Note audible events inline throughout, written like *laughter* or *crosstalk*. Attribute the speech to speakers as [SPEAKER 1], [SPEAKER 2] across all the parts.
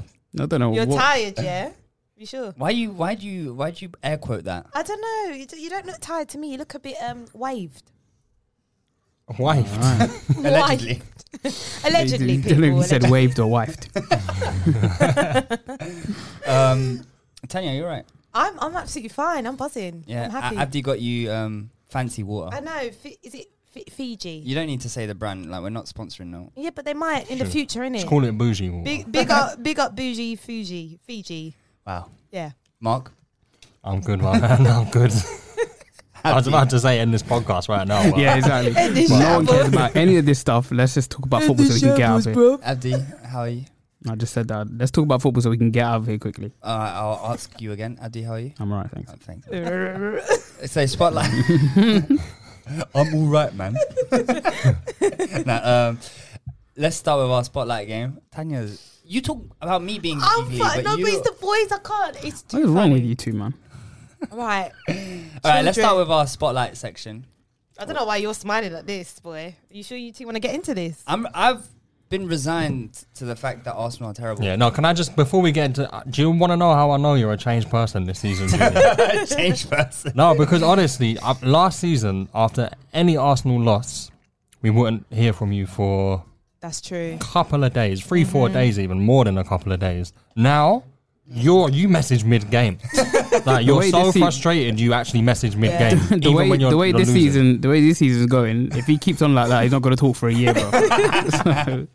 [SPEAKER 1] I don't know.
[SPEAKER 2] You're
[SPEAKER 1] what,
[SPEAKER 2] tired, yeah? You sure?
[SPEAKER 3] why you? Why do you? Why do you air quote that?
[SPEAKER 2] I don't know. You, d- you don't look tired to me. You look a bit um waved.
[SPEAKER 4] Wife.
[SPEAKER 3] Allegedly.
[SPEAKER 2] Allegedly,
[SPEAKER 1] You
[SPEAKER 2] people.
[SPEAKER 1] literally said
[SPEAKER 2] allegedly.
[SPEAKER 1] waved or wifed.
[SPEAKER 2] *laughs*
[SPEAKER 3] um, Tanya, you're right.
[SPEAKER 2] I'm I'm absolutely fine. I'm buzzing.
[SPEAKER 3] Yeah,
[SPEAKER 2] I'm happy.
[SPEAKER 3] A- Abdi got you um, fancy water.
[SPEAKER 2] I know. Fi- is it Fi- Fiji?
[SPEAKER 3] you don't need to say the brand. Like we're not sponsoring no.
[SPEAKER 2] Yeah, but they might in the future, innit?
[SPEAKER 4] Just call it bougie. water.
[SPEAKER 2] Big big up big up bougie Fuji Fiji.
[SPEAKER 3] Wow.
[SPEAKER 2] Yeah.
[SPEAKER 3] Mark.
[SPEAKER 4] I'm good, man. I'm good. I was about to say end this podcast right now. but
[SPEAKER 1] yeah, exactly.
[SPEAKER 2] this
[SPEAKER 1] no one
[SPEAKER 2] shambles.
[SPEAKER 1] cares about any of this stuff. Let's just talk about football so we can get out of here.
[SPEAKER 3] Abdi, how are you?
[SPEAKER 1] I just said that. Let's talk about football so we can get out of here quickly.
[SPEAKER 3] Uh, I'll ask you again. Abdi, how are you?
[SPEAKER 1] I'm all right, thanks.
[SPEAKER 3] Oh, thanks.
[SPEAKER 2] *laughs*
[SPEAKER 3] Say spotlight. I'm all right,
[SPEAKER 2] *laughs*
[SPEAKER 3] man. nah, um, let's start with our spotlight game. Tanya, you talk about me being
[SPEAKER 2] I'm
[SPEAKER 3] giggly,
[SPEAKER 2] fine.
[SPEAKER 3] but
[SPEAKER 2] No,
[SPEAKER 3] you.
[SPEAKER 2] but it's the boys. I can't. It's too
[SPEAKER 1] What is wrong
[SPEAKER 2] funny.
[SPEAKER 1] with you two, man?
[SPEAKER 2] Right.
[SPEAKER 3] all
[SPEAKER 2] *laughs*
[SPEAKER 3] right, let's
[SPEAKER 2] children.
[SPEAKER 3] start with our spotlight section.
[SPEAKER 2] I don't know why you're smiling at this, boy. You sure you two want to get into this?
[SPEAKER 3] I'm. I've been resigned to the fact that Arsenal are terrible.
[SPEAKER 4] Yeah, no, can I just, before we get into, uh, do you want to know how I know you're a changed person this season?
[SPEAKER 1] *laughs*
[SPEAKER 4] Julian?
[SPEAKER 3] Change person.
[SPEAKER 4] no, because honestly, uh, last season, after any Arsenal loss, we wouldn't hear from you for
[SPEAKER 2] That's true.
[SPEAKER 4] couple of days, 3 four
[SPEAKER 1] Mm-hmm.
[SPEAKER 4] days, even more than a couple of days. Now, you're you message mid
[SPEAKER 1] *laughs*
[SPEAKER 4] game. like you're
[SPEAKER 1] way
[SPEAKER 4] so
[SPEAKER 1] this se-
[SPEAKER 4] frustrated, you actually message mid game.
[SPEAKER 1] *laughs* The way, the way this season, the way this season's going, if he keeps on like that, he's not going to talk for a year, bro. *laughs* so,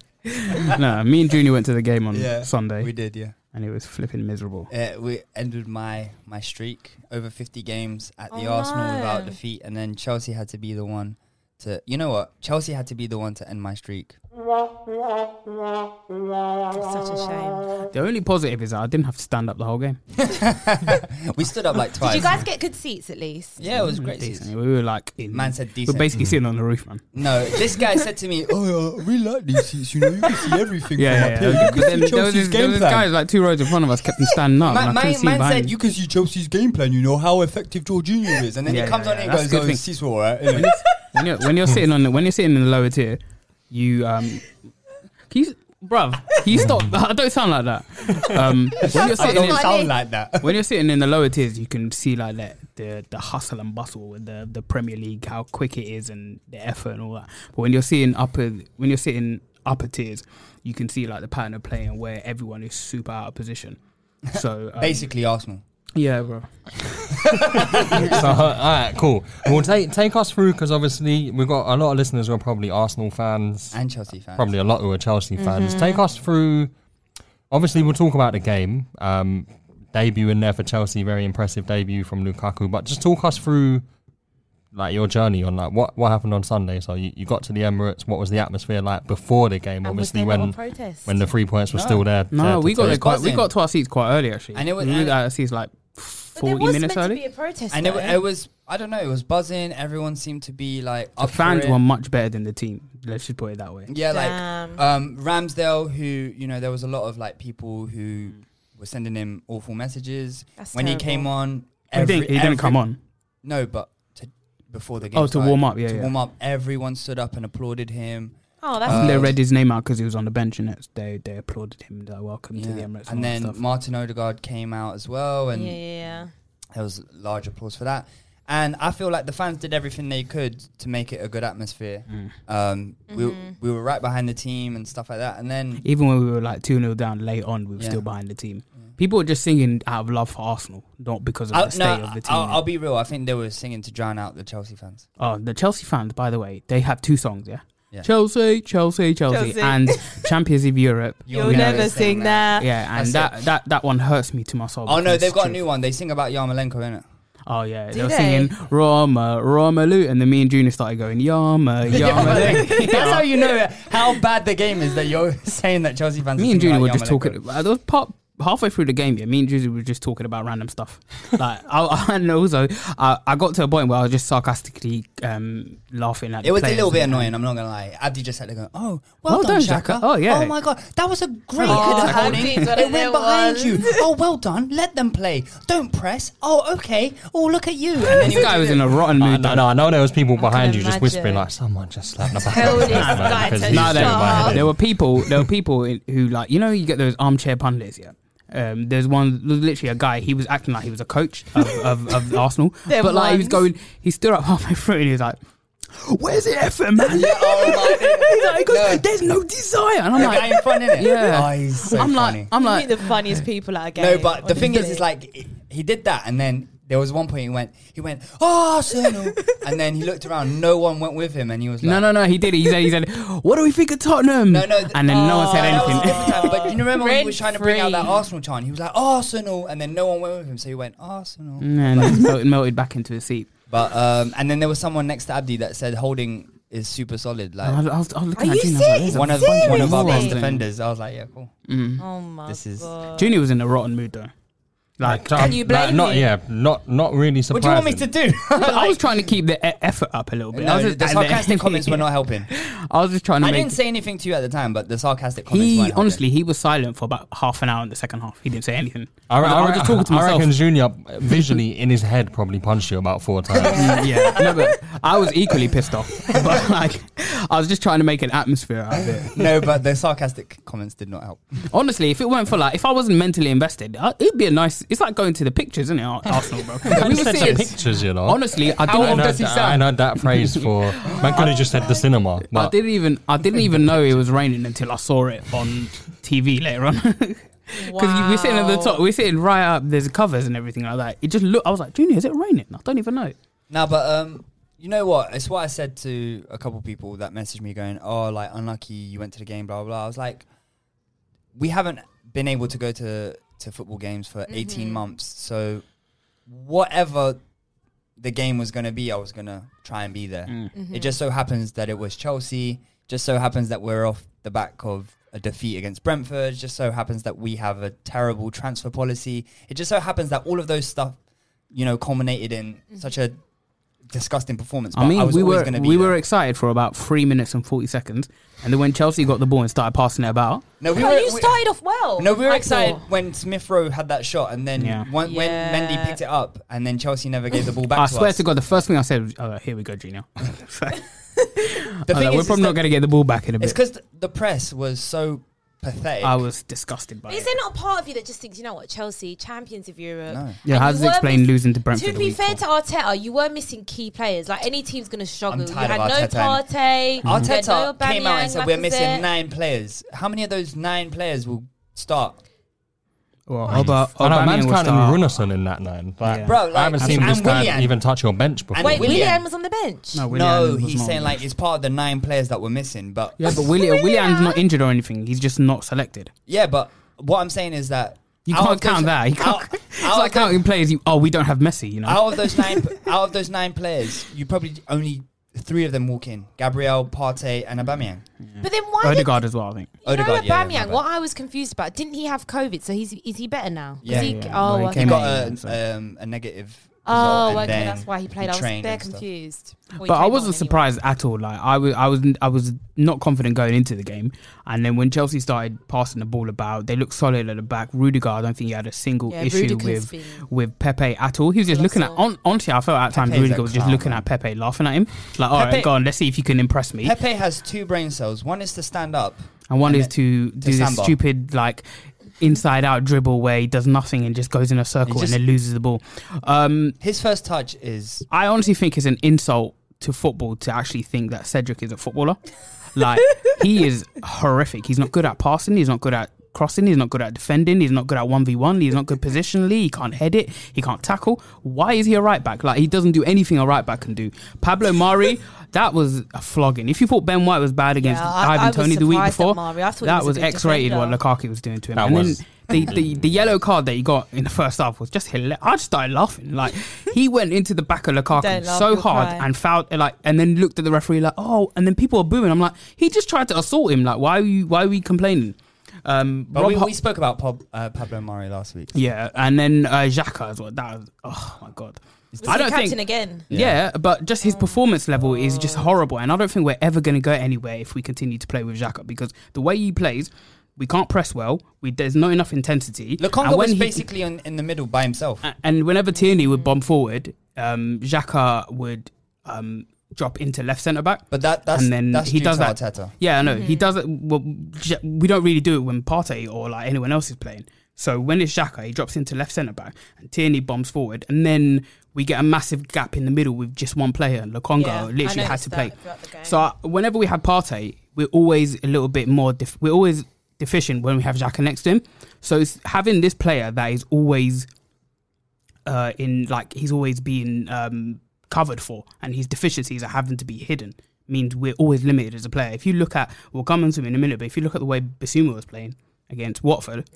[SPEAKER 1] no, me and Junior went to the game on Sunday,
[SPEAKER 3] We did, yeah.
[SPEAKER 1] and it was flipping miserable.
[SPEAKER 3] Uh, we ended my my streak over 50 games at the
[SPEAKER 2] Oh,
[SPEAKER 3] Arsenal
[SPEAKER 2] no.
[SPEAKER 3] without defeat, and then Chelsea had to be the one to. You know what? Chelsea had to be the one to end my streak.
[SPEAKER 2] Such a shame.
[SPEAKER 5] The only positive is that I didn't have to stand up the whole game.
[SPEAKER 3] we stood up like twice.
[SPEAKER 2] *laughs* Did you guys get good seats at least?
[SPEAKER 3] Yeah, it was great.
[SPEAKER 5] Decent. We were like, in,
[SPEAKER 3] Man said
[SPEAKER 5] We're
[SPEAKER 3] decent.
[SPEAKER 5] basically sitting on the roof, man.
[SPEAKER 3] No, this guy said to
[SPEAKER 5] *laughs*
[SPEAKER 3] me, "Oh, yeah, we like these seats. You know, you can see everything
[SPEAKER 5] Yeah, yeah.
[SPEAKER 3] *laughs* from
[SPEAKER 5] yeah.
[SPEAKER 3] up
[SPEAKER 5] But then
[SPEAKER 3] here. You can see
[SPEAKER 5] there
[SPEAKER 3] Chelsea's
[SPEAKER 5] was this, there
[SPEAKER 3] game
[SPEAKER 5] was this
[SPEAKER 3] plan."
[SPEAKER 5] guy like two rows in front of us kept him standing up.
[SPEAKER 3] Man,
[SPEAKER 5] and I
[SPEAKER 3] man,
[SPEAKER 5] couldn't see him
[SPEAKER 3] man
[SPEAKER 5] behind
[SPEAKER 3] said,
[SPEAKER 5] me.
[SPEAKER 3] "You can see Chelsea's game plan. You know how effective Jorginho is." And then
[SPEAKER 5] Yeah,
[SPEAKER 3] he comes
[SPEAKER 5] yeah,
[SPEAKER 3] on
[SPEAKER 5] yeah,
[SPEAKER 3] and
[SPEAKER 5] that's
[SPEAKER 3] goes,
[SPEAKER 5] good
[SPEAKER 3] "Oh,
[SPEAKER 5] thing."
[SPEAKER 3] seats were all right." innit?"
[SPEAKER 5] when you're when you're sitting on the, when you're sitting in the lower tier, you um, can you, bruv, can you
[SPEAKER 1] *laughs*
[SPEAKER 5] stop? I don't sound like that. Um, when *laughs* you're
[SPEAKER 3] I
[SPEAKER 5] sitting
[SPEAKER 3] don't
[SPEAKER 5] in,
[SPEAKER 3] sound like that.
[SPEAKER 5] when you're sitting in the lower tiers, you can see like that the the hustle and bustle and the the Premier League, how quick it is and the effort and all that. But when you're seeing upper, when you're sitting upper tiers, you can see like the pattern of play and where everyone is super out of position. So um,
[SPEAKER 3] Basically, Arsenal.
[SPEAKER 5] yeah, bro.
[SPEAKER 4] *laughs* so, all right, cool. Well, take take us through because obviously we've got a lot of listeners who are probably Arsenal fans,
[SPEAKER 3] And Chelsea fans.
[SPEAKER 4] probably a lot who are Chelsea
[SPEAKER 2] Mm-hmm.
[SPEAKER 4] fans. Take us through. Obviously, we'll talk about the game. Um, debut in there for Chelsea, very impressive debut from Lukaku. But just talk us through like your journey on like what what happened on Sunday. So you, you got to the Emirates. What was the atmosphere like before the game?
[SPEAKER 2] And was
[SPEAKER 4] obviously,
[SPEAKER 2] there not a
[SPEAKER 4] when
[SPEAKER 2] protest?
[SPEAKER 4] when the three points were still there.
[SPEAKER 5] No,
[SPEAKER 4] to-
[SPEAKER 5] we
[SPEAKER 4] to
[SPEAKER 5] got
[SPEAKER 4] take.
[SPEAKER 5] there quite, we
[SPEAKER 3] buzzing.
[SPEAKER 5] got to our seats quite early actually.
[SPEAKER 3] And it was-
[SPEAKER 5] we
[SPEAKER 3] and-
[SPEAKER 5] got our seats like
[SPEAKER 2] But there
[SPEAKER 5] forty
[SPEAKER 2] was
[SPEAKER 5] minutes
[SPEAKER 2] meant to
[SPEAKER 5] early.
[SPEAKER 2] be a protest.
[SPEAKER 3] And it,
[SPEAKER 2] though.
[SPEAKER 3] wa- it was, I don't know, it was buzzing. Everyone seemed to be like
[SPEAKER 5] The
[SPEAKER 3] up for
[SPEAKER 5] fans
[SPEAKER 3] it.
[SPEAKER 5] were much better than the team. Let's just put it that way.
[SPEAKER 3] Yeah,
[SPEAKER 2] Damn.
[SPEAKER 3] like um, Ramsdale, who you know, there was a lot of like people who were sending him awful messages
[SPEAKER 2] Mm. That's
[SPEAKER 3] when he came
[SPEAKER 2] terrible.
[SPEAKER 3] on.
[SPEAKER 5] he
[SPEAKER 3] every-
[SPEAKER 5] didn't, he didn't
[SPEAKER 3] every-
[SPEAKER 5] come on.
[SPEAKER 3] No, but to, before the game.
[SPEAKER 5] Oh, to
[SPEAKER 3] started,
[SPEAKER 5] warm up, yeah,
[SPEAKER 3] to
[SPEAKER 5] yeah.
[SPEAKER 3] warm up. Everyone stood up and applauded him.
[SPEAKER 2] Oh, that's
[SPEAKER 3] Uh,
[SPEAKER 5] they read his name out because he was on the bench, and it's, they they applauded him. They uh, welcome to the
[SPEAKER 3] Yeah.
[SPEAKER 5] Emirates,
[SPEAKER 3] and
[SPEAKER 5] all that
[SPEAKER 3] then
[SPEAKER 5] stuff.
[SPEAKER 3] Martin Odegaard came out as well,
[SPEAKER 2] yeah,
[SPEAKER 3] and
[SPEAKER 2] yeah, yeah.
[SPEAKER 3] there was large applause for that. And I feel like the fans did everything they could to make it a good atmosphere.
[SPEAKER 5] Mm.
[SPEAKER 3] Um, we, we were right behind the team and stuff like that. And then
[SPEAKER 5] even when we were like two 0 down late on, we were
[SPEAKER 3] Yeah.
[SPEAKER 5] still behind the team. People were just singing out of love for Arsenal, not because of
[SPEAKER 3] I'll,
[SPEAKER 5] the state
[SPEAKER 3] Oh, no,
[SPEAKER 5] of the team.
[SPEAKER 3] I'll, I'll be real. I think they were singing to drown out the Chelsea fans.
[SPEAKER 5] oh, the Chelsea fans, by the way, they have two songs, yeah.
[SPEAKER 3] Yeah.
[SPEAKER 5] Chelsea,
[SPEAKER 2] *laughs*
[SPEAKER 5] Chelsea, Chelsea,
[SPEAKER 2] Chelsea.
[SPEAKER 5] and Champions of Europe.
[SPEAKER 3] You'll
[SPEAKER 5] You know,
[SPEAKER 3] never sing that.
[SPEAKER 5] Yeah, and
[SPEAKER 3] That's
[SPEAKER 5] that,
[SPEAKER 3] it.
[SPEAKER 5] that that one hurts me to my soul.
[SPEAKER 3] Oh no,
[SPEAKER 5] because
[SPEAKER 3] they've got a
[SPEAKER 5] it's
[SPEAKER 3] new
[SPEAKER 5] true.
[SPEAKER 3] one. They sing about Yarmolenko,
[SPEAKER 5] *laughs*
[SPEAKER 3] innit?
[SPEAKER 5] Oh yeah,
[SPEAKER 2] Do
[SPEAKER 5] they were
[SPEAKER 2] they?
[SPEAKER 5] singing Roma, Romelu, and then me and Junior started going Yama, Yama.
[SPEAKER 3] Yarmolenko. *laughs* That's how you know how bad the game is that you're *laughs* saying that Chelsea fans.
[SPEAKER 5] me
[SPEAKER 3] are singing
[SPEAKER 5] and Junior
[SPEAKER 3] about
[SPEAKER 5] were just
[SPEAKER 3] Yarmolenko.
[SPEAKER 5] talking. uh, There was part *laughs* halfway through the game. Yeah, me and Junior were just talking about random stuff. Like, I, and also, I, I got to a point where I was just sarcastically um, laughing at.
[SPEAKER 3] It
[SPEAKER 5] the
[SPEAKER 3] was a
[SPEAKER 5] players
[SPEAKER 3] little bit
[SPEAKER 5] and-
[SPEAKER 3] annoying. I'm not gonna lie. Abdi just had to go. Oh, well,
[SPEAKER 5] Well
[SPEAKER 3] done,
[SPEAKER 5] done,
[SPEAKER 3] Shaka.
[SPEAKER 5] Xhaka. Oh, yeah.
[SPEAKER 3] Oh my god, that was a great
[SPEAKER 2] Oh,
[SPEAKER 3] header,
[SPEAKER 2] how
[SPEAKER 3] Tony.
[SPEAKER 2] deep that
[SPEAKER 3] It
[SPEAKER 2] it
[SPEAKER 3] went behind
[SPEAKER 2] was.
[SPEAKER 3] you. Oh, well done. Let them play. Don't press. Oh, okay. Oh, look at you. And then he
[SPEAKER 5] This guy was in a rotten
[SPEAKER 4] I,
[SPEAKER 5] mood.
[SPEAKER 4] no, no, I know there was people behind
[SPEAKER 2] can
[SPEAKER 4] you just whispering
[SPEAKER 2] imagine.
[SPEAKER 4] like someone just slapped the back.
[SPEAKER 2] Tell
[SPEAKER 4] of his
[SPEAKER 2] this
[SPEAKER 4] hand, man,
[SPEAKER 2] guy
[SPEAKER 4] *laughs* because
[SPEAKER 2] to
[SPEAKER 4] he's
[SPEAKER 5] No,
[SPEAKER 2] Shut
[SPEAKER 4] doing my head
[SPEAKER 5] there,
[SPEAKER 2] up.
[SPEAKER 4] in.
[SPEAKER 5] there were people. There were people in, who like you know you get those armchair pundits. Yeah, um, there's one there was literally a guy. He was acting like he was a coach of, of,
[SPEAKER 2] *laughs*
[SPEAKER 5] of Arsenal,
[SPEAKER 2] Them
[SPEAKER 5] but like he was
[SPEAKER 2] ones.
[SPEAKER 5] going. He stood up *laughs* halfway through and he was like. Where's the effort, man?
[SPEAKER 3] *laughs* oh my-
[SPEAKER 5] *laughs* He's like, he goes,
[SPEAKER 3] No.
[SPEAKER 5] There's no desire, and I'm
[SPEAKER 3] The guy
[SPEAKER 5] like,
[SPEAKER 3] in front, innit?
[SPEAKER 5] Yeah.
[SPEAKER 3] Oh, he's so
[SPEAKER 5] I'm
[SPEAKER 3] funny.
[SPEAKER 5] like, I'm
[SPEAKER 2] You
[SPEAKER 5] like,
[SPEAKER 2] meet the funniest people at a game.
[SPEAKER 3] no, but the thing is,
[SPEAKER 2] honestly.
[SPEAKER 3] is like he- he did that, and then there was one point he went, he went, oh,
[SPEAKER 5] *laughs*
[SPEAKER 3] Arsenal, and then he looked around. No one went with him, and he was like,
[SPEAKER 5] no, no, no. He did it. He said, he said, what do we think of Tottenham?
[SPEAKER 3] No, no, th-
[SPEAKER 5] *laughs* and then no one said
[SPEAKER 3] That was a
[SPEAKER 5] anything.
[SPEAKER 3] different time, But you remember when he was
[SPEAKER 2] Rent
[SPEAKER 3] trying to bring out that
[SPEAKER 2] free.
[SPEAKER 3] Arsenal chant? He was like Arsenal, and then no one went with him, so he went Arsenal.
[SPEAKER 5] *laughs* and then he melted, melted back into his seat.
[SPEAKER 3] But um, and then there was someone next to Abdi that said holding is super solid.
[SPEAKER 5] I was,
[SPEAKER 3] Like
[SPEAKER 5] I was, I was
[SPEAKER 2] Are
[SPEAKER 5] looking at
[SPEAKER 2] you
[SPEAKER 5] Junior. I was like,
[SPEAKER 2] serious?
[SPEAKER 5] "There's a
[SPEAKER 3] one of
[SPEAKER 5] bunch
[SPEAKER 3] one of our
[SPEAKER 5] morons
[SPEAKER 3] best
[SPEAKER 5] in here."
[SPEAKER 3] defenders. I was like, yeah, cool.
[SPEAKER 5] Mm.
[SPEAKER 2] oh my
[SPEAKER 3] This is-
[SPEAKER 2] god.
[SPEAKER 5] Junior was in a rotten mood though. Like,
[SPEAKER 4] Can
[SPEAKER 2] you blame
[SPEAKER 4] not,
[SPEAKER 2] me?
[SPEAKER 4] Yeah, not not really
[SPEAKER 3] What
[SPEAKER 4] surprising.
[SPEAKER 3] do you want me to do? *laughs*
[SPEAKER 5] I was trying to keep the e- effort up a little bit. I was
[SPEAKER 3] no,
[SPEAKER 5] just,
[SPEAKER 3] the sarcastic comments were not helping.
[SPEAKER 5] *laughs* I was just trying to
[SPEAKER 3] I
[SPEAKER 5] make.
[SPEAKER 3] didn't say anything to you at the time, but the sarcastic comments.
[SPEAKER 5] he
[SPEAKER 3] weren't
[SPEAKER 5] honestly, he was silent for about half an hour in the second half. He didn't say anything.
[SPEAKER 4] I, re-
[SPEAKER 5] was-
[SPEAKER 4] I,
[SPEAKER 5] was
[SPEAKER 4] re-
[SPEAKER 5] just talking to
[SPEAKER 4] I
[SPEAKER 5] myself.
[SPEAKER 4] reckon Junior uh, visually in his head probably punched you about four times. *laughs*
[SPEAKER 5] yeah, no, but I was equally pissed off. But like, I was just trying to make an atmosphere out of it.
[SPEAKER 3] helping. *laughs* no, but the sarcastic comments did not help.
[SPEAKER 5] Honestly, if it weren't for like, if I wasn't mentally invested, I, it'd be a nice. It's like going to the pictures, isn't it? Ar- Arsenal, bro. we were
[SPEAKER 4] said
[SPEAKER 5] serious.
[SPEAKER 4] pictures, you know.
[SPEAKER 5] Honestly, I
[SPEAKER 4] I
[SPEAKER 5] didn't.
[SPEAKER 4] know that- I know that phrase *laughs* for. Man could have just said the cinema.
[SPEAKER 5] I
[SPEAKER 4] But
[SPEAKER 5] didn't even I didn't even know it was raining until I saw it on TV later on. *laughs* Because we're sitting at the
[SPEAKER 2] Wow.
[SPEAKER 5] top, we're sitting right up. There's covers and everything like that. It just looked. I was like, Junior, is it raining? I don't even know.
[SPEAKER 3] No, but um, you know what? It's what I said to a couple people that messaged me going, "Oh, like unlucky, you went to the game, blah blah." blah. I was like, we haven't been able to go to to football games for
[SPEAKER 2] Mm-hmm.
[SPEAKER 3] eighteen months, so whatever
[SPEAKER 4] Mm.
[SPEAKER 2] Mm-hmm.
[SPEAKER 3] the game was going to be, I was going to try and be there. It just so happens that it was Chelsea. Just so happens that we're off the back of a defeat against Brentford. Just so happens that we have a terrible transfer policy. It just so happens that all of those stuff, you know, culminated in
[SPEAKER 2] Mm-hmm.
[SPEAKER 3] such a disgusting performance. But
[SPEAKER 4] I mean,
[SPEAKER 3] was
[SPEAKER 4] we
[SPEAKER 3] always
[SPEAKER 4] were
[SPEAKER 3] gonna be
[SPEAKER 4] we
[SPEAKER 3] there.
[SPEAKER 4] were excited for about three minutes and forty seconds, and then when Chelsea got the ball and started passing it about,
[SPEAKER 3] No, we
[SPEAKER 2] No,
[SPEAKER 3] were,
[SPEAKER 2] you
[SPEAKER 3] we-
[SPEAKER 2] started off well.
[SPEAKER 3] No, we were
[SPEAKER 2] I
[SPEAKER 3] excited
[SPEAKER 2] thought.
[SPEAKER 3] when Smith Rowe had that shot, and then
[SPEAKER 4] Yeah.
[SPEAKER 3] when, when
[SPEAKER 2] Yeah.
[SPEAKER 3] Mendy picked it up, and then Chelsea never gave the
[SPEAKER 4] *laughs*
[SPEAKER 3] ball back.
[SPEAKER 4] I
[SPEAKER 3] to
[SPEAKER 4] swear
[SPEAKER 3] us.
[SPEAKER 4] to God, the first thing I said, was, "Oh, here we go, Junior."
[SPEAKER 3] the
[SPEAKER 4] I was like,
[SPEAKER 3] thing
[SPEAKER 4] we're
[SPEAKER 3] is, is
[SPEAKER 4] probably not
[SPEAKER 3] that-
[SPEAKER 4] going to get the ball back in a
[SPEAKER 3] It's
[SPEAKER 4] bit.
[SPEAKER 3] because the press was so pathetic.
[SPEAKER 4] I was disgusted by
[SPEAKER 2] Is
[SPEAKER 4] it.
[SPEAKER 2] there not a part of you that just thinks, you know what, Chelsea, champions of Europe?
[SPEAKER 4] *laughs*
[SPEAKER 3] No.
[SPEAKER 4] Yeah,
[SPEAKER 2] And
[SPEAKER 4] how
[SPEAKER 2] you
[SPEAKER 4] does it
[SPEAKER 2] were
[SPEAKER 4] explain
[SPEAKER 2] miss-
[SPEAKER 4] losing to Brentford
[SPEAKER 2] To
[SPEAKER 4] the
[SPEAKER 2] be
[SPEAKER 4] week
[SPEAKER 2] fair to
[SPEAKER 4] before?
[SPEAKER 2] Arteta, you were missing key players. Like any team's going to struggle.
[SPEAKER 3] I'm
[SPEAKER 2] You
[SPEAKER 3] tired
[SPEAKER 2] had
[SPEAKER 3] of
[SPEAKER 2] no
[SPEAKER 3] Arteta. Mm-hmm.
[SPEAKER 2] Partey. you had
[SPEAKER 3] Arteta
[SPEAKER 2] no
[SPEAKER 3] came out
[SPEAKER 2] Aubameyang,
[SPEAKER 3] and said
[SPEAKER 2] like
[SPEAKER 3] we're
[SPEAKER 2] I
[SPEAKER 3] missing
[SPEAKER 2] said.
[SPEAKER 3] nine players. How many of those nine players will start?
[SPEAKER 4] Well, Oba,
[SPEAKER 5] I know, man's
[SPEAKER 4] Aubameyang was
[SPEAKER 5] counting
[SPEAKER 4] star-
[SPEAKER 5] Runnison in that nine. Like,
[SPEAKER 4] Yeah.
[SPEAKER 3] Bro, like,
[SPEAKER 5] I haven't seen
[SPEAKER 3] and
[SPEAKER 5] this guy
[SPEAKER 3] Willian.
[SPEAKER 5] even touch your bench before.
[SPEAKER 2] Wait,
[SPEAKER 3] Willian.
[SPEAKER 2] Willian was on the bench.
[SPEAKER 4] No,
[SPEAKER 3] no,
[SPEAKER 4] Willian was
[SPEAKER 3] he's
[SPEAKER 4] not.
[SPEAKER 3] saying like it's part of the nine players that were missing. But
[SPEAKER 4] yeah, but
[SPEAKER 3] *laughs*
[SPEAKER 4] William, William's not injured or anything. He's just not selected.
[SPEAKER 3] yeah, but what I'm saying is that
[SPEAKER 4] You
[SPEAKER 3] out
[SPEAKER 4] Oh, can't
[SPEAKER 3] of those-
[SPEAKER 4] count that. You can't.
[SPEAKER 3] out-
[SPEAKER 4] *laughs* it's
[SPEAKER 3] out
[SPEAKER 4] like
[SPEAKER 3] of those-
[SPEAKER 4] counting players. You, oh, we don't have Messi. You know.
[SPEAKER 3] out of those nine out of those nine players, you probably only three of them walk in: Gabriel, Partey, and Aubameyang.
[SPEAKER 2] But then why
[SPEAKER 4] Odegaard as well, I think.
[SPEAKER 2] did you
[SPEAKER 3] Mm. Odegaard,
[SPEAKER 2] know
[SPEAKER 3] yeah, yeah,
[SPEAKER 2] Aubameyang?
[SPEAKER 3] my bad.
[SPEAKER 2] what I was confused about, didn't he have COVID? So he's is he better now? 'Cause
[SPEAKER 3] Yeah.
[SPEAKER 2] he,
[SPEAKER 4] Yeah.
[SPEAKER 2] Oh,
[SPEAKER 4] Well, he
[SPEAKER 2] okay.
[SPEAKER 4] came
[SPEAKER 3] He
[SPEAKER 4] out.
[SPEAKER 3] got
[SPEAKER 4] Amazing.
[SPEAKER 3] a, um, a negative. Result,
[SPEAKER 2] Oh,
[SPEAKER 3] and
[SPEAKER 2] okay,
[SPEAKER 3] then
[SPEAKER 2] that's why he played. I was
[SPEAKER 3] trained
[SPEAKER 2] bare
[SPEAKER 3] and stuff.
[SPEAKER 2] confused. Well, he
[SPEAKER 4] But I
[SPEAKER 2] came
[SPEAKER 4] wasn't
[SPEAKER 2] on anyway.
[SPEAKER 4] surprised at all. Like I was, I was, I was not confident going into the game. And then when Chelsea started passing the ball about, they looked solid at the back. Rudiger, I don't think he had a single
[SPEAKER 2] Yeah,
[SPEAKER 4] issue
[SPEAKER 2] Rudiger's
[SPEAKER 4] with
[SPEAKER 2] been
[SPEAKER 4] with Pepe at all. He was just looking at.
[SPEAKER 2] colossal.
[SPEAKER 4] On, honestly, I felt at times
[SPEAKER 3] Pepe's
[SPEAKER 4] Rudiger
[SPEAKER 3] a
[SPEAKER 4] was just
[SPEAKER 3] clown,
[SPEAKER 4] looking
[SPEAKER 3] man.
[SPEAKER 4] at Pepe, laughing at him. Like, all right,
[SPEAKER 3] Pepe-
[SPEAKER 4] go on, let's see if you can impress me.
[SPEAKER 3] Pepe has two brain cells. One is to stand up.
[SPEAKER 4] and one
[SPEAKER 3] and
[SPEAKER 4] is
[SPEAKER 3] it-
[SPEAKER 4] to do this
[SPEAKER 3] samba.
[SPEAKER 4] stupid like inside out dribble where he does nothing and just goes in a circle
[SPEAKER 3] just-
[SPEAKER 4] and then loses the ball. Um,
[SPEAKER 3] His first touch is
[SPEAKER 4] I honestly think it's an insult to football to actually think that Cedric is a footballer. Like
[SPEAKER 2] *laughs*
[SPEAKER 4] he is horrific. He's not good at passing. He's not good at crossing. He's not good at defending. He's not good at one v one. He's not good positionally. He can't head it. He can't tackle. Why is he a right back? Like he doesn't do anything a right back can do. Pablo
[SPEAKER 2] *laughs*
[SPEAKER 4] Mari, that was a flogging. If you thought Ben White was bad against
[SPEAKER 2] Yeah, I- I
[SPEAKER 4] Ivan
[SPEAKER 2] was
[SPEAKER 4] Tony the week
[SPEAKER 2] surprised at
[SPEAKER 4] before,
[SPEAKER 2] Mari. I thought he
[SPEAKER 4] that
[SPEAKER 2] was a
[SPEAKER 4] was
[SPEAKER 2] good
[SPEAKER 4] X rated what
[SPEAKER 2] defender.
[SPEAKER 4] Lukaku was doing to him.
[SPEAKER 5] That
[SPEAKER 4] and
[SPEAKER 5] was.
[SPEAKER 4] then the, the, the yellow card that he got in the first half was just hilarious. I just started
[SPEAKER 2] *laughs*
[SPEAKER 4] laughing. Like he went into the back of Lukaku
[SPEAKER 2] Don't laugh,
[SPEAKER 4] so
[SPEAKER 2] you'll
[SPEAKER 4] hard
[SPEAKER 2] cry.
[SPEAKER 4] and fouled like and then looked at the referee like oh and then people are booing. I'm like he just tried to assault him. Like why are you why are we complaining? Um,
[SPEAKER 3] But
[SPEAKER 4] Rob
[SPEAKER 3] we,
[SPEAKER 4] Ho-
[SPEAKER 3] we spoke about Pab, uh, Pablo Mari last week.
[SPEAKER 4] yeah, and then uh, Xhaka as well. That was, oh my god.
[SPEAKER 2] Was he captain again.
[SPEAKER 4] Yeah. but just his performance level is just horrible, and I don't think we're ever going to go anywhere if we continue to play with Xhaka because the way he plays, we can't press well. We there's not enough intensity.
[SPEAKER 3] Lukonga
[SPEAKER 4] and when
[SPEAKER 3] was
[SPEAKER 4] he- Uh,
[SPEAKER 3] basically in, in the middle by himself.
[SPEAKER 4] a- and whenever Tierney would bomb forward, um, Xhaka would um, drop into left centre back.
[SPEAKER 3] But that- that's-
[SPEAKER 4] and then
[SPEAKER 3] that's
[SPEAKER 4] he
[SPEAKER 3] due
[SPEAKER 4] does
[SPEAKER 3] to
[SPEAKER 4] that.
[SPEAKER 3] Arteta.
[SPEAKER 4] Yeah, I know he does it. Well, J- we don't really do it when Partey or like anyone else is playing. So when it's Xhaka, he drops into left centre back, and Tierney bombs forward, and then we get a massive gap in the middle with just one player. Lokonga
[SPEAKER 2] Yeah, I
[SPEAKER 4] literally had
[SPEAKER 2] noticed
[SPEAKER 4] to
[SPEAKER 2] that
[SPEAKER 4] play.
[SPEAKER 2] throughout the game.
[SPEAKER 4] So uh, whenever we had Partey, we're always a little bit more. Def- we're always deficient when we have Xhaka next to him. So it's having this player that is always uh, in like he's always being um, covered for, and his deficiencies are having to be hidden. Means we're always limited as a player. If you look at, we'll come into him in a minute, but if you look at the way Basuma was playing against Watford,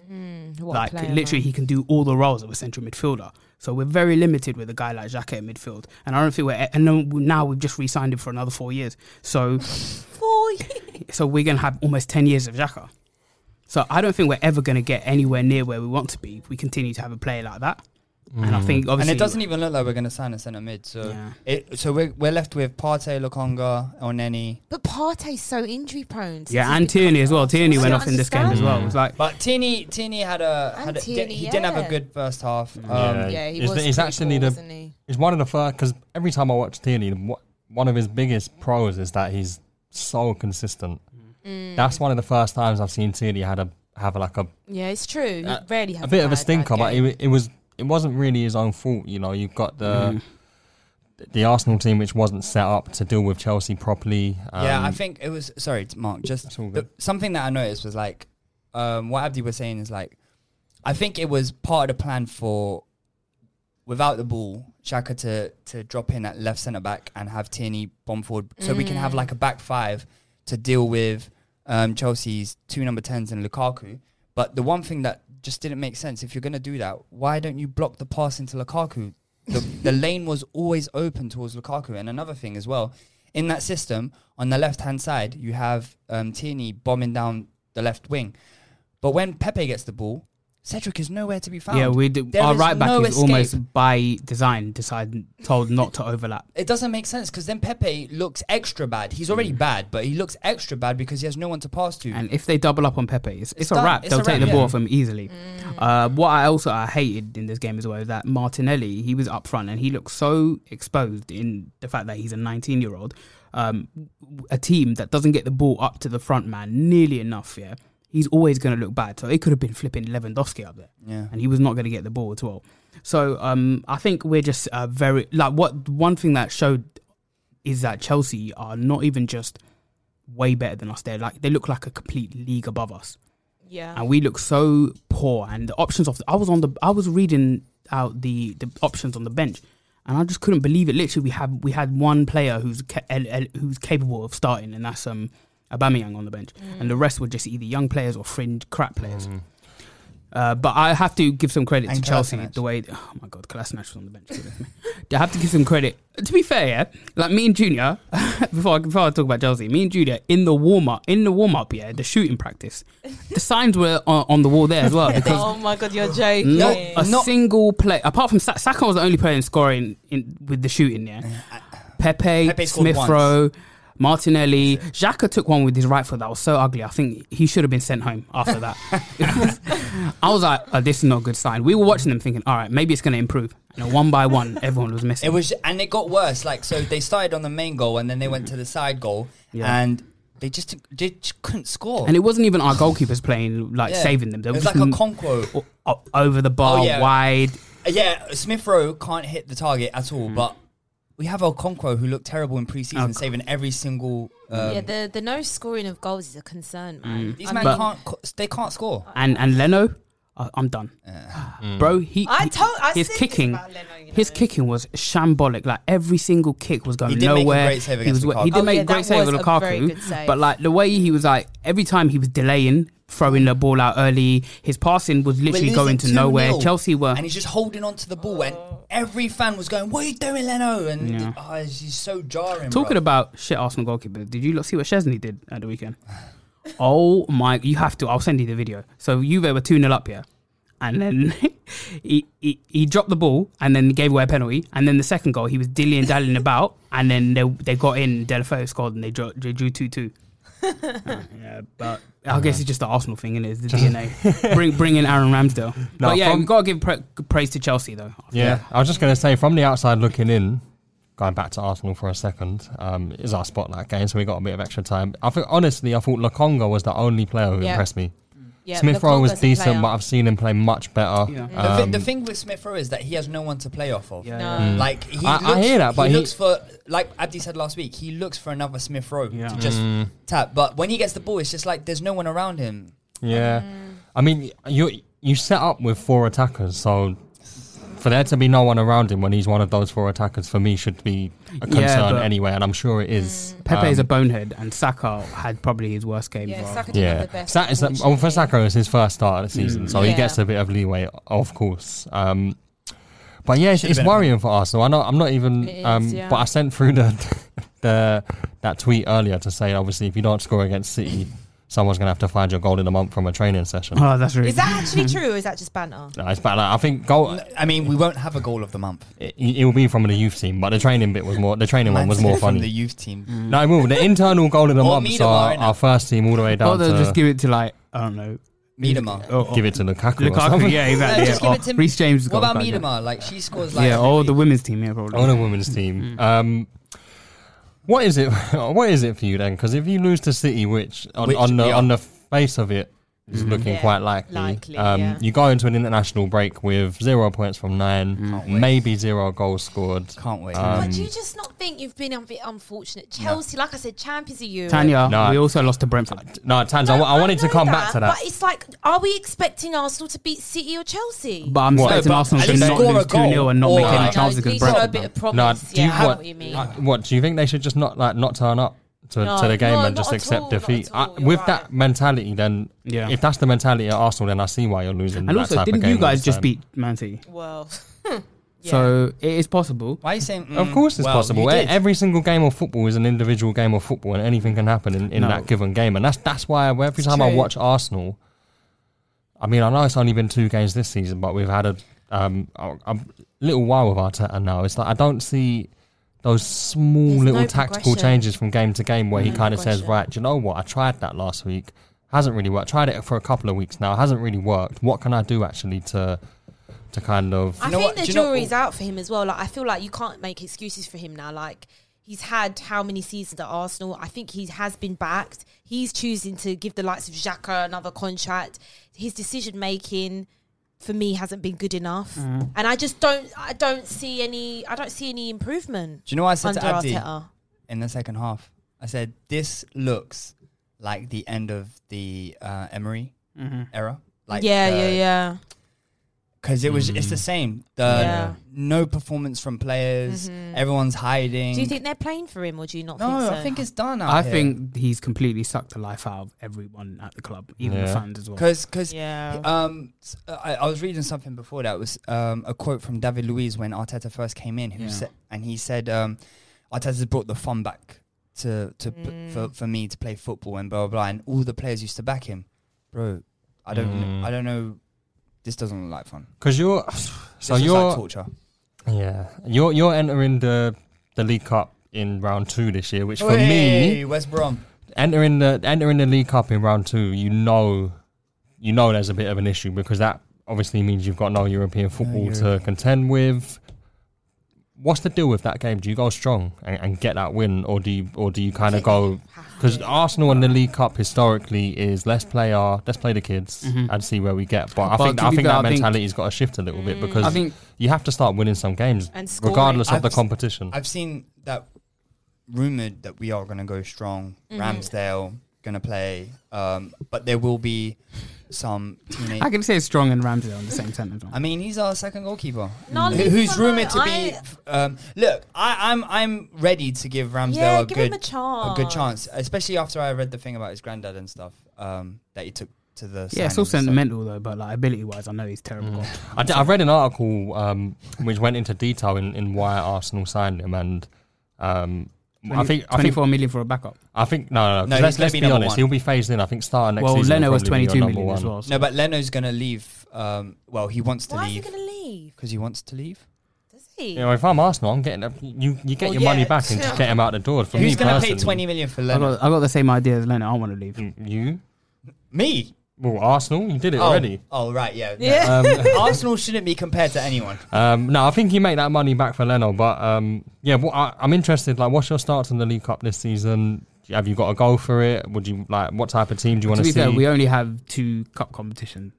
[SPEAKER 2] What a
[SPEAKER 4] like
[SPEAKER 2] player,
[SPEAKER 4] literally
[SPEAKER 2] man.
[SPEAKER 4] he can do all the roles of a central midfielder. So we're very limited with a guy like Xhaka in midfield, and I don't think we're. And then now we've just re-signed him for another four years.
[SPEAKER 2] *laughs*
[SPEAKER 4] So
[SPEAKER 2] Four years.
[SPEAKER 4] so we're going to have almost 10 years of Xhaka. So I don't think we're ever going to get anywhere near where we want to be if we continue to have a player like that. And I think
[SPEAKER 3] Mm. and
[SPEAKER 4] obviously
[SPEAKER 3] it doesn't even look like we're going to sign a centre mid. So
[SPEAKER 4] Yeah.
[SPEAKER 3] it, so we're, we're left with Partey, Lukonga, Oneni.
[SPEAKER 2] But Partey's so injury prone. since
[SPEAKER 4] Yeah,
[SPEAKER 2] he's
[SPEAKER 4] and
[SPEAKER 2] become-
[SPEAKER 4] Tierney as well. Tierney
[SPEAKER 2] I
[SPEAKER 4] went
[SPEAKER 2] don't
[SPEAKER 4] off in this game as well. It was like
[SPEAKER 3] But Tini Tini had a,
[SPEAKER 2] And
[SPEAKER 3] had a
[SPEAKER 2] Tierney,
[SPEAKER 3] he didn't have a
[SPEAKER 2] yeah.
[SPEAKER 3] good first half. Um,
[SPEAKER 2] Yeah, he
[SPEAKER 5] It's-
[SPEAKER 2] was
[SPEAKER 5] it's
[SPEAKER 2] pretty
[SPEAKER 5] actually
[SPEAKER 2] poor,
[SPEAKER 5] the-
[SPEAKER 2] wasn't he?
[SPEAKER 5] He's one of the first because every time I watch Tierney, wha- one of his biggest pros is that he's so consistent. That's one of the first times I've seen Tierney had a have like a,
[SPEAKER 2] Yeah, it's true. He
[SPEAKER 5] a,
[SPEAKER 2] rarely has
[SPEAKER 5] Uh, a
[SPEAKER 2] bad,
[SPEAKER 5] bit of a
[SPEAKER 2] bad
[SPEAKER 5] stinker, but
[SPEAKER 2] game.
[SPEAKER 5] it, it was it wasn't really his own fault. You know, you've got
[SPEAKER 4] Mm.
[SPEAKER 5] the the Arsenal team which wasn't set up to deal with Chelsea properly. Um,
[SPEAKER 3] Yeah, I think it was. Sorry, t- Mark. Just
[SPEAKER 5] all
[SPEAKER 3] the-
[SPEAKER 5] good.
[SPEAKER 3] something that I noticed was like um, what Abdi was saying is like I think it was part of the plan for without the ball, Shaka to to drop in at left centre back and have Tierney bomb forward, so we can have like a back five to deal with um, Chelsea's two number tens and Lukaku. But the one thing that just didn't make sense if you're going to do that, why don't you block the pass into Lukaku? The, the lane was always open towards Lukaku. And another thing as well in that system, on the left hand side, you have um, Tierney bombing down the left wing. But when Pepe gets the ball, Cedric is nowhere to be found.
[SPEAKER 4] Yeah, we do,
[SPEAKER 3] There
[SPEAKER 4] our right back
[SPEAKER 3] no
[SPEAKER 4] is
[SPEAKER 3] escape.
[SPEAKER 4] almost by design decided told not to overlap.
[SPEAKER 3] It doesn't make sense because then Pepe looks extra bad. He's already bad, but he looks extra bad because he has no one to pass to.
[SPEAKER 4] Mm. And if they double up on Pepe, it's, it's, a
[SPEAKER 3] done.
[SPEAKER 4] wrap.
[SPEAKER 3] It's
[SPEAKER 4] They'll
[SPEAKER 3] a
[SPEAKER 4] take
[SPEAKER 3] wrap,
[SPEAKER 4] the ball
[SPEAKER 3] yeah.
[SPEAKER 4] off him easily. Uh, what I also I hated in this game as well is that Martinelli, he was up front and he looked so exposed in the fact that he's a 19 year old. Um, a team that doesn't get the ball up to the front man nearly enough, yeah, he's always going to look bad. So it could have been flipping Lewandowski up there.
[SPEAKER 3] Yeah.
[SPEAKER 4] And he was not going to get the ball at all. So um, I think we're just uh, very, like, what one thing that showed is that Chelsea are not even just way better than us. They're like they look like a complete league above us,
[SPEAKER 2] Yeah.
[SPEAKER 4] and we look so poor. And the options of I was on the I was reading out the the options on the bench, and I just couldn't believe it. Literally, we have we had one player who's ca- el- el- who's capable of starting, and that's um Aubameyang on the bench, and the rest were just either young players or fringe crap players. Uh, but I have to give some credit
[SPEAKER 3] And
[SPEAKER 4] to Chelsea
[SPEAKER 3] Kolasinac.
[SPEAKER 4] the way. Oh my God, Kolasinac was on the bench. *laughs* I have to give some credit. To be fair, yeah, like me and Junior, *laughs* before I, before I talk about Chelsea, me and Junior in the warm up, in the warm up, yeah, the shooting practice, the signs were on, on the wall there as well because
[SPEAKER 2] Oh my god, you're joking.
[SPEAKER 4] not
[SPEAKER 3] Yeah.
[SPEAKER 4] a
[SPEAKER 3] Not-
[SPEAKER 4] single play apart from Sa- Saka was the only player in scoring in with the shooting. Yeah, Pepe,
[SPEAKER 3] Pepe scored
[SPEAKER 4] Smith
[SPEAKER 3] once.
[SPEAKER 4] Rowe, Martinelli, Xhaka took one with his right foot that was so ugly. I think he should have been sent home
[SPEAKER 3] *laughs*
[SPEAKER 4] after that. *laughs* I was like, oh, this is not a good sign. We were watching them thinking, all right, maybe it's going to improve. And then one
[SPEAKER 3] *laughs*
[SPEAKER 4] by one, everyone was missing.
[SPEAKER 3] It was, and it got worse. Like so, they started on the main goal, and then they went to the side goal,
[SPEAKER 4] Yeah.
[SPEAKER 3] and they just they just couldn't score.
[SPEAKER 4] and it wasn't even our goalkeepers playing like
[SPEAKER 3] Yeah.
[SPEAKER 4] saving them. They
[SPEAKER 3] It
[SPEAKER 4] were
[SPEAKER 3] was
[SPEAKER 4] just
[SPEAKER 3] like a
[SPEAKER 4] m-
[SPEAKER 3] Conquo.
[SPEAKER 4] o- o- over the bar,
[SPEAKER 3] Oh, yeah.
[SPEAKER 4] wide.
[SPEAKER 3] Yeah, Smith Rowe can't hit the target at all,
[SPEAKER 4] Mm-hmm.
[SPEAKER 3] but we have Okonkwo who looked terrible in preseason,
[SPEAKER 4] Oc-
[SPEAKER 3] saving every single. Um,
[SPEAKER 2] yeah, the the no scoring of goals is a concern, man.
[SPEAKER 5] Mm.
[SPEAKER 3] these
[SPEAKER 2] I
[SPEAKER 3] men
[SPEAKER 2] mean,
[SPEAKER 4] But-
[SPEAKER 3] can't. co- They can't score.
[SPEAKER 4] And and Leno, I I'm done, bro. He,
[SPEAKER 2] I
[SPEAKER 4] he-
[SPEAKER 2] told I
[SPEAKER 4] his
[SPEAKER 2] said this
[SPEAKER 4] kicking,
[SPEAKER 2] about Leno, you
[SPEAKER 4] his
[SPEAKER 2] know.
[SPEAKER 4] kicking was shambolic. Like every single kick was going
[SPEAKER 3] He did make a
[SPEAKER 4] nowhere.
[SPEAKER 3] great save
[SPEAKER 4] he
[SPEAKER 3] against
[SPEAKER 4] was wa- he
[SPEAKER 3] Lukaku.
[SPEAKER 4] did
[SPEAKER 2] Oh,
[SPEAKER 4] make
[SPEAKER 2] yeah,
[SPEAKER 4] a great
[SPEAKER 2] that
[SPEAKER 4] save
[SPEAKER 2] was
[SPEAKER 4] with
[SPEAKER 2] a very
[SPEAKER 4] Lukaku,
[SPEAKER 2] good save.
[SPEAKER 4] but like the way he was like every time he was delaying, throwing the ball out early. His passing was
[SPEAKER 3] We're
[SPEAKER 4] literally
[SPEAKER 3] losing
[SPEAKER 4] going to
[SPEAKER 3] 2-0,
[SPEAKER 4] nowhere. Chelsea were.
[SPEAKER 3] and he's just holding on to the ball, and
[SPEAKER 2] Oh.
[SPEAKER 3] every fan was going, "What are you doing, Leno?" And
[SPEAKER 4] Yeah.
[SPEAKER 3] oh, he's so jarring.
[SPEAKER 4] Talking
[SPEAKER 3] bro.
[SPEAKER 4] about shit Arsenal goalkeeper, did you look, see what Chesney did at the weekend? *sighs* oh my! You have to. I'll send you the video. So Juve were two 0 up here, and then *laughs* he, he he dropped the ball and then gave away a penalty, and then the second goal he was dilly and dallying about, and then they they got in. Delafeu scored and they drew they drew two two. Uh, yeah, but I guess it's just the Arsenal thing, innit? It's the DNA. bring bring in Aaron Ramsdale.
[SPEAKER 5] No,
[SPEAKER 4] but yeah,
[SPEAKER 5] from-
[SPEAKER 4] we gotta give pra- praise to Chelsea though.
[SPEAKER 5] Yeah. Uh, I was just going to say, from the outside looking in, going back to Arsenal for a second, um, is our spotlight game, so we got a bit of extra time. I think, honestly, I thought Lakonga was the only player who
[SPEAKER 2] Yeah.
[SPEAKER 5] impressed me.
[SPEAKER 2] yeah,
[SPEAKER 5] Smith Rowe was
[SPEAKER 2] Lukaku's a
[SPEAKER 5] decent,
[SPEAKER 2] player.
[SPEAKER 5] but I've seen him play much better.
[SPEAKER 4] Yeah.
[SPEAKER 3] The, thi-
[SPEAKER 5] Um,
[SPEAKER 3] the thing with Smith Rowe is that he has no one to play off of.
[SPEAKER 4] Yeah,
[SPEAKER 2] No. yeah.
[SPEAKER 3] Like he
[SPEAKER 5] I- I
[SPEAKER 3] looks,
[SPEAKER 5] hear that, but
[SPEAKER 3] he
[SPEAKER 5] he-
[SPEAKER 3] looks for like Abdi said last week. He looks for another Smith Rowe
[SPEAKER 4] Yeah.
[SPEAKER 3] to just
[SPEAKER 5] Mm.
[SPEAKER 3] tap. But when he gets the ball, it's just like there's no one around him.
[SPEAKER 5] Yeah, I mean, you you set up with four attackers, so for there to be no one around him when he's one of those four attackers, for me, should be a
[SPEAKER 4] Yeah,
[SPEAKER 5] concern
[SPEAKER 4] but-
[SPEAKER 5] anyway, and I'm sure it is.
[SPEAKER 4] Pepe is a
[SPEAKER 5] Um,
[SPEAKER 4] bonehead, and Saka had probably his worst game.
[SPEAKER 2] yeah,
[SPEAKER 4] for
[SPEAKER 2] Saka did yeah. the
[SPEAKER 5] yeah,
[SPEAKER 2] best.
[SPEAKER 5] Sa- is that, well, for Saka, it's his first start
[SPEAKER 4] Mm.
[SPEAKER 5] of the season, so he
[SPEAKER 2] Yeah.
[SPEAKER 5] gets a bit of leeway, of course. Um, but yeah, it's, it's
[SPEAKER 3] been
[SPEAKER 5] *laughs*
[SPEAKER 3] a-
[SPEAKER 5] worrying for Arsenal. I know I'm not even,
[SPEAKER 2] It is,
[SPEAKER 5] um,
[SPEAKER 2] yeah.
[SPEAKER 5] but I sent through the, *laughs* the that tweet earlier to say, obviously, if you don't score against City, someone's gonna have to find your goal in a month from a training session.
[SPEAKER 4] Oh, that's really.
[SPEAKER 2] Is that actually true, or is that just banter?
[SPEAKER 5] No, it's bad. Like, I think goal.
[SPEAKER 3] I mean, we won't have a goal of the month.
[SPEAKER 5] it, it will be from the youth team, but the training bit was more. The training one was
[SPEAKER 3] Man's
[SPEAKER 5] more
[SPEAKER 3] from the
[SPEAKER 5] funny.
[SPEAKER 3] youth team.
[SPEAKER 4] Mm.
[SPEAKER 5] No, it will. The internal goal of the
[SPEAKER 3] Or
[SPEAKER 5] month, so
[SPEAKER 3] Miedema,
[SPEAKER 5] our,
[SPEAKER 3] innit?
[SPEAKER 5] our first team all the way
[SPEAKER 4] Or
[SPEAKER 5] down
[SPEAKER 4] they'll
[SPEAKER 5] to
[SPEAKER 4] just give it to like I don't know.
[SPEAKER 3] Miedema.
[SPEAKER 4] Oh, oh,
[SPEAKER 5] give it to Lukaku. Or
[SPEAKER 4] Lukaku.
[SPEAKER 5] something.
[SPEAKER 4] Yeah, exactly.
[SPEAKER 2] just
[SPEAKER 4] yeah.
[SPEAKER 2] give it
[SPEAKER 4] Or
[SPEAKER 2] to-
[SPEAKER 4] Reece James. has
[SPEAKER 3] What
[SPEAKER 4] got
[SPEAKER 3] about
[SPEAKER 4] a bad game.
[SPEAKER 3] Miedema? Like she scores like
[SPEAKER 4] yeah,
[SPEAKER 3] every
[SPEAKER 4] or
[SPEAKER 3] week.
[SPEAKER 4] the women's team. Yeah, probably.
[SPEAKER 5] *laughs* On a women's
[SPEAKER 4] Mm.
[SPEAKER 5] team. Um, what is it? *laughs* What is it for you then? Because if you lose to City, which on,
[SPEAKER 3] Which
[SPEAKER 5] on the
[SPEAKER 3] we are.
[SPEAKER 5] on the face of it is
[SPEAKER 4] Mm.
[SPEAKER 5] looking
[SPEAKER 2] Yeah,
[SPEAKER 5] quite likely,
[SPEAKER 2] likely,
[SPEAKER 5] um,
[SPEAKER 2] yeah.
[SPEAKER 5] you go into an international break with zero points from nine, maybe zero goals scored.
[SPEAKER 3] Can't wait.
[SPEAKER 4] um,
[SPEAKER 2] but do you just not think you've been a bit unfortunate? Chelsea, like I said, champions of Europe.
[SPEAKER 4] Tanya.
[SPEAKER 5] No.
[SPEAKER 4] We also lost to Brentford.
[SPEAKER 5] No, Tans, I wa- I wanted to
[SPEAKER 2] know
[SPEAKER 5] come back to that.
[SPEAKER 2] But it's like, are we expecting Arsenal to beat City or Chelsea?
[SPEAKER 4] But I'm
[SPEAKER 5] What?
[SPEAKER 4] expecting
[SPEAKER 3] No, but
[SPEAKER 4] Arsenal
[SPEAKER 3] at
[SPEAKER 4] to
[SPEAKER 3] least
[SPEAKER 4] not
[SPEAKER 3] score
[SPEAKER 4] lose
[SPEAKER 3] a
[SPEAKER 4] 2 0 and not
[SPEAKER 3] goal
[SPEAKER 4] make
[SPEAKER 3] or-
[SPEAKER 4] any
[SPEAKER 3] No,
[SPEAKER 4] chances
[SPEAKER 2] these
[SPEAKER 4] against
[SPEAKER 2] are a
[SPEAKER 4] Brentford.
[SPEAKER 2] bit
[SPEAKER 4] now.
[SPEAKER 2] of problems.
[SPEAKER 5] do
[SPEAKER 2] yeah,
[SPEAKER 5] you
[SPEAKER 2] I know
[SPEAKER 5] what,
[SPEAKER 2] what you mean.
[SPEAKER 5] uh, what do you think they should just not like not turn up to,
[SPEAKER 2] No,
[SPEAKER 5] to the game
[SPEAKER 2] no,
[SPEAKER 5] and
[SPEAKER 2] not
[SPEAKER 5] just
[SPEAKER 2] at
[SPEAKER 5] accept
[SPEAKER 2] all, not
[SPEAKER 5] defeat?
[SPEAKER 2] at all,
[SPEAKER 5] I,
[SPEAKER 2] you're
[SPEAKER 5] with
[SPEAKER 2] right.
[SPEAKER 5] that mentality, then
[SPEAKER 4] Yeah.
[SPEAKER 5] if that's the mentality at Arsenal, then I see why you're losing.
[SPEAKER 4] And
[SPEAKER 5] that
[SPEAKER 4] also,
[SPEAKER 5] type of
[SPEAKER 4] didn't
[SPEAKER 5] game um,
[SPEAKER 4] you
[SPEAKER 5] all the
[SPEAKER 4] guys just
[SPEAKER 5] time.
[SPEAKER 4] beat Man City?
[SPEAKER 2] well,
[SPEAKER 4] So it is possible.
[SPEAKER 3] Why are you saying?
[SPEAKER 5] Of
[SPEAKER 3] mm,
[SPEAKER 5] course, it's
[SPEAKER 3] well,
[SPEAKER 5] possible.
[SPEAKER 3] you
[SPEAKER 5] E-
[SPEAKER 3] did.
[SPEAKER 5] Every single game of football is an individual game of football, and anything can happen in, in
[SPEAKER 4] No.
[SPEAKER 5] that given game. And that's that's why every time I
[SPEAKER 3] true.
[SPEAKER 5] watch Arsenal, I mean, I know it's only been two games this season, but we've had a um a, a little while with Arteta now. It's like I don't see those small
[SPEAKER 2] There's
[SPEAKER 5] little
[SPEAKER 2] no
[SPEAKER 5] tactical
[SPEAKER 2] progression.
[SPEAKER 5] changes from game to game where he
[SPEAKER 2] No
[SPEAKER 5] kind of says,
[SPEAKER 2] progression.
[SPEAKER 5] "Right, do you know what? I tried that last week. Hasn't really worked. Tried it for a couple of weeks now. Hasn't really worked. What can I do actually to to kind of
[SPEAKER 2] I
[SPEAKER 3] know
[SPEAKER 2] think
[SPEAKER 3] what?
[SPEAKER 2] the
[SPEAKER 3] Do you know-
[SPEAKER 2] jury's out for him as well. Like I feel like you can't make excuses for him now. Like he's had how many seasons at Arsenal? I think he has been backed. He's choosing to give the likes of Xhaka another contract. His decision making for me hasn't been good enough,
[SPEAKER 3] Mm.
[SPEAKER 2] and I just don't. I don't see any. I don't see any improvement.
[SPEAKER 3] Do you know what I said
[SPEAKER 2] under
[SPEAKER 3] to Abdi?
[SPEAKER 2] Arteta?
[SPEAKER 3] in the second half. I said, "This looks like the end of the uh, Emery
[SPEAKER 5] Mm-hmm.
[SPEAKER 3] era." Like
[SPEAKER 2] yeah, yeah, yeah.
[SPEAKER 3] Because it was, it's the same. The
[SPEAKER 2] Yeah. Mm-hmm.
[SPEAKER 3] no performance from players. Everyone's hiding.
[SPEAKER 2] Do you think they're playing for him, or do you not?
[SPEAKER 3] No,
[SPEAKER 2] think so?
[SPEAKER 3] I think it's done. Out
[SPEAKER 4] I think he's completely sucked the life out of everyone at the club, even the
[SPEAKER 5] Yeah.
[SPEAKER 4] fans as well.
[SPEAKER 3] because because
[SPEAKER 2] Yeah.
[SPEAKER 3] um s- I, I was reading something before that was um a quote from David Luiz when Arteta first came in, who
[SPEAKER 4] Yeah.
[SPEAKER 3] said and he said um Arteta's brought the fun back to to p-
[SPEAKER 2] Mm.
[SPEAKER 3] for for me to play football and blah blah blah, and all the players used to back him, bro. I don't kn- I don't know. This doesn't look like fun.
[SPEAKER 5] because you're
[SPEAKER 3] This
[SPEAKER 5] so
[SPEAKER 3] looks
[SPEAKER 5] you're
[SPEAKER 3] like torture.
[SPEAKER 5] Yeah, you're you're entering the the League Cup in round two this year, which for me,
[SPEAKER 3] Hey, West Brom.
[SPEAKER 5] entering the entering the League Cup in round two, you know, you know, there's a bit of an issue because that obviously means you've got no European football to contend with. What's the deal with that game? Do you go strong and, and get that win, or do you or do you kind of
[SPEAKER 4] *laughs*
[SPEAKER 5] go because Arsenal in the League Cup historically is let's play our let's play the kids and see where we get. But I
[SPEAKER 4] Mm-hmm. But
[SPEAKER 5] think
[SPEAKER 4] to
[SPEAKER 5] I
[SPEAKER 4] be
[SPEAKER 5] think
[SPEAKER 4] fair,
[SPEAKER 5] that
[SPEAKER 4] I think- Mm.
[SPEAKER 5] mentality's got to shift a little bit because
[SPEAKER 4] I think-
[SPEAKER 5] you have to start winning some games
[SPEAKER 2] And scoring.
[SPEAKER 5] regardless of the
[SPEAKER 3] I've-
[SPEAKER 5] competition.
[SPEAKER 3] I've seen that rumored that we are going to go strong.
[SPEAKER 2] Mm-hmm.
[SPEAKER 3] Ramsdale going to play, um, but there will be some teenage.
[SPEAKER 4] I can say strong and Ramsdale on the same sentence.
[SPEAKER 3] I mean, he's our second goalkeeper.
[SPEAKER 2] No,
[SPEAKER 3] Who-
[SPEAKER 2] leave
[SPEAKER 3] Who's
[SPEAKER 2] him alone.
[SPEAKER 3] rumored to be?
[SPEAKER 2] I-
[SPEAKER 3] Um, look, I, I'm I'm ready to give Ramsdale
[SPEAKER 2] Yeah,
[SPEAKER 3] a
[SPEAKER 2] give
[SPEAKER 3] good
[SPEAKER 2] him a
[SPEAKER 3] good
[SPEAKER 2] chance.
[SPEAKER 3] chance, especially after I read the thing about his granddad and stuff um, that he took to the.
[SPEAKER 4] yeah, it's all sentimental though, but like ability wise, I know he's terrible.
[SPEAKER 5] I, d- I read an article um, which went into detail in, in why Arsenal signed him, and um, I think I think
[SPEAKER 4] twenty-four million for a backup.
[SPEAKER 5] I think no, no, no.
[SPEAKER 3] No,
[SPEAKER 5] 'cause
[SPEAKER 3] he's
[SPEAKER 5] let's
[SPEAKER 3] gonna
[SPEAKER 5] let's
[SPEAKER 3] be
[SPEAKER 5] be,
[SPEAKER 3] number
[SPEAKER 5] honest.
[SPEAKER 3] one.
[SPEAKER 5] He'll be phased in. I think starting next
[SPEAKER 4] Well,
[SPEAKER 5] season.
[SPEAKER 4] Leno
[SPEAKER 5] will
[SPEAKER 4] was
[SPEAKER 5] probably be
[SPEAKER 4] twenty-two
[SPEAKER 5] your
[SPEAKER 4] million
[SPEAKER 5] number
[SPEAKER 4] as
[SPEAKER 5] one.
[SPEAKER 4] well. so-
[SPEAKER 3] No, but Leno's going to leave. Um, well, he wants to
[SPEAKER 2] Why is he
[SPEAKER 3] leave
[SPEAKER 2] going to leave?
[SPEAKER 3] because he wants to leave.
[SPEAKER 2] Does he?
[SPEAKER 5] You know, if I'm Arsenal, I'm getting a, you. You get
[SPEAKER 3] Well,
[SPEAKER 5] your money
[SPEAKER 3] yeah.
[SPEAKER 5] back and just get him out the door. For me
[SPEAKER 3] Who's going to pay
[SPEAKER 5] personally,
[SPEAKER 3] twenty million for
[SPEAKER 4] I
[SPEAKER 3] Leno?
[SPEAKER 4] got, I got the same idea as Leno. I want to leave.
[SPEAKER 5] You
[SPEAKER 3] Me
[SPEAKER 5] well, Arsenal, you did it
[SPEAKER 3] Oh.
[SPEAKER 5] already.
[SPEAKER 3] Oh, right, yeah. no. Um,
[SPEAKER 2] Yeah. *laughs*
[SPEAKER 3] Arsenal shouldn't be compared to anyone.
[SPEAKER 5] Um, no, I think you make that money back for Leno. But um, yeah, well, I, I'm interested. Like, what's your starts in the League Cup this season? Have you got a goal for it? Would you like what type of team do you want
[SPEAKER 4] To be
[SPEAKER 5] see?
[SPEAKER 4] fair, we only have two cup competitions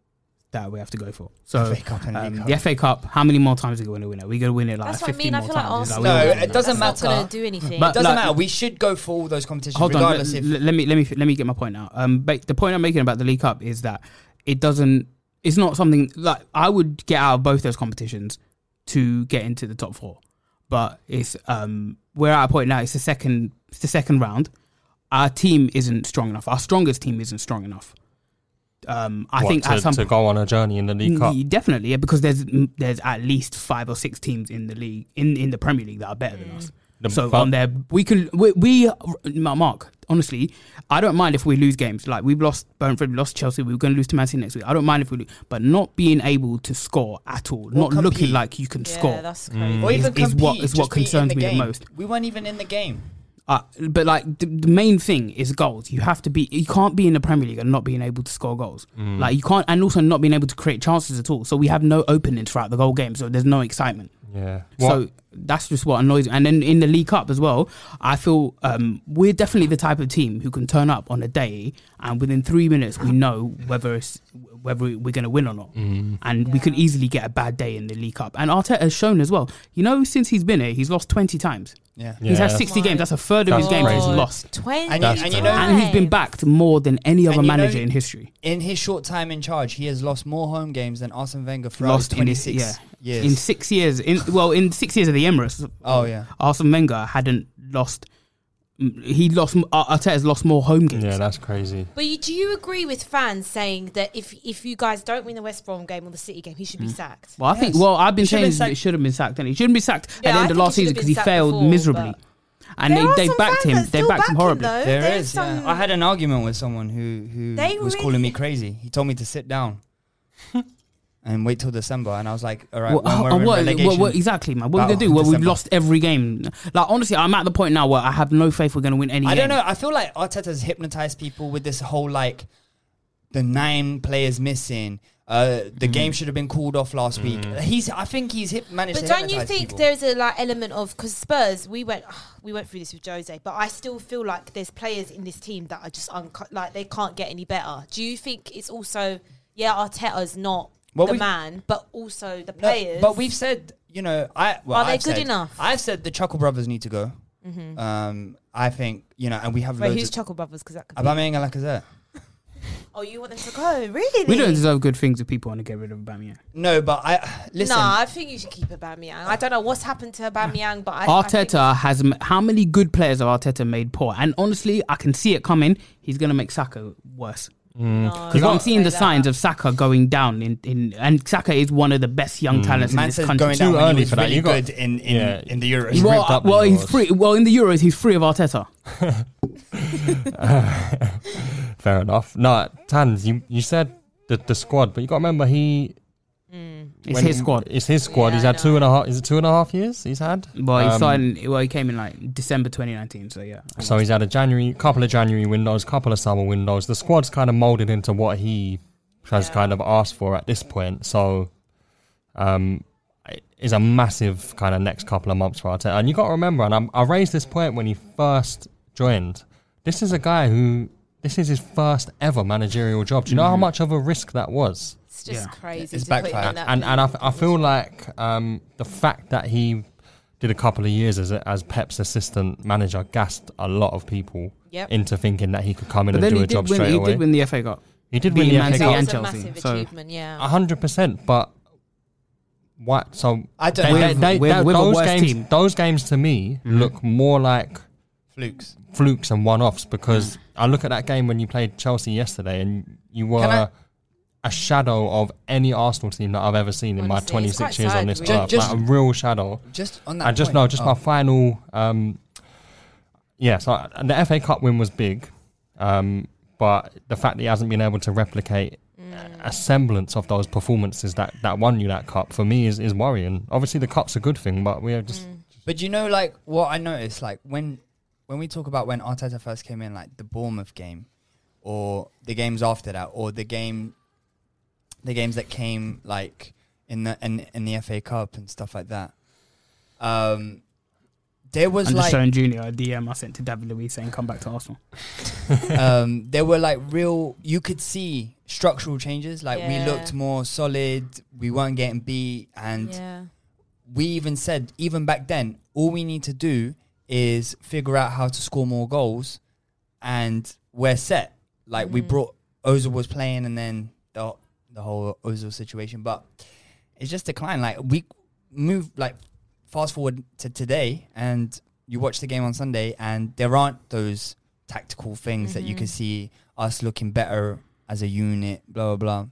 [SPEAKER 4] that we have to go for. So
[SPEAKER 3] FA Cup and League
[SPEAKER 4] um,
[SPEAKER 3] Cup.
[SPEAKER 4] the FA Cup, how many more times are we going to win it? We're going to win it like
[SPEAKER 2] That's what I
[SPEAKER 4] fifteen
[SPEAKER 2] mean. I
[SPEAKER 4] more
[SPEAKER 2] feel like
[SPEAKER 4] times.
[SPEAKER 2] Arsenal-
[SPEAKER 4] we
[SPEAKER 3] No,
[SPEAKER 4] will win
[SPEAKER 3] it doesn't
[SPEAKER 2] That's
[SPEAKER 3] matter.
[SPEAKER 2] not going to do anything.
[SPEAKER 4] But-
[SPEAKER 3] It doesn't
[SPEAKER 4] Like-
[SPEAKER 3] matter. We should go for all those competitions,
[SPEAKER 4] Hold on,
[SPEAKER 3] regardless
[SPEAKER 4] let,
[SPEAKER 3] if
[SPEAKER 4] let me let me let me get my point out. Um, but the point I'm making about the League Cup is that it doesn't. It's not something like I would get out of both those competitions to get into the top four, but it's um we're at a point now. It's the second it's the second round. Our team isn't strong enough. Our strongest team isn't strong enough. Um, I
[SPEAKER 5] What,
[SPEAKER 4] think
[SPEAKER 5] to,
[SPEAKER 4] at some
[SPEAKER 5] to go on a journey in the League Cup.
[SPEAKER 4] Mm, Definitely, yeah, because there's there's at least five or six teams in the league in, in the Premier League that are better than
[SPEAKER 3] Mm.
[SPEAKER 4] us.
[SPEAKER 5] The-
[SPEAKER 4] so
[SPEAKER 5] but-
[SPEAKER 4] on there, we can we, we Ma- Mark. Honestly, I don't mind if we lose games. Like we've lost Burnford, we lost Chelsea. We were going to lose to Man City next week. I don't mind if we lose, but not being able to score at all, not
[SPEAKER 3] compete.
[SPEAKER 4] looking like you can
[SPEAKER 2] yeah,
[SPEAKER 4] score.
[SPEAKER 2] that's crazy.
[SPEAKER 3] or even
[SPEAKER 4] is- is what-
[SPEAKER 3] compete,
[SPEAKER 4] is
[SPEAKER 3] just
[SPEAKER 4] what
[SPEAKER 3] be in
[SPEAKER 4] concerns
[SPEAKER 3] the
[SPEAKER 4] me the
[SPEAKER 3] game.
[SPEAKER 4] most.
[SPEAKER 3] We weren't even in the game.
[SPEAKER 4] Uh, but like the, the main thing is goals. You have to be. You can't be in the Premier League and not being able to score goals. Like you can't, and also not being able to create chances at all. So we have no openings throughout the whole game. So there's no excitement.
[SPEAKER 5] Yeah.
[SPEAKER 4] So that's just what annoys me. And then in the League Cup as well, I feel um, we're definitely the type of team who can turn up on a day and within three minutes we know whether it's, whether we're going to win or not.
[SPEAKER 5] Mm-hmm.
[SPEAKER 4] And we could easily get a bad day in the League Cup. And Arteta has shown as well. You know, since he's been here, he's lost 20 times.
[SPEAKER 3] Yeah.
[SPEAKER 4] He's had
[SPEAKER 5] Yeah.
[SPEAKER 4] 60 games. That's a third of his
[SPEAKER 5] That's
[SPEAKER 4] games he's
[SPEAKER 5] crazy.
[SPEAKER 4] lost.
[SPEAKER 2] Twenty.
[SPEAKER 3] And you- and you know-
[SPEAKER 4] And he's been backed more than any other
[SPEAKER 3] And you know-
[SPEAKER 4] manager in history.
[SPEAKER 3] In his short time in charge, he has lost more home games than Arsene Wenger for
[SPEAKER 4] Lost in
[SPEAKER 3] twenty
[SPEAKER 4] his,
[SPEAKER 3] six
[SPEAKER 4] yeah,
[SPEAKER 3] years.
[SPEAKER 4] in six years. In well, in six years of the Emirates,
[SPEAKER 3] oh yeah,
[SPEAKER 4] Arsene Wenger hadn't lost Mm, He lost. m- Ar- Arteta's lost more home games.
[SPEAKER 5] Yeah, that's crazy. *laughs*
[SPEAKER 2] But you, do you agree with fans saying that if if you guys don't win the West Brom game or the City game, he should
[SPEAKER 4] Mm.
[SPEAKER 2] be sacked?
[SPEAKER 4] Well, I think. Well, I've been
[SPEAKER 2] He should've been
[SPEAKER 4] saying that
[SPEAKER 2] sacked.
[SPEAKER 4] it should have been sacked. And he shouldn't be sacked
[SPEAKER 2] Yeah,
[SPEAKER 4] at the
[SPEAKER 2] I
[SPEAKER 4] end of
[SPEAKER 2] think
[SPEAKER 4] last
[SPEAKER 2] he should've
[SPEAKER 4] season because
[SPEAKER 2] been
[SPEAKER 4] he
[SPEAKER 2] sacked
[SPEAKER 4] failed
[SPEAKER 2] before,
[SPEAKER 4] miserably.
[SPEAKER 2] but-
[SPEAKER 4] And
[SPEAKER 2] There
[SPEAKER 4] they,
[SPEAKER 2] are
[SPEAKER 4] they
[SPEAKER 2] some
[SPEAKER 4] backed
[SPEAKER 2] fans
[SPEAKER 4] him.
[SPEAKER 2] that
[SPEAKER 4] They
[SPEAKER 2] still
[SPEAKER 4] backed him
[SPEAKER 2] back him,
[SPEAKER 4] horribly.
[SPEAKER 2] though.
[SPEAKER 3] There
[SPEAKER 2] There
[SPEAKER 3] is,
[SPEAKER 2] is
[SPEAKER 3] yeah.
[SPEAKER 2] some-
[SPEAKER 3] I had an argument with someone who who
[SPEAKER 2] They
[SPEAKER 3] was
[SPEAKER 2] really-
[SPEAKER 3] calling me crazy. He told me to sit
[SPEAKER 2] *laughs*
[SPEAKER 3] down and wait till December, and I was like, "All right,
[SPEAKER 4] Well,
[SPEAKER 3] when
[SPEAKER 4] uh,
[SPEAKER 3] we're in
[SPEAKER 4] what- what-
[SPEAKER 3] relegation,
[SPEAKER 4] what- exactly, man. What are we
[SPEAKER 3] battle
[SPEAKER 4] gonna do? Well, we've
[SPEAKER 3] December."
[SPEAKER 4] lost every game. Like honestly, I'm at the point now where I have no faith we're gonna win any.
[SPEAKER 3] I
[SPEAKER 4] game.
[SPEAKER 3] don't know. I feel like Arteta's hypnotized people with this whole like the nine players missing. Uh, the
[SPEAKER 5] Mm-hmm.
[SPEAKER 3] game should have been called off last week.
[SPEAKER 5] Mm.
[SPEAKER 3] He's, I think he's hip- managed
[SPEAKER 2] But
[SPEAKER 3] to
[SPEAKER 2] don't you
[SPEAKER 3] hypnotize
[SPEAKER 2] think
[SPEAKER 3] people.
[SPEAKER 2] there's a like element of because Spurs we went we went through this with Jose, but I still feel like there's players in this team that are just unco- like they can't get any better. Do you think it's also yeah Arteta's not
[SPEAKER 3] Well,
[SPEAKER 2] the
[SPEAKER 3] we've-
[SPEAKER 2] man, but also the
[SPEAKER 3] No,
[SPEAKER 2] players?
[SPEAKER 3] but we've said, you know, I well,
[SPEAKER 2] Are they
[SPEAKER 3] I've
[SPEAKER 2] good
[SPEAKER 3] said-
[SPEAKER 2] enough?
[SPEAKER 3] I've said the Chuckle Brothers need to go.
[SPEAKER 2] Mhm.
[SPEAKER 3] Um, I think you know, and we have
[SPEAKER 2] Wait,
[SPEAKER 3] loads
[SPEAKER 2] who's
[SPEAKER 3] of
[SPEAKER 2] Chuckle Brothers? Because that could be.
[SPEAKER 3] Aubameyang and Lacazette.
[SPEAKER 2] Oh, you want them to go? Really?
[SPEAKER 4] We don't deserve good things if people want to get rid of Aubameyang.
[SPEAKER 3] No, but I listen.
[SPEAKER 2] No, I think you should keep Aubameyang. I don't know what's happened to Aubameyang, but I, I think-
[SPEAKER 4] Arteta has m- how many good players have Arteta made poor? And honestly, I can see it coming. He's gonna make Saka worse
[SPEAKER 3] Uh,
[SPEAKER 4] because
[SPEAKER 2] No,
[SPEAKER 4] I'm seeing
[SPEAKER 2] say
[SPEAKER 4] the
[SPEAKER 2] that.
[SPEAKER 4] signs of Saka going down. In, in and Saka is one of the best young talents in
[SPEAKER 3] Man
[SPEAKER 4] this
[SPEAKER 3] says
[SPEAKER 4] country.
[SPEAKER 3] going down
[SPEAKER 5] Mm. Too
[SPEAKER 3] when
[SPEAKER 5] early
[SPEAKER 3] he was
[SPEAKER 5] for that.
[SPEAKER 3] really
[SPEAKER 5] You got-
[SPEAKER 3] good in in,
[SPEAKER 5] Yeah.
[SPEAKER 3] in the Euros.
[SPEAKER 5] He's
[SPEAKER 4] well, uh,
[SPEAKER 5] ripped up
[SPEAKER 4] well,
[SPEAKER 5] in
[SPEAKER 4] he's
[SPEAKER 5] Euros.
[SPEAKER 4] free. Well, in the Euros, he's free of Arteta.
[SPEAKER 5] Fair enough. No, Tans, you you said the the squad, but you got to remember he.
[SPEAKER 4] It's
[SPEAKER 5] when-
[SPEAKER 4] his squad.
[SPEAKER 5] It's his squad.
[SPEAKER 2] Yeah,
[SPEAKER 5] he's
[SPEAKER 2] I
[SPEAKER 5] had
[SPEAKER 2] know.
[SPEAKER 5] two and a half. Is it two and a half years? He's had.
[SPEAKER 4] Well, he
[SPEAKER 5] Um,
[SPEAKER 4] signed. Well, he came in like December 2019. So yeah.
[SPEAKER 5] So he's had a January, couple of January windows, couple of summer windows. The squad's kind of molded into what he has
[SPEAKER 2] Yeah.
[SPEAKER 5] kind of asked for at this point. So, um, it is a massive kind of next couple of months for Arteta. And you got to remember, and I'm, I raised this point when he first joined. This is a guy who this is his first ever managerial job. Do you know how much of a risk that was?
[SPEAKER 2] It's just crazy.
[SPEAKER 3] It's
[SPEAKER 2] to put him
[SPEAKER 3] backfired.
[SPEAKER 2] in that
[SPEAKER 5] and and I, f- I feel like um, the fact that he did a couple of years as a, as Pep's assistant manager gassed a lot of people
[SPEAKER 2] Yep.
[SPEAKER 5] into thinking that he could come in
[SPEAKER 4] But
[SPEAKER 5] and
[SPEAKER 4] then
[SPEAKER 5] do
[SPEAKER 4] he
[SPEAKER 5] a job
[SPEAKER 4] did, win,
[SPEAKER 5] straight
[SPEAKER 4] he
[SPEAKER 5] away.
[SPEAKER 4] did win the FA Cup.
[SPEAKER 5] he did
[SPEAKER 4] beating Man
[SPEAKER 5] win the
[SPEAKER 4] City
[SPEAKER 5] FA
[SPEAKER 2] that
[SPEAKER 5] Cup,
[SPEAKER 2] was
[SPEAKER 4] and
[SPEAKER 2] a
[SPEAKER 4] Chelsea,
[SPEAKER 2] massive
[SPEAKER 4] so-
[SPEAKER 2] achievement. Yeah.
[SPEAKER 5] hundred percent. But what? So
[SPEAKER 3] I don't
[SPEAKER 5] they-
[SPEAKER 3] know. Mm-hmm.
[SPEAKER 5] they- they-
[SPEAKER 4] With-
[SPEAKER 5] tho-
[SPEAKER 4] with a
[SPEAKER 5] those
[SPEAKER 4] worse
[SPEAKER 5] games,
[SPEAKER 4] team.
[SPEAKER 5] those games to me look more like
[SPEAKER 3] Flukes.
[SPEAKER 5] flukes and one-offs because
[SPEAKER 3] Hmm.
[SPEAKER 5] I look at that game when you played Chelsea yesterday and you were.
[SPEAKER 3] I-
[SPEAKER 5] a shadow of any Arsenal team that I've ever seen in my
[SPEAKER 2] Honestly, it's
[SPEAKER 5] 26
[SPEAKER 2] quite
[SPEAKER 5] years on
[SPEAKER 2] sad,
[SPEAKER 5] this
[SPEAKER 2] really.
[SPEAKER 5] club,
[SPEAKER 3] Just-
[SPEAKER 5] like a real shadow.
[SPEAKER 3] Just on that.
[SPEAKER 5] I just
[SPEAKER 3] point-
[SPEAKER 5] know, just
[SPEAKER 3] oh.
[SPEAKER 5] my final. Um, yeah, so uh, the FA Cup win was big, um, but the fact that he hasn't been able to replicate
[SPEAKER 3] Hmm.
[SPEAKER 5] a semblance of those performances that, that won you that cup for me is, is worrying. Obviously, the cup's a good thing, but we are
[SPEAKER 3] Hmm.
[SPEAKER 5] just
[SPEAKER 3] But you know, like what I noticed, like when when we talk about when Arteta first came in, like the Bournemouth game, or the games after that, or the game, the games that came like in the in, in the FA Cup and stuff like that. Um, there was
[SPEAKER 4] I'm just
[SPEAKER 3] like
[SPEAKER 4] *laughs* showing Junior a DM I sent to David Luiz saying come back to Arsenal.
[SPEAKER 3] um, there were like real. You could see structural changes. Like
[SPEAKER 2] Yeah.
[SPEAKER 3] we looked more solid. We weren't getting beat, and
[SPEAKER 2] yeah.
[SPEAKER 3] we even said even back then all we need to do is figure out how to score more goals and we're set like we
[SPEAKER 2] Mm-hmm.
[SPEAKER 3] brought ozil was playing and then the, the whole ozil situation but it's just decline like we move like fast forward to today and you watch the game on sunday and there aren't those tactical things that you
[SPEAKER 2] Mm-hmm.
[SPEAKER 3] can see us looking better as a unit blah blah blah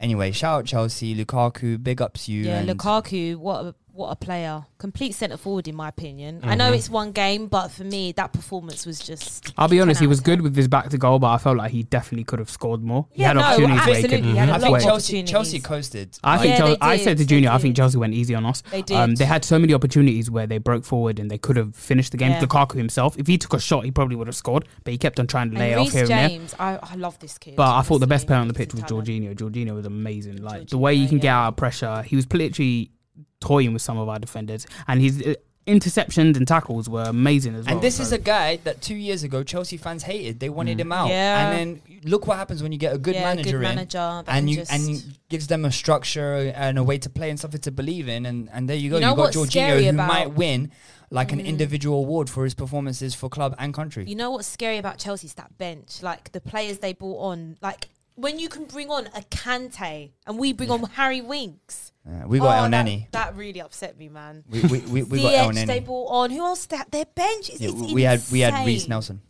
[SPEAKER 3] anyway shout out chelsea lukaku big ups you
[SPEAKER 2] Yeah,
[SPEAKER 3] and
[SPEAKER 2] Lukaku, what a, what a player! Complete centre forward, in my opinion. I know it's one game, but for me, that performance was just.
[SPEAKER 4] Mm-hmm. I'll be honest, he
[SPEAKER 2] out
[SPEAKER 4] was
[SPEAKER 2] of ten.
[SPEAKER 4] good with his back to goal, but I felt like he definitely could have scored more. he
[SPEAKER 2] Yeah,
[SPEAKER 4] had
[SPEAKER 2] no,
[SPEAKER 4] opportunities where he could.
[SPEAKER 2] absolutely, he had a
[SPEAKER 4] I
[SPEAKER 2] lot
[SPEAKER 4] think
[SPEAKER 2] of
[SPEAKER 4] Chelsea-
[SPEAKER 3] Chelsea,
[SPEAKER 2] opportunities.
[SPEAKER 3] Chelsea coasted.
[SPEAKER 4] I think
[SPEAKER 2] Yeah,
[SPEAKER 4] Chel-
[SPEAKER 2] they
[SPEAKER 4] I
[SPEAKER 2] did,
[SPEAKER 4] said to
[SPEAKER 2] they
[SPEAKER 4] Junior, I
[SPEAKER 2] did.
[SPEAKER 4] think Chelsea went easy on us.
[SPEAKER 2] They did.
[SPEAKER 4] Um, they had so many opportunities where they broke forward and they could have finished the game.
[SPEAKER 2] Yeah.
[SPEAKER 4] Lukaku himself, if he took a shot, he probably would have scored, but he kept on trying to lay
[SPEAKER 2] and
[SPEAKER 4] off
[SPEAKER 2] Reece
[SPEAKER 4] here and there.
[SPEAKER 2] James, I, I love this kid.
[SPEAKER 4] But I thought the best
[SPEAKER 2] honestly.
[SPEAKER 4] player on the
[SPEAKER 2] He's
[SPEAKER 4] pitch was
[SPEAKER 2] a talent.
[SPEAKER 4] Jorginho. Jorginho was amazing. Like the way you
[SPEAKER 2] Jorginho,
[SPEAKER 4] can get
[SPEAKER 2] yeah.
[SPEAKER 4] out of pressure, he was literally toying with some of our defenders, and his uh, interceptions and tackles were amazing as well.
[SPEAKER 3] And this
[SPEAKER 4] So-
[SPEAKER 3] is a guy that two years ago Chelsea fans hated. They
[SPEAKER 4] Mm.
[SPEAKER 3] wanted him out.
[SPEAKER 2] Yeah.
[SPEAKER 3] And then look what happens when you get a good
[SPEAKER 2] Yeah, a good
[SPEAKER 3] manager in,
[SPEAKER 2] manager that can
[SPEAKER 3] and you
[SPEAKER 2] just-
[SPEAKER 3] and gives them a structure and a way to play and something to believe in. And, and there you go.
[SPEAKER 2] You know
[SPEAKER 3] got
[SPEAKER 2] what's
[SPEAKER 3] Jorginho
[SPEAKER 2] scary
[SPEAKER 3] who
[SPEAKER 2] about- Mm.
[SPEAKER 3] might win like an individual award for his performances for club and country.
[SPEAKER 2] You know what's scary about Chelsea's that bench, like the players they brought on, like when you can bring on a Kante and we bring on Harry Winks.
[SPEAKER 3] Yeah, Uh, we got
[SPEAKER 2] Oh,
[SPEAKER 3] El
[SPEAKER 2] that-
[SPEAKER 3] Nani.
[SPEAKER 2] That really upset me, man.
[SPEAKER 3] We- we- we-
[SPEAKER 2] *laughs*
[SPEAKER 3] we got El
[SPEAKER 2] CH
[SPEAKER 3] Nani.
[SPEAKER 2] they brought on. Who else? That their bench is.
[SPEAKER 3] Yeah,
[SPEAKER 2] it's
[SPEAKER 3] we we had we had
[SPEAKER 2] insane.
[SPEAKER 3] Reese Nelson.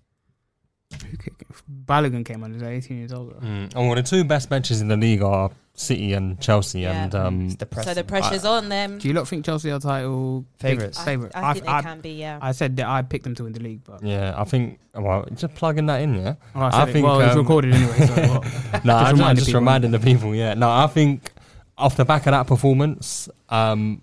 [SPEAKER 4] Balogun came on. He's like 18 years old.
[SPEAKER 5] Mm. Oh, well, the two best benches in the league are City and Chelsea,
[SPEAKER 2] Yeah.
[SPEAKER 5] and um,
[SPEAKER 4] Mm.
[SPEAKER 2] So the pressure's on them.
[SPEAKER 4] Do you lot think Chelsea are title
[SPEAKER 3] Favourites.
[SPEAKER 4] big- Favourite.
[SPEAKER 2] I- I think
[SPEAKER 4] I've-
[SPEAKER 2] they
[SPEAKER 4] I've-
[SPEAKER 2] can be, yeah.
[SPEAKER 4] I said that I picked them to win the league, but
[SPEAKER 5] Yeah, I think. Well, just plugging that in, yeah.
[SPEAKER 4] *laughs* Oh, I said it. Well,
[SPEAKER 5] um,
[SPEAKER 4] it's recorded
[SPEAKER 5] *laughs*
[SPEAKER 4] anyway, so what? Just
[SPEAKER 5] no, I'm just,
[SPEAKER 4] reminding
[SPEAKER 5] just
[SPEAKER 4] people.
[SPEAKER 5] reminding the people. Yeah, no, I think off the back of that performance, um,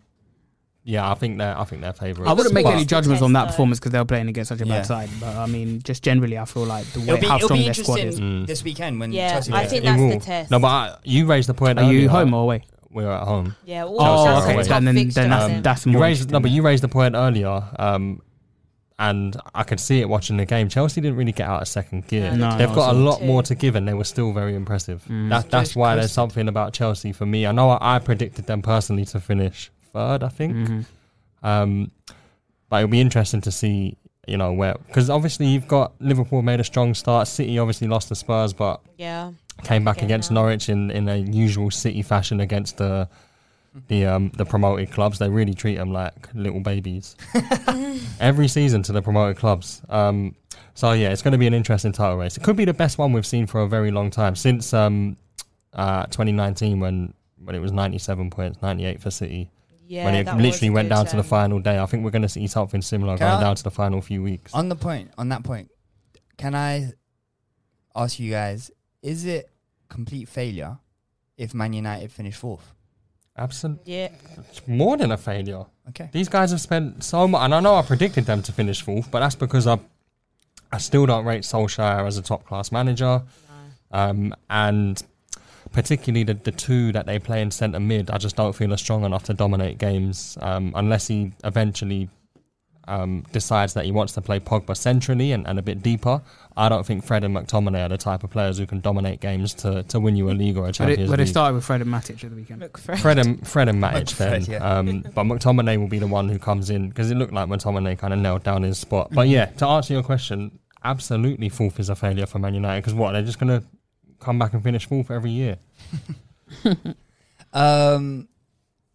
[SPEAKER 5] yeah, I think they're. I think they're favourites.
[SPEAKER 4] I wouldn't make
[SPEAKER 5] But-
[SPEAKER 4] any judgments on that performance because they were playing against such a bad side. But I mean, just generally, I feel like the
[SPEAKER 3] It'll
[SPEAKER 4] way
[SPEAKER 3] be,
[SPEAKER 4] how
[SPEAKER 3] it'll
[SPEAKER 4] strong
[SPEAKER 3] be
[SPEAKER 4] their squad
[SPEAKER 3] interesting
[SPEAKER 4] is.
[SPEAKER 3] this weekend when
[SPEAKER 2] Yeah,
[SPEAKER 3] Chelsea.
[SPEAKER 2] I
[SPEAKER 3] play.
[SPEAKER 2] think
[SPEAKER 5] It
[SPEAKER 2] that's the
[SPEAKER 5] will.
[SPEAKER 2] test.
[SPEAKER 5] No, but I, you raised the point.
[SPEAKER 4] Are you
[SPEAKER 5] earlier.
[SPEAKER 4] home or away?
[SPEAKER 5] We were at home.
[SPEAKER 2] Yeah, well,
[SPEAKER 5] Chelsea
[SPEAKER 4] Oh,
[SPEAKER 5] are
[SPEAKER 2] that's a
[SPEAKER 5] away.
[SPEAKER 4] okay. Um, Then,
[SPEAKER 2] tough
[SPEAKER 4] then,
[SPEAKER 2] fixture,
[SPEAKER 4] then
[SPEAKER 2] isn't
[SPEAKER 4] that's,
[SPEAKER 2] it?
[SPEAKER 4] that's
[SPEAKER 5] Um, You
[SPEAKER 4] more.
[SPEAKER 5] raised no, but
[SPEAKER 4] interesting.
[SPEAKER 5] you raised the point earlier, um, and I could see it watching the game. Chelsea didn't really get out of second gear.
[SPEAKER 4] No, they
[SPEAKER 5] They've
[SPEAKER 4] didn't.
[SPEAKER 5] got a
[SPEAKER 4] Awesome.
[SPEAKER 5] lot more to give, and they were still very impressive.
[SPEAKER 4] Mm.
[SPEAKER 5] That, that's why there's something about Chelsea for me. I know I, I predicted them personally to finish third, I think.
[SPEAKER 4] Mm. Mm-hmm.
[SPEAKER 5] Um, but it'll be interesting to see, you know, where because obviously you've got Liverpool made a strong start. City obviously lost to Spurs, but
[SPEAKER 2] Yeah.
[SPEAKER 5] came back
[SPEAKER 2] Again,
[SPEAKER 5] against
[SPEAKER 2] no.
[SPEAKER 5] Norwich in, in a usual City fashion against the
[SPEAKER 2] Mm-hmm.
[SPEAKER 5] the um the promoted clubs. They really treat them like little babies
[SPEAKER 3] *laughs*
[SPEAKER 5] every season to the promoted clubs. Um, so yeah, it's going to be an interesting title race. It could be the best one we've seen for a very long time since um uh 2019 when when it was 97 points, 98 for City.
[SPEAKER 2] Yeah,
[SPEAKER 5] when it
[SPEAKER 2] that was
[SPEAKER 5] literally
[SPEAKER 2] a
[SPEAKER 5] went
[SPEAKER 2] good,
[SPEAKER 5] down to the
[SPEAKER 2] um,
[SPEAKER 5] final day, I think we're going to see something similar
[SPEAKER 3] Can
[SPEAKER 5] going
[SPEAKER 3] I-
[SPEAKER 5] down to the final few weeks.
[SPEAKER 3] on the point on that point can i ask you guys is it complete failure if man united finish fourth
[SPEAKER 5] Absolutely,
[SPEAKER 2] Yeah.
[SPEAKER 5] more than a failure.
[SPEAKER 3] okay
[SPEAKER 5] These guys have spent so much, and I know I predicted them to finish fourth, but that's because I, I still don't rate Solskjaer as a top class manager, um, and particularly the, the two that they play in centre mid, I just don't feel are strong enough to dominate games um, unless he eventually um, decides that he wants to play Pogba centrally and, and a bit deeper. I don't think Fred and McTominay are the type of players who can dominate games to, to win you a league or a
[SPEAKER 4] But
[SPEAKER 5] Champions
[SPEAKER 4] it, but it
[SPEAKER 5] League.
[SPEAKER 4] started with Fred and Matic at the weekend.
[SPEAKER 2] Look, Fred.
[SPEAKER 5] Fred and Fred and Matic
[SPEAKER 3] Fred,
[SPEAKER 5] then,
[SPEAKER 3] yeah.
[SPEAKER 5] um, but McTominay will be the one who comes in because it looked like McTominay kind of nailed down his spot.
[SPEAKER 3] Mm-hmm.
[SPEAKER 5] But yeah, to answer your question, absolutely fourth is a failure for Man United because what they're just going to come back and finish fourth every year.
[SPEAKER 3] um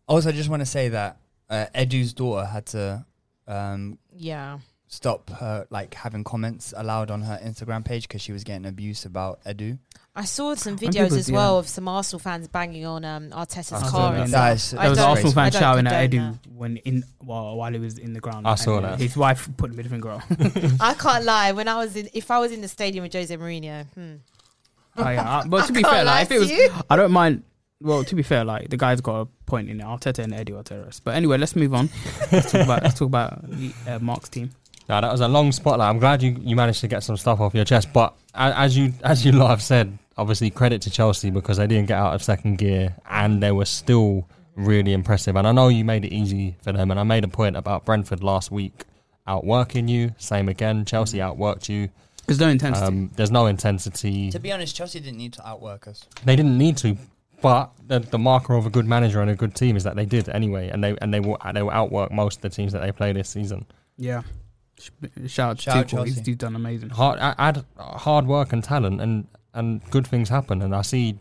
[SPEAKER 3] also i just want to say that uh, edu's daughter had to um
[SPEAKER 2] Yeah.
[SPEAKER 3] stop her like having comments allowed on her instagram page because she was getting abuse about edu
[SPEAKER 2] I saw some
[SPEAKER 4] think
[SPEAKER 2] videos
[SPEAKER 4] it was,
[SPEAKER 2] as well
[SPEAKER 4] yeah.
[SPEAKER 2] of some Arsenal fans banging on um,
[SPEAKER 4] I
[SPEAKER 2] Arteta's
[SPEAKER 4] saw
[SPEAKER 2] car.
[SPEAKER 4] that.
[SPEAKER 2] and
[SPEAKER 3] That
[SPEAKER 2] stuff.
[SPEAKER 3] is-
[SPEAKER 2] I
[SPEAKER 4] There was an
[SPEAKER 2] don't-
[SPEAKER 4] Arsenal
[SPEAKER 2] I
[SPEAKER 4] fan
[SPEAKER 2] don't
[SPEAKER 4] shouting at
[SPEAKER 2] condone
[SPEAKER 4] Edu when in while while he was in the ground.
[SPEAKER 5] I saw
[SPEAKER 4] And, uh,
[SPEAKER 5] that.
[SPEAKER 4] His wife put the finger out.
[SPEAKER 2] that. I can't lie. When I was in, if I was in the stadium with Jose Mourinho, hmm. *laughs*
[SPEAKER 4] Oh, yeah. But to be
[SPEAKER 2] can't
[SPEAKER 4] fair,
[SPEAKER 2] lie
[SPEAKER 4] like if
[SPEAKER 2] to
[SPEAKER 4] it was,
[SPEAKER 2] you.
[SPEAKER 4] I don't mind. Well, to be fair, like the guy's got a point in it. Arteta and Eddie are terrorists. But anyway, let's move on. let's talk about let's talk about the, uh, Mark's team.
[SPEAKER 5] Now that was a long spotlight. I'm glad you, you managed to get some stuff off your chest. But a- as you as you lot have said, obviously credit to Chelsea because they didn't get out of second gear and they were still really impressive. And I know you made it easy for them. And I made a point about Brentford last week outworking you. Same again, Chelsea
[SPEAKER 3] Mm-hmm.
[SPEAKER 5] outworked you.
[SPEAKER 4] There's no intensity.
[SPEAKER 5] Um, there's no intensity.
[SPEAKER 3] to be honest chelsea didn't need to outwork us
[SPEAKER 5] They didn't need to, but the, the marker of a good manager and a good team is that they did anyway, and they and they will they will outwork most of the teams that they play this season.
[SPEAKER 4] yeah. Sh- Shout out to
[SPEAKER 3] Shout out
[SPEAKER 4] Tuchel. He's,
[SPEAKER 3] Chelsea.
[SPEAKER 4] he's done amazing.
[SPEAKER 5] Hard a- add hard work and talent, and and good things happen. And I see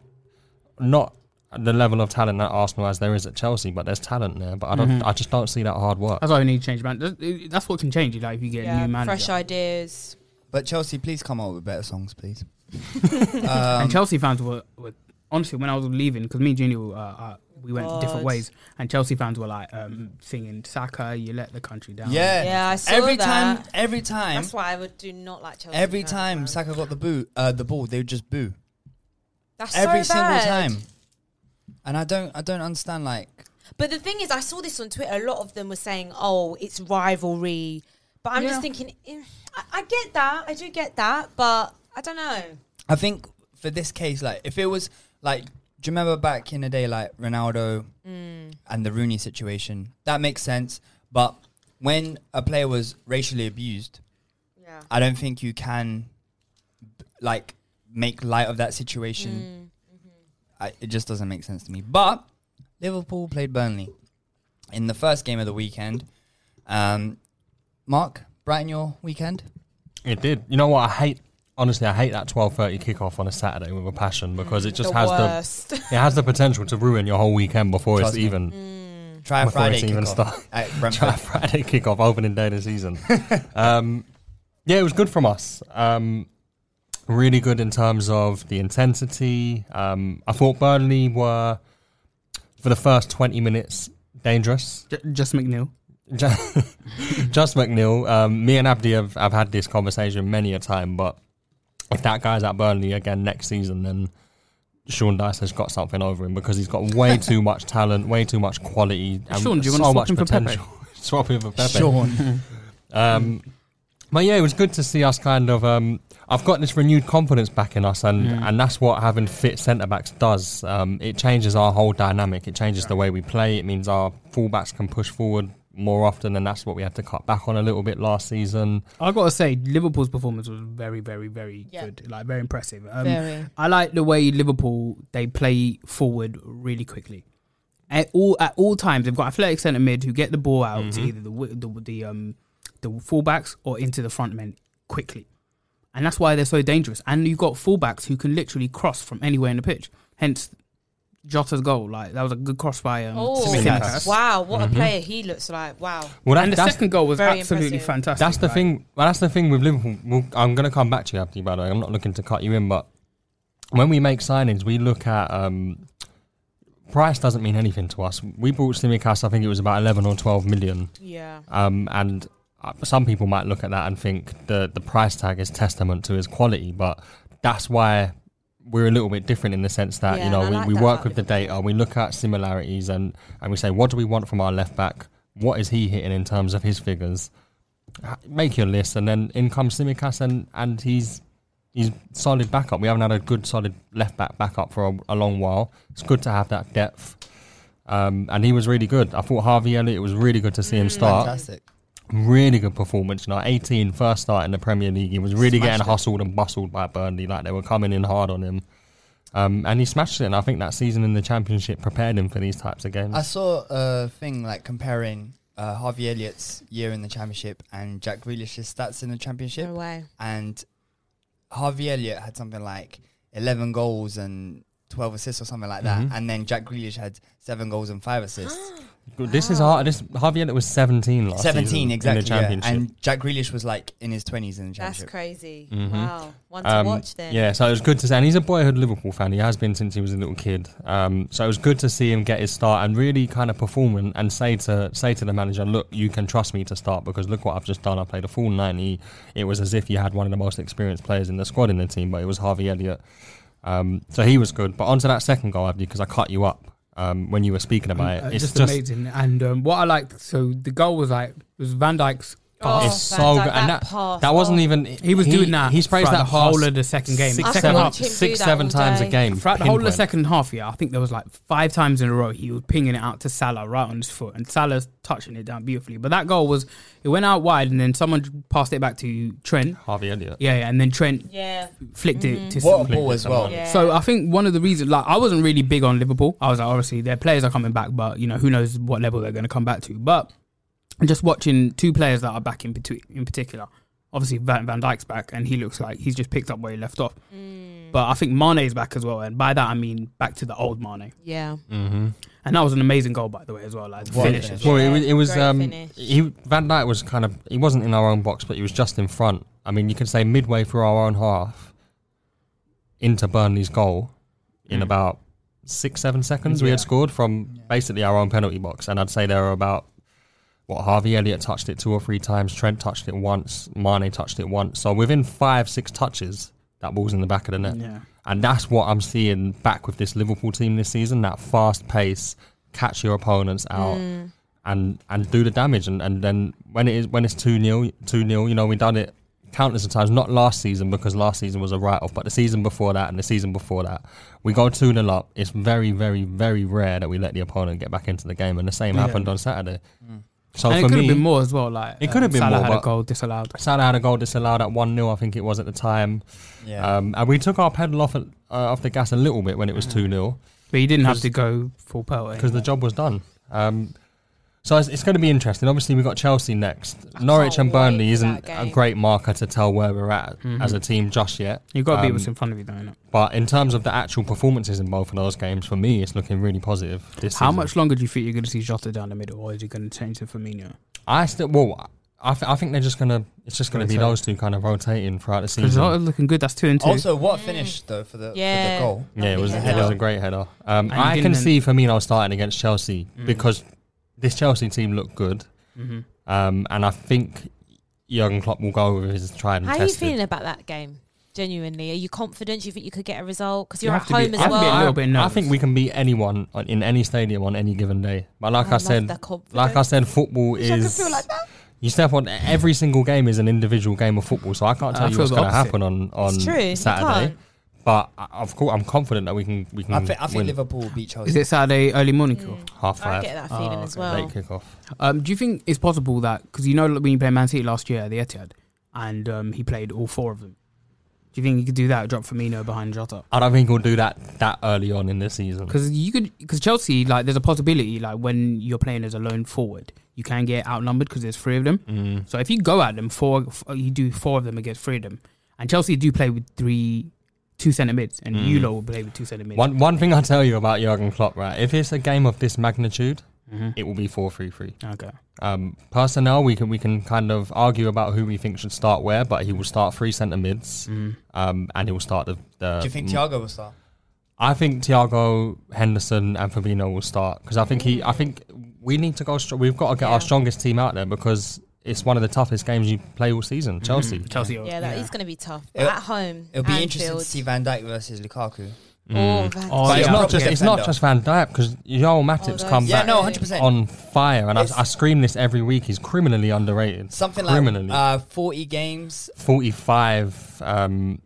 [SPEAKER 5] not the level of talent at Arsenal as there is at Chelsea, but there's talent there. But I don't, I just don't see that hard work.
[SPEAKER 4] That's why we need to change, man. That's- That's what can change you. Like if you get a new
[SPEAKER 2] yeah,
[SPEAKER 4] manager.
[SPEAKER 2] fresh ideas.
[SPEAKER 3] but chelsea please come up with better songs *laughs* please Um,
[SPEAKER 4] and Chelsea fans were, were honestly when I was leaving because me and Junior uh, uh, we went different
[SPEAKER 2] God.
[SPEAKER 4] ways, and Chelsea fans were like um, singing "Saka, you let the country down."
[SPEAKER 3] yeah
[SPEAKER 2] Yeah, I saw
[SPEAKER 3] every
[SPEAKER 2] that.
[SPEAKER 3] time every time
[SPEAKER 2] That's why I would do not like Chelsea.
[SPEAKER 3] every
[SPEAKER 2] fans,
[SPEAKER 3] time
[SPEAKER 2] man.
[SPEAKER 3] saka got the boo uh, the ball they would just boo
[SPEAKER 2] That's
[SPEAKER 3] every
[SPEAKER 2] so
[SPEAKER 3] single
[SPEAKER 2] bad.
[SPEAKER 3] time. And I don't, I don't understand. Like,
[SPEAKER 2] But the thing is, I saw this on Twitter. A lot of them were saying, "Oh, it's rivalry," but I'm
[SPEAKER 4] Yeah.
[SPEAKER 2] just thinking, eh, I, I get that, I do get that, but I don't know.
[SPEAKER 3] I think for this case, like, if it was like, do you remember back in the day, like Ronaldo
[SPEAKER 2] Mm.
[SPEAKER 3] and the Rooney situation? That makes sense. But when a player was racially abused,
[SPEAKER 2] Yeah,
[SPEAKER 3] I don't think you can, b- like, make light of that situation. Mm-hmm. I, it just doesn't make sense to me. But Liverpool played Burnley in the first game of the weekend. Um, Mark, brighten your weekend.
[SPEAKER 5] It did. You know what? I hate honestly, I hate that twelve thirty kickoff on a Saturday with a passion because it just
[SPEAKER 2] The
[SPEAKER 5] has
[SPEAKER 2] worst.
[SPEAKER 5] the *laughs* it has the potential to ruin your whole weekend before
[SPEAKER 3] Trust
[SPEAKER 5] it's
[SPEAKER 3] me.
[SPEAKER 5] even.
[SPEAKER 3] Try a
[SPEAKER 5] before
[SPEAKER 3] Friday
[SPEAKER 5] it's even
[SPEAKER 3] kickoff
[SPEAKER 5] start.
[SPEAKER 3] *laughs* at
[SPEAKER 5] Try a
[SPEAKER 3] Brentford.
[SPEAKER 5] Friday kickoff opening day of the season. um, yeah, it was good from us. Um, really good in terms of the intensity. Um, I thought Burnley were for the first twenty minutes dangerous.
[SPEAKER 4] J- just McNeil.
[SPEAKER 5] Ju- *laughs* Just McNeil. Um, me and Abdi have, have had this conversation many a time, but if that guy's at Burnley again next season, then Sean Dyche has got something over him because he's got
[SPEAKER 4] *laughs*
[SPEAKER 5] way too much talent, way too much quality, and
[SPEAKER 4] Sean, do you
[SPEAKER 5] so
[SPEAKER 4] want to swap
[SPEAKER 5] much
[SPEAKER 4] him for Pepe?
[SPEAKER 5] potential. *laughs* swap him for Pepe.
[SPEAKER 3] Sean.
[SPEAKER 5] Um, but yeah, it was good to see us kind of. Um, I've got this renewed confidence back in us, and,
[SPEAKER 4] Mm.
[SPEAKER 5] and that's what having fit centre backs does. Um, it changes our whole dynamic. It changes the way we play. It means our full backs can push forward more often, and that's what we had to cut back on a little bit last season.
[SPEAKER 4] I gotta say, Liverpool's performance was very, very, very
[SPEAKER 2] Yeah.
[SPEAKER 4] good. Like very impressive. Um,
[SPEAKER 2] Very.
[SPEAKER 4] I like the way Liverpool they play forward really quickly. At all at all times, they've got athletic centre mid who get the ball out to
[SPEAKER 5] Mm-hmm.
[SPEAKER 4] either the wi- the the um the fullbacks or into the front men quickly, and that's why they're so dangerous. And you've got fullbacks who can literally cross from anywhere in the pitch. Hence, Jota's goal. Like that was a good cross by um. Simikas.
[SPEAKER 2] Oh, wow. What
[SPEAKER 5] Mm-hmm.
[SPEAKER 2] a player he looks like. Wow.
[SPEAKER 5] Well, that-
[SPEAKER 4] And the
[SPEAKER 5] that's-
[SPEAKER 4] second goal was
[SPEAKER 2] very
[SPEAKER 4] absolutely
[SPEAKER 2] impressive.
[SPEAKER 4] fantastic.
[SPEAKER 5] That's the
[SPEAKER 4] like-
[SPEAKER 5] thing. Well, that's the thing with Liverpool. We'll, I'm going to come back to you, Abdi. By the way, I'm not looking to cut you in, but when we make signings, we look at um, price doesn't mean anything to us. We bought Simicast. I think it was about 11 or 12 million.
[SPEAKER 2] Yeah.
[SPEAKER 5] Um, and uh, some people might look at that and think the the price tag is testament to his quality, but that's why we're a little bit different in the sense that
[SPEAKER 2] Yeah, and
[SPEAKER 5] you know
[SPEAKER 2] I
[SPEAKER 5] we,
[SPEAKER 2] like
[SPEAKER 5] we
[SPEAKER 2] that
[SPEAKER 5] work
[SPEAKER 2] about
[SPEAKER 5] with the data, we look at similarities, and and we say what do we want from our left back? What is he hitting in terms of his figures? Ha- Make your list, and then in comes Simicast, and and he's. He's solid backup. We haven't had a good solid left back backup for a, a long while. It's good to have that depth, um, and he was really good. I thought Harvey Elliott. It was really good to see
[SPEAKER 2] Mm.
[SPEAKER 5] him start
[SPEAKER 3] Fantastic.
[SPEAKER 5] really good performance. You know, 18 first start in the Premier League. He was really getting hustled and bustled by Burnley. Like they were coming in hard on him. Um, and he smashed it. And I think that season in the Championship prepared him for these types of games.
[SPEAKER 3] I saw a thing like comparing uh, Harvey Elliott's year in the championship and Jack Grealish's stats in the championship.
[SPEAKER 2] No way.
[SPEAKER 3] And Harvey Elliott had something like 11 goals and 12 assists or something like
[SPEAKER 5] Mm-hmm.
[SPEAKER 3] that. And then Jack Grealish had seven goals and five
[SPEAKER 2] *gasps*
[SPEAKER 3] assists.
[SPEAKER 5] This is hard. This Harvey Elliott was 17 last
[SPEAKER 3] 17,
[SPEAKER 5] season
[SPEAKER 3] exactly.
[SPEAKER 5] in the
[SPEAKER 3] yeah.
[SPEAKER 5] Championship.
[SPEAKER 3] And Jack Grealish was like in his 20s in the
[SPEAKER 2] That's
[SPEAKER 3] championship.
[SPEAKER 2] crazy. Wow. One to
[SPEAKER 5] Um,
[SPEAKER 2] watch then.
[SPEAKER 5] Yeah, so it was good to see. And he's a boyhood Liverpool fan. He has been since he was a little kid. Um, so it was good to see him get his start and really kind of perform and, and say to say to the manager, look, you can trust me to start because look what I've just done. I played a full 90. It was as if you had one of the most experienced players in the squad in the team, but it was Harvey Elliott. Um, so he was good. But onto that second goal, Abdi, because I cut you up um, when you were speaking about
[SPEAKER 4] Uh,
[SPEAKER 5] it. It's
[SPEAKER 4] just,
[SPEAKER 5] just,
[SPEAKER 4] amazing. And um, what I liked, so the goal was like was Van Dyke's pass.
[SPEAKER 2] Oh,
[SPEAKER 5] It's
[SPEAKER 2] Van
[SPEAKER 5] so
[SPEAKER 2] Dijk,
[SPEAKER 5] good, and
[SPEAKER 2] that
[SPEAKER 5] that
[SPEAKER 2] pass.
[SPEAKER 5] that wasn't
[SPEAKER 2] Oh.
[SPEAKER 5] even
[SPEAKER 4] He was doing that
[SPEAKER 5] He's praised
[SPEAKER 4] throughout
[SPEAKER 5] that
[SPEAKER 4] the whole
[SPEAKER 5] pass
[SPEAKER 4] of the second game.
[SPEAKER 5] six,
[SPEAKER 2] I can
[SPEAKER 5] seven,
[SPEAKER 2] watch him do
[SPEAKER 5] six,
[SPEAKER 2] that
[SPEAKER 5] seven
[SPEAKER 2] all
[SPEAKER 5] times a
[SPEAKER 2] day.
[SPEAKER 5] game.
[SPEAKER 4] Throughout the whole of the
[SPEAKER 5] pinpoint.
[SPEAKER 4] second half, yeah, I think there was like five times in a row he was pinging it out to Salah right on his foot, and Salah's touching it down beautifully. But that goal was it went out wide, and then someone passed it back to Trent.
[SPEAKER 5] Harvey Elliott.
[SPEAKER 4] Yeah, yeah and then Trent
[SPEAKER 2] Yeah.
[SPEAKER 4] flicked it to
[SPEAKER 3] What a
[SPEAKER 4] Sim-
[SPEAKER 3] ball as
[SPEAKER 5] Oh,
[SPEAKER 3] well.
[SPEAKER 2] Yeah.
[SPEAKER 4] So
[SPEAKER 5] uh,
[SPEAKER 4] I think one of the reasons, like, I wasn't really big on Liverpool. I was like, obviously their players are coming back, but you know who knows what level they're going to come back to. But just watching two players that are back in, between, in particular, obviously Van, Van Dijk's back, and he looks like he's just picked up where he left off.
[SPEAKER 2] Mm.
[SPEAKER 4] But I think Mane's back as well, and by that I mean back to the old Mane.
[SPEAKER 2] Yeah.
[SPEAKER 5] Mm,
[SPEAKER 4] And that was an amazing goal, by the way, as well. Like the
[SPEAKER 3] What a
[SPEAKER 4] finish.
[SPEAKER 3] finish.
[SPEAKER 4] as well.
[SPEAKER 5] Well, it was, it was
[SPEAKER 2] great
[SPEAKER 5] um,
[SPEAKER 2] finish.
[SPEAKER 5] he Van Dijk was kind of he wasn't in our own box, but he was just in front. I mean, you could say midway through our own half into Burnley's goal in about six seven seconds. We
[SPEAKER 4] Yeah.
[SPEAKER 5] had scored from basically our own penalty box, and I'd say there were about what Harvey Elliott touched it two or three times, Trent touched it once, Mane touched it once. So within five six touches, that ball's in the back of the net.
[SPEAKER 4] Yeah.
[SPEAKER 5] And that's what I'm seeing back with this Liverpool team this season. That fast pace, catch your opponents out, and and do the damage. And, and then when it is when it's two 0 two 0 you know we done it countless of times. Not last season because last season was a write off, but the season before that and the season before that, we go two 0 up. It's very very very rare that we let the opponent get back into the game, and the same happened on Saturday. So
[SPEAKER 4] Mm. and it
[SPEAKER 5] for
[SPEAKER 4] could
[SPEAKER 5] me,
[SPEAKER 4] have been more as well. Like uh,
[SPEAKER 5] It could have been
[SPEAKER 4] Salah
[SPEAKER 5] more,
[SPEAKER 4] had a
[SPEAKER 5] but-
[SPEAKER 4] goal disallowed.
[SPEAKER 5] Salah had a goal disallowed at 1 0, I think it was at the time.
[SPEAKER 3] Yeah.
[SPEAKER 5] Um, and we took our pedal off, at, uh, off the gas a little
[SPEAKER 4] Mm.
[SPEAKER 5] bit when it was 2 0
[SPEAKER 4] But he didn't
[SPEAKER 5] Because-
[SPEAKER 4] have to go full penalty.
[SPEAKER 5] because the job was done. Um, So it's, it's going to be interesting. Obviously, we've got Chelsea next. Norwich and Burnley isn't a great marker to tell where we're at
[SPEAKER 4] Mhm.
[SPEAKER 5] as a team just yet. Um,
[SPEAKER 4] You've got to be what's in front of you, though. innit?
[SPEAKER 5] But in terms of the actual performances in both of those games, for me, it's looking really positive. This
[SPEAKER 4] How
[SPEAKER 5] season.
[SPEAKER 4] much longer do you think you're going to see Jota down the middle, or is he going to change to Firmino?
[SPEAKER 5] I still well, I, th- I think they're just gonna. It's just gonna be
[SPEAKER 4] Rotate.
[SPEAKER 5] those two kind of rotating throughout the
[SPEAKER 4] Because
[SPEAKER 5] season.
[SPEAKER 4] Jota's looking good. That's two and two.
[SPEAKER 3] Also, what a finish though for the,
[SPEAKER 2] Mm. Yeah.
[SPEAKER 3] for the goal.
[SPEAKER 5] Yeah, it was, it was a great header. Um,
[SPEAKER 4] And he
[SPEAKER 5] I can
[SPEAKER 4] didn't-
[SPEAKER 5] see Firmino starting against Chelsea
[SPEAKER 4] Mm.
[SPEAKER 5] because this Chelsea team looked good,
[SPEAKER 4] Mhm.
[SPEAKER 5] um, and I think Jurgen Klopp will go with his tried and
[SPEAKER 2] How are you
[SPEAKER 5] tested.
[SPEAKER 2] feeling about that game? Genuinely, are you confident? Do you think you could get a result? Because
[SPEAKER 4] You
[SPEAKER 2] you're
[SPEAKER 4] have
[SPEAKER 2] at
[SPEAKER 4] to be-
[SPEAKER 2] home as
[SPEAKER 4] I have to be a
[SPEAKER 2] well.
[SPEAKER 4] little bit
[SPEAKER 5] I
[SPEAKER 4] nervous.
[SPEAKER 5] think we can beat anyone on- in any stadium on any given day. But like
[SPEAKER 2] I
[SPEAKER 5] I,
[SPEAKER 2] love
[SPEAKER 5] said,
[SPEAKER 2] the confidence.
[SPEAKER 5] like I said, football
[SPEAKER 2] I could
[SPEAKER 5] is.
[SPEAKER 2] feel like that.
[SPEAKER 5] You step on every single game is an individual game of football, so I can't
[SPEAKER 4] I
[SPEAKER 5] tell you
[SPEAKER 4] feel
[SPEAKER 5] what's
[SPEAKER 4] the
[SPEAKER 5] going to
[SPEAKER 4] opposite.
[SPEAKER 5] happen on on
[SPEAKER 2] It's true, you
[SPEAKER 5] Saturday.
[SPEAKER 2] can't.
[SPEAKER 5] But I- of course, I'm confident that we can we can
[SPEAKER 3] I, thi- I think
[SPEAKER 5] Mm. win
[SPEAKER 3] Liverpool will beat
[SPEAKER 5] *laughs*
[SPEAKER 3] Chelsea.
[SPEAKER 4] Is it Saturday early morning kill?
[SPEAKER 5] half
[SPEAKER 2] I
[SPEAKER 5] five
[SPEAKER 2] get that feeling as well.
[SPEAKER 5] late kickoff.
[SPEAKER 4] Um, do you think it's possible that because you know like, when you played Man City last year at the Etihad, and um, he played all four of them? Do you think you could do that? Drop Firmino behind Jota
[SPEAKER 5] I don't think we'll do that that early on in this season.
[SPEAKER 4] because you could because Chelsea like there's a possibility like when you're playing as a lone forward, you can get outnumbered because there's three of them.
[SPEAKER 5] Mm.
[SPEAKER 4] So if you go at them four, f- you do four of them against three of them, and Chelsea do play with three, two centre mids, and
[SPEAKER 5] Mm.
[SPEAKER 4] you lot will play with two centre mids.
[SPEAKER 5] One one thing I tell you about Jurgen Klopp, right? If it's a game of this magnitude,
[SPEAKER 4] Mhm.
[SPEAKER 5] it will be four three three.
[SPEAKER 4] Okay.
[SPEAKER 5] Um, personnel, we can we can kind of argue about who we think should start where, but he will start three centre mids, um, and he will start the. the
[SPEAKER 3] Do you think Thiago will start?
[SPEAKER 5] I think Thiago Henderson and Fabinho will start because I think he. I think we need to go. Str- we've got to get our strongest team out there because it's one of the toughest games you play all season. Chelsea.
[SPEAKER 4] Chelsea.
[SPEAKER 2] Yeah, that is going to be tough. But
[SPEAKER 3] It'll-
[SPEAKER 2] at home,
[SPEAKER 3] It'll be
[SPEAKER 2] Anfield,
[SPEAKER 3] interesting to see Van Dijk versus Lukaku.
[SPEAKER 2] Oh, Van
[SPEAKER 4] Oh,
[SPEAKER 2] Dijk.
[SPEAKER 5] But it's
[SPEAKER 4] yeah.
[SPEAKER 5] not just
[SPEAKER 3] Okay.
[SPEAKER 5] it's not just Van Dijk because Joel Matip's
[SPEAKER 2] those-
[SPEAKER 5] come
[SPEAKER 3] Yeah,
[SPEAKER 5] back
[SPEAKER 3] no, hundred percent.
[SPEAKER 5] on fire, and I,
[SPEAKER 3] It's-
[SPEAKER 5] I scream this every week. He's criminally underrated.
[SPEAKER 3] Something
[SPEAKER 5] criminally.
[SPEAKER 3] like uh, forty games,
[SPEAKER 5] forty-five um,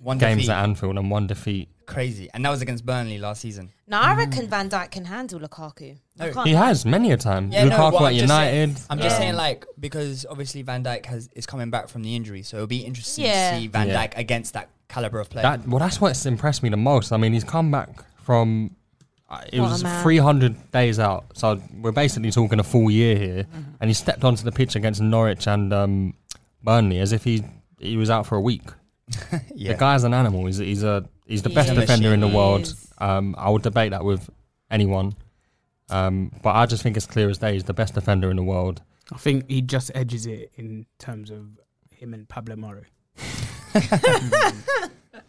[SPEAKER 3] one
[SPEAKER 5] games
[SPEAKER 3] defeat.
[SPEAKER 5] at Anfield and one defeat.
[SPEAKER 3] Crazy, and that was against Burnley last season.
[SPEAKER 2] No, I reckon Van Dijk can handle Lukaku. I
[SPEAKER 3] No.
[SPEAKER 2] can't-
[SPEAKER 5] He has many a time. Lukaku
[SPEAKER 3] but
[SPEAKER 5] at
[SPEAKER 3] I'm just saying-
[SPEAKER 5] United.
[SPEAKER 3] I'm just
[SPEAKER 5] um,
[SPEAKER 3] saying, like, because obviously Van Dijk has is coming back from the injury, so it'll be interesting
[SPEAKER 2] Yeah.
[SPEAKER 3] to see Van
[SPEAKER 5] Yeah.
[SPEAKER 3] Dijk against that caliber of player.
[SPEAKER 5] That well, that's what's impressed me the most. I mean, he's come back from uh, it
[SPEAKER 2] What a
[SPEAKER 5] was
[SPEAKER 2] man.
[SPEAKER 5] 300 days out, so we're basically talking a full year here.
[SPEAKER 2] Mm-hmm.
[SPEAKER 5] And he stepped onto the pitch against Norwich and um, Burnley as if he he was out for a week.
[SPEAKER 3] yeah. *laughs*
[SPEAKER 5] The guy's an animal. He's he's a he's the
[SPEAKER 2] He
[SPEAKER 5] best
[SPEAKER 2] is.
[SPEAKER 5] defender in the
[SPEAKER 2] He
[SPEAKER 5] world.
[SPEAKER 2] is.
[SPEAKER 5] Um, I would debate that with anyone. Um, but I just think it's clear as day. He's the best defender in the world.
[SPEAKER 4] I think he just edges it in terms of him and Pablo Moro.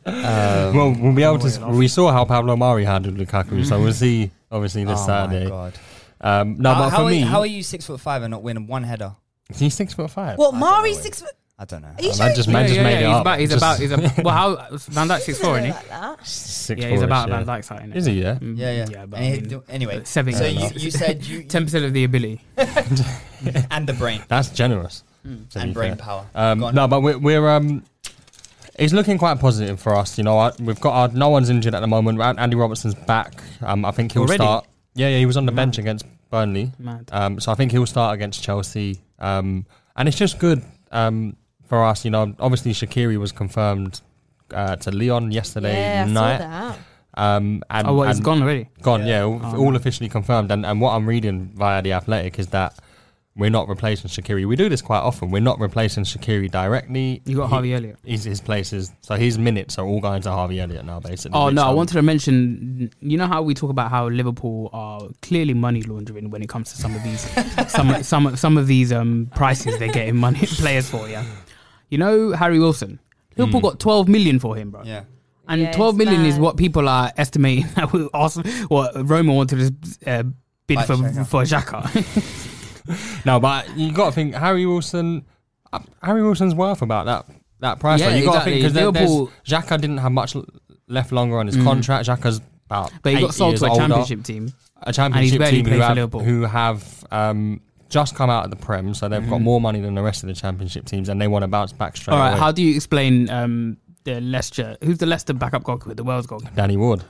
[SPEAKER 3] Um,
[SPEAKER 5] well, we'll be able to.
[SPEAKER 4] Annoying
[SPEAKER 5] s-
[SPEAKER 4] enough.
[SPEAKER 5] We saw how Pablo Mari handled Lukaku, so we'll see. Obviously, this
[SPEAKER 3] oh my
[SPEAKER 5] Saturday.
[SPEAKER 3] god!
[SPEAKER 5] Um, eh? no,
[SPEAKER 3] how,
[SPEAKER 5] but
[SPEAKER 3] how
[SPEAKER 5] for
[SPEAKER 3] are,
[SPEAKER 5] me,
[SPEAKER 3] how are you six foot five and not winning one header?
[SPEAKER 5] he's six foot five.
[SPEAKER 2] What,
[SPEAKER 3] don't
[SPEAKER 2] Mari
[SPEAKER 3] know.
[SPEAKER 2] six foot?
[SPEAKER 3] I don't know.
[SPEAKER 2] Are you
[SPEAKER 5] Man
[SPEAKER 2] sure?
[SPEAKER 5] just
[SPEAKER 2] he-
[SPEAKER 5] made- just made it
[SPEAKER 4] he's
[SPEAKER 5] up.
[SPEAKER 4] About, he's
[SPEAKER 5] Just-
[SPEAKER 4] about. He's about. Well, how Van Dijk's six four,
[SPEAKER 2] I
[SPEAKER 4] isn't
[SPEAKER 2] don't
[SPEAKER 4] he?
[SPEAKER 2] know about that.
[SPEAKER 5] *laughs* Six
[SPEAKER 4] Yeah, he's
[SPEAKER 5] four,
[SPEAKER 4] about
[SPEAKER 5] yeah.
[SPEAKER 4] Van Dijk's height. isn't he?
[SPEAKER 5] Is he? Yeah.
[SPEAKER 4] Mm,
[SPEAKER 3] Yeah, yeah.
[SPEAKER 4] Yeah, but
[SPEAKER 3] And
[SPEAKER 4] I
[SPEAKER 3] he-
[SPEAKER 4] mean,
[SPEAKER 3] anyway, so
[SPEAKER 4] seven
[SPEAKER 3] you,
[SPEAKER 4] games.
[SPEAKER 3] you said
[SPEAKER 5] *laughs*
[SPEAKER 3] you
[SPEAKER 4] ten percent of the ability.
[SPEAKER 3] and the brain
[SPEAKER 5] That's generous. *laughs* to
[SPEAKER 3] and
[SPEAKER 5] be
[SPEAKER 3] brain
[SPEAKER 5] fair.
[SPEAKER 3] power. Go
[SPEAKER 5] Um,
[SPEAKER 3] on.
[SPEAKER 5] no, but we're, we're um, it's looking quite positive for us. You know, I, we've got our no one's injured at the moment. An- Andy Robertson's back. Um, I think he'll
[SPEAKER 4] Already?
[SPEAKER 5] start. Yeah, yeah, he was on the bench against Burnley.
[SPEAKER 4] Mad.
[SPEAKER 5] Um, so I think he'll start against Chelsea. Um, and it's just good um, for us. You know, obviously Shakiri was confirmed uh, to Leon yesterday
[SPEAKER 2] Yeah, I
[SPEAKER 5] night.
[SPEAKER 2] saw that.
[SPEAKER 5] Um, and
[SPEAKER 4] Oh, well, he's
[SPEAKER 5] and-
[SPEAKER 4] gone already.
[SPEAKER 5] gone. Yeah, all,
[SPEAKER 4] Oh,
[SPEAKER 5] all officially confirmed. And and what I'm reading via the Athletic is that we're not replacing Shakiri. We do this quite often. We're not replacing Shakiri directly.
[SPEAKER 4] You got Harvey Elliott.
[SPEAKER 5] His, his places, so his minutes are all going to Harvey Elliott now, basically.
[SPEAKER 4] Oh no!
[SPEAKER 5] So-
[SPEAKER 4] I wanted to mention. You know how we talk about how Liverpool are clearly money laundering when it comes to some
[SPEAKER 3] *laughs*
[SPEAKER 4] of these, some some some of these um prices they're getting money *laughs* players for. Yeah, you know Harry Wilson. Liverpool
[SPEAKER 5] Hmm.
[SPEAKER 4] got twelve million for him, bro.
[SPEAKER 3] yeah.
[SPEAKER 4] And
[SPEAKER 2] Yeah,
[SPEAKER 4] twelve
[SPEAKER 2] it's
[SPEAKER 4] million is
[SPEAKER 2] mad.
[SPEAKER 4] what people are estimating *laughs* that will awesome, what Roma wanted to uh, bid
[SPEAKER 3] Like
[SPEAKER 4] for
[SPEAKER 3] Xhaka.
[SPEAKER 4] for Xhaka.
[SPEAKER 5] *laughs* no, but Uh, you got to think Harry Wilson. uh, Harry Wilson's worth about that that price.
[SPEAKER 4] Yeah,
[SPEAKER 5] though. you got to
[SPEAKER 4] exactly.
[SPEAKER 5] think because
[SPEAKER 4] Liverpool- Mm.
[SPEAKER 5] Xhaka didn't have much l- left longer on his contract. Xhaka's about
[SPEAKER 4] but he got
[SPEAKER 5] eight
[SPEAKER 4] sold
[SPEAKER 5] years
[SPEAKER 4] to a
[SPEAKER 5] older.
[SPEAKER 4] championship team.
[SPEAKER 5] a championship
[SPEAKER 4] barely
[SPEAKER 5] team who
[SPEAKER 4] played for
[SPEAKER 5] have,
[SPEAKER 4] Liverpool.
[SPEAKER 5] who have um, just come out of the Prem, so they've got more money than the rest of the championship teams, and they want to bounce back straight
[SPEAKER 4] Mm-hmm. All right,
[SPEAKER 5] away.
[SPEAKER 4] how do you explain um the Leicester? Who's the Leicester backup goalkeeper? The Wales goalkeeper.
[SPEAKER 5] Danny Ward.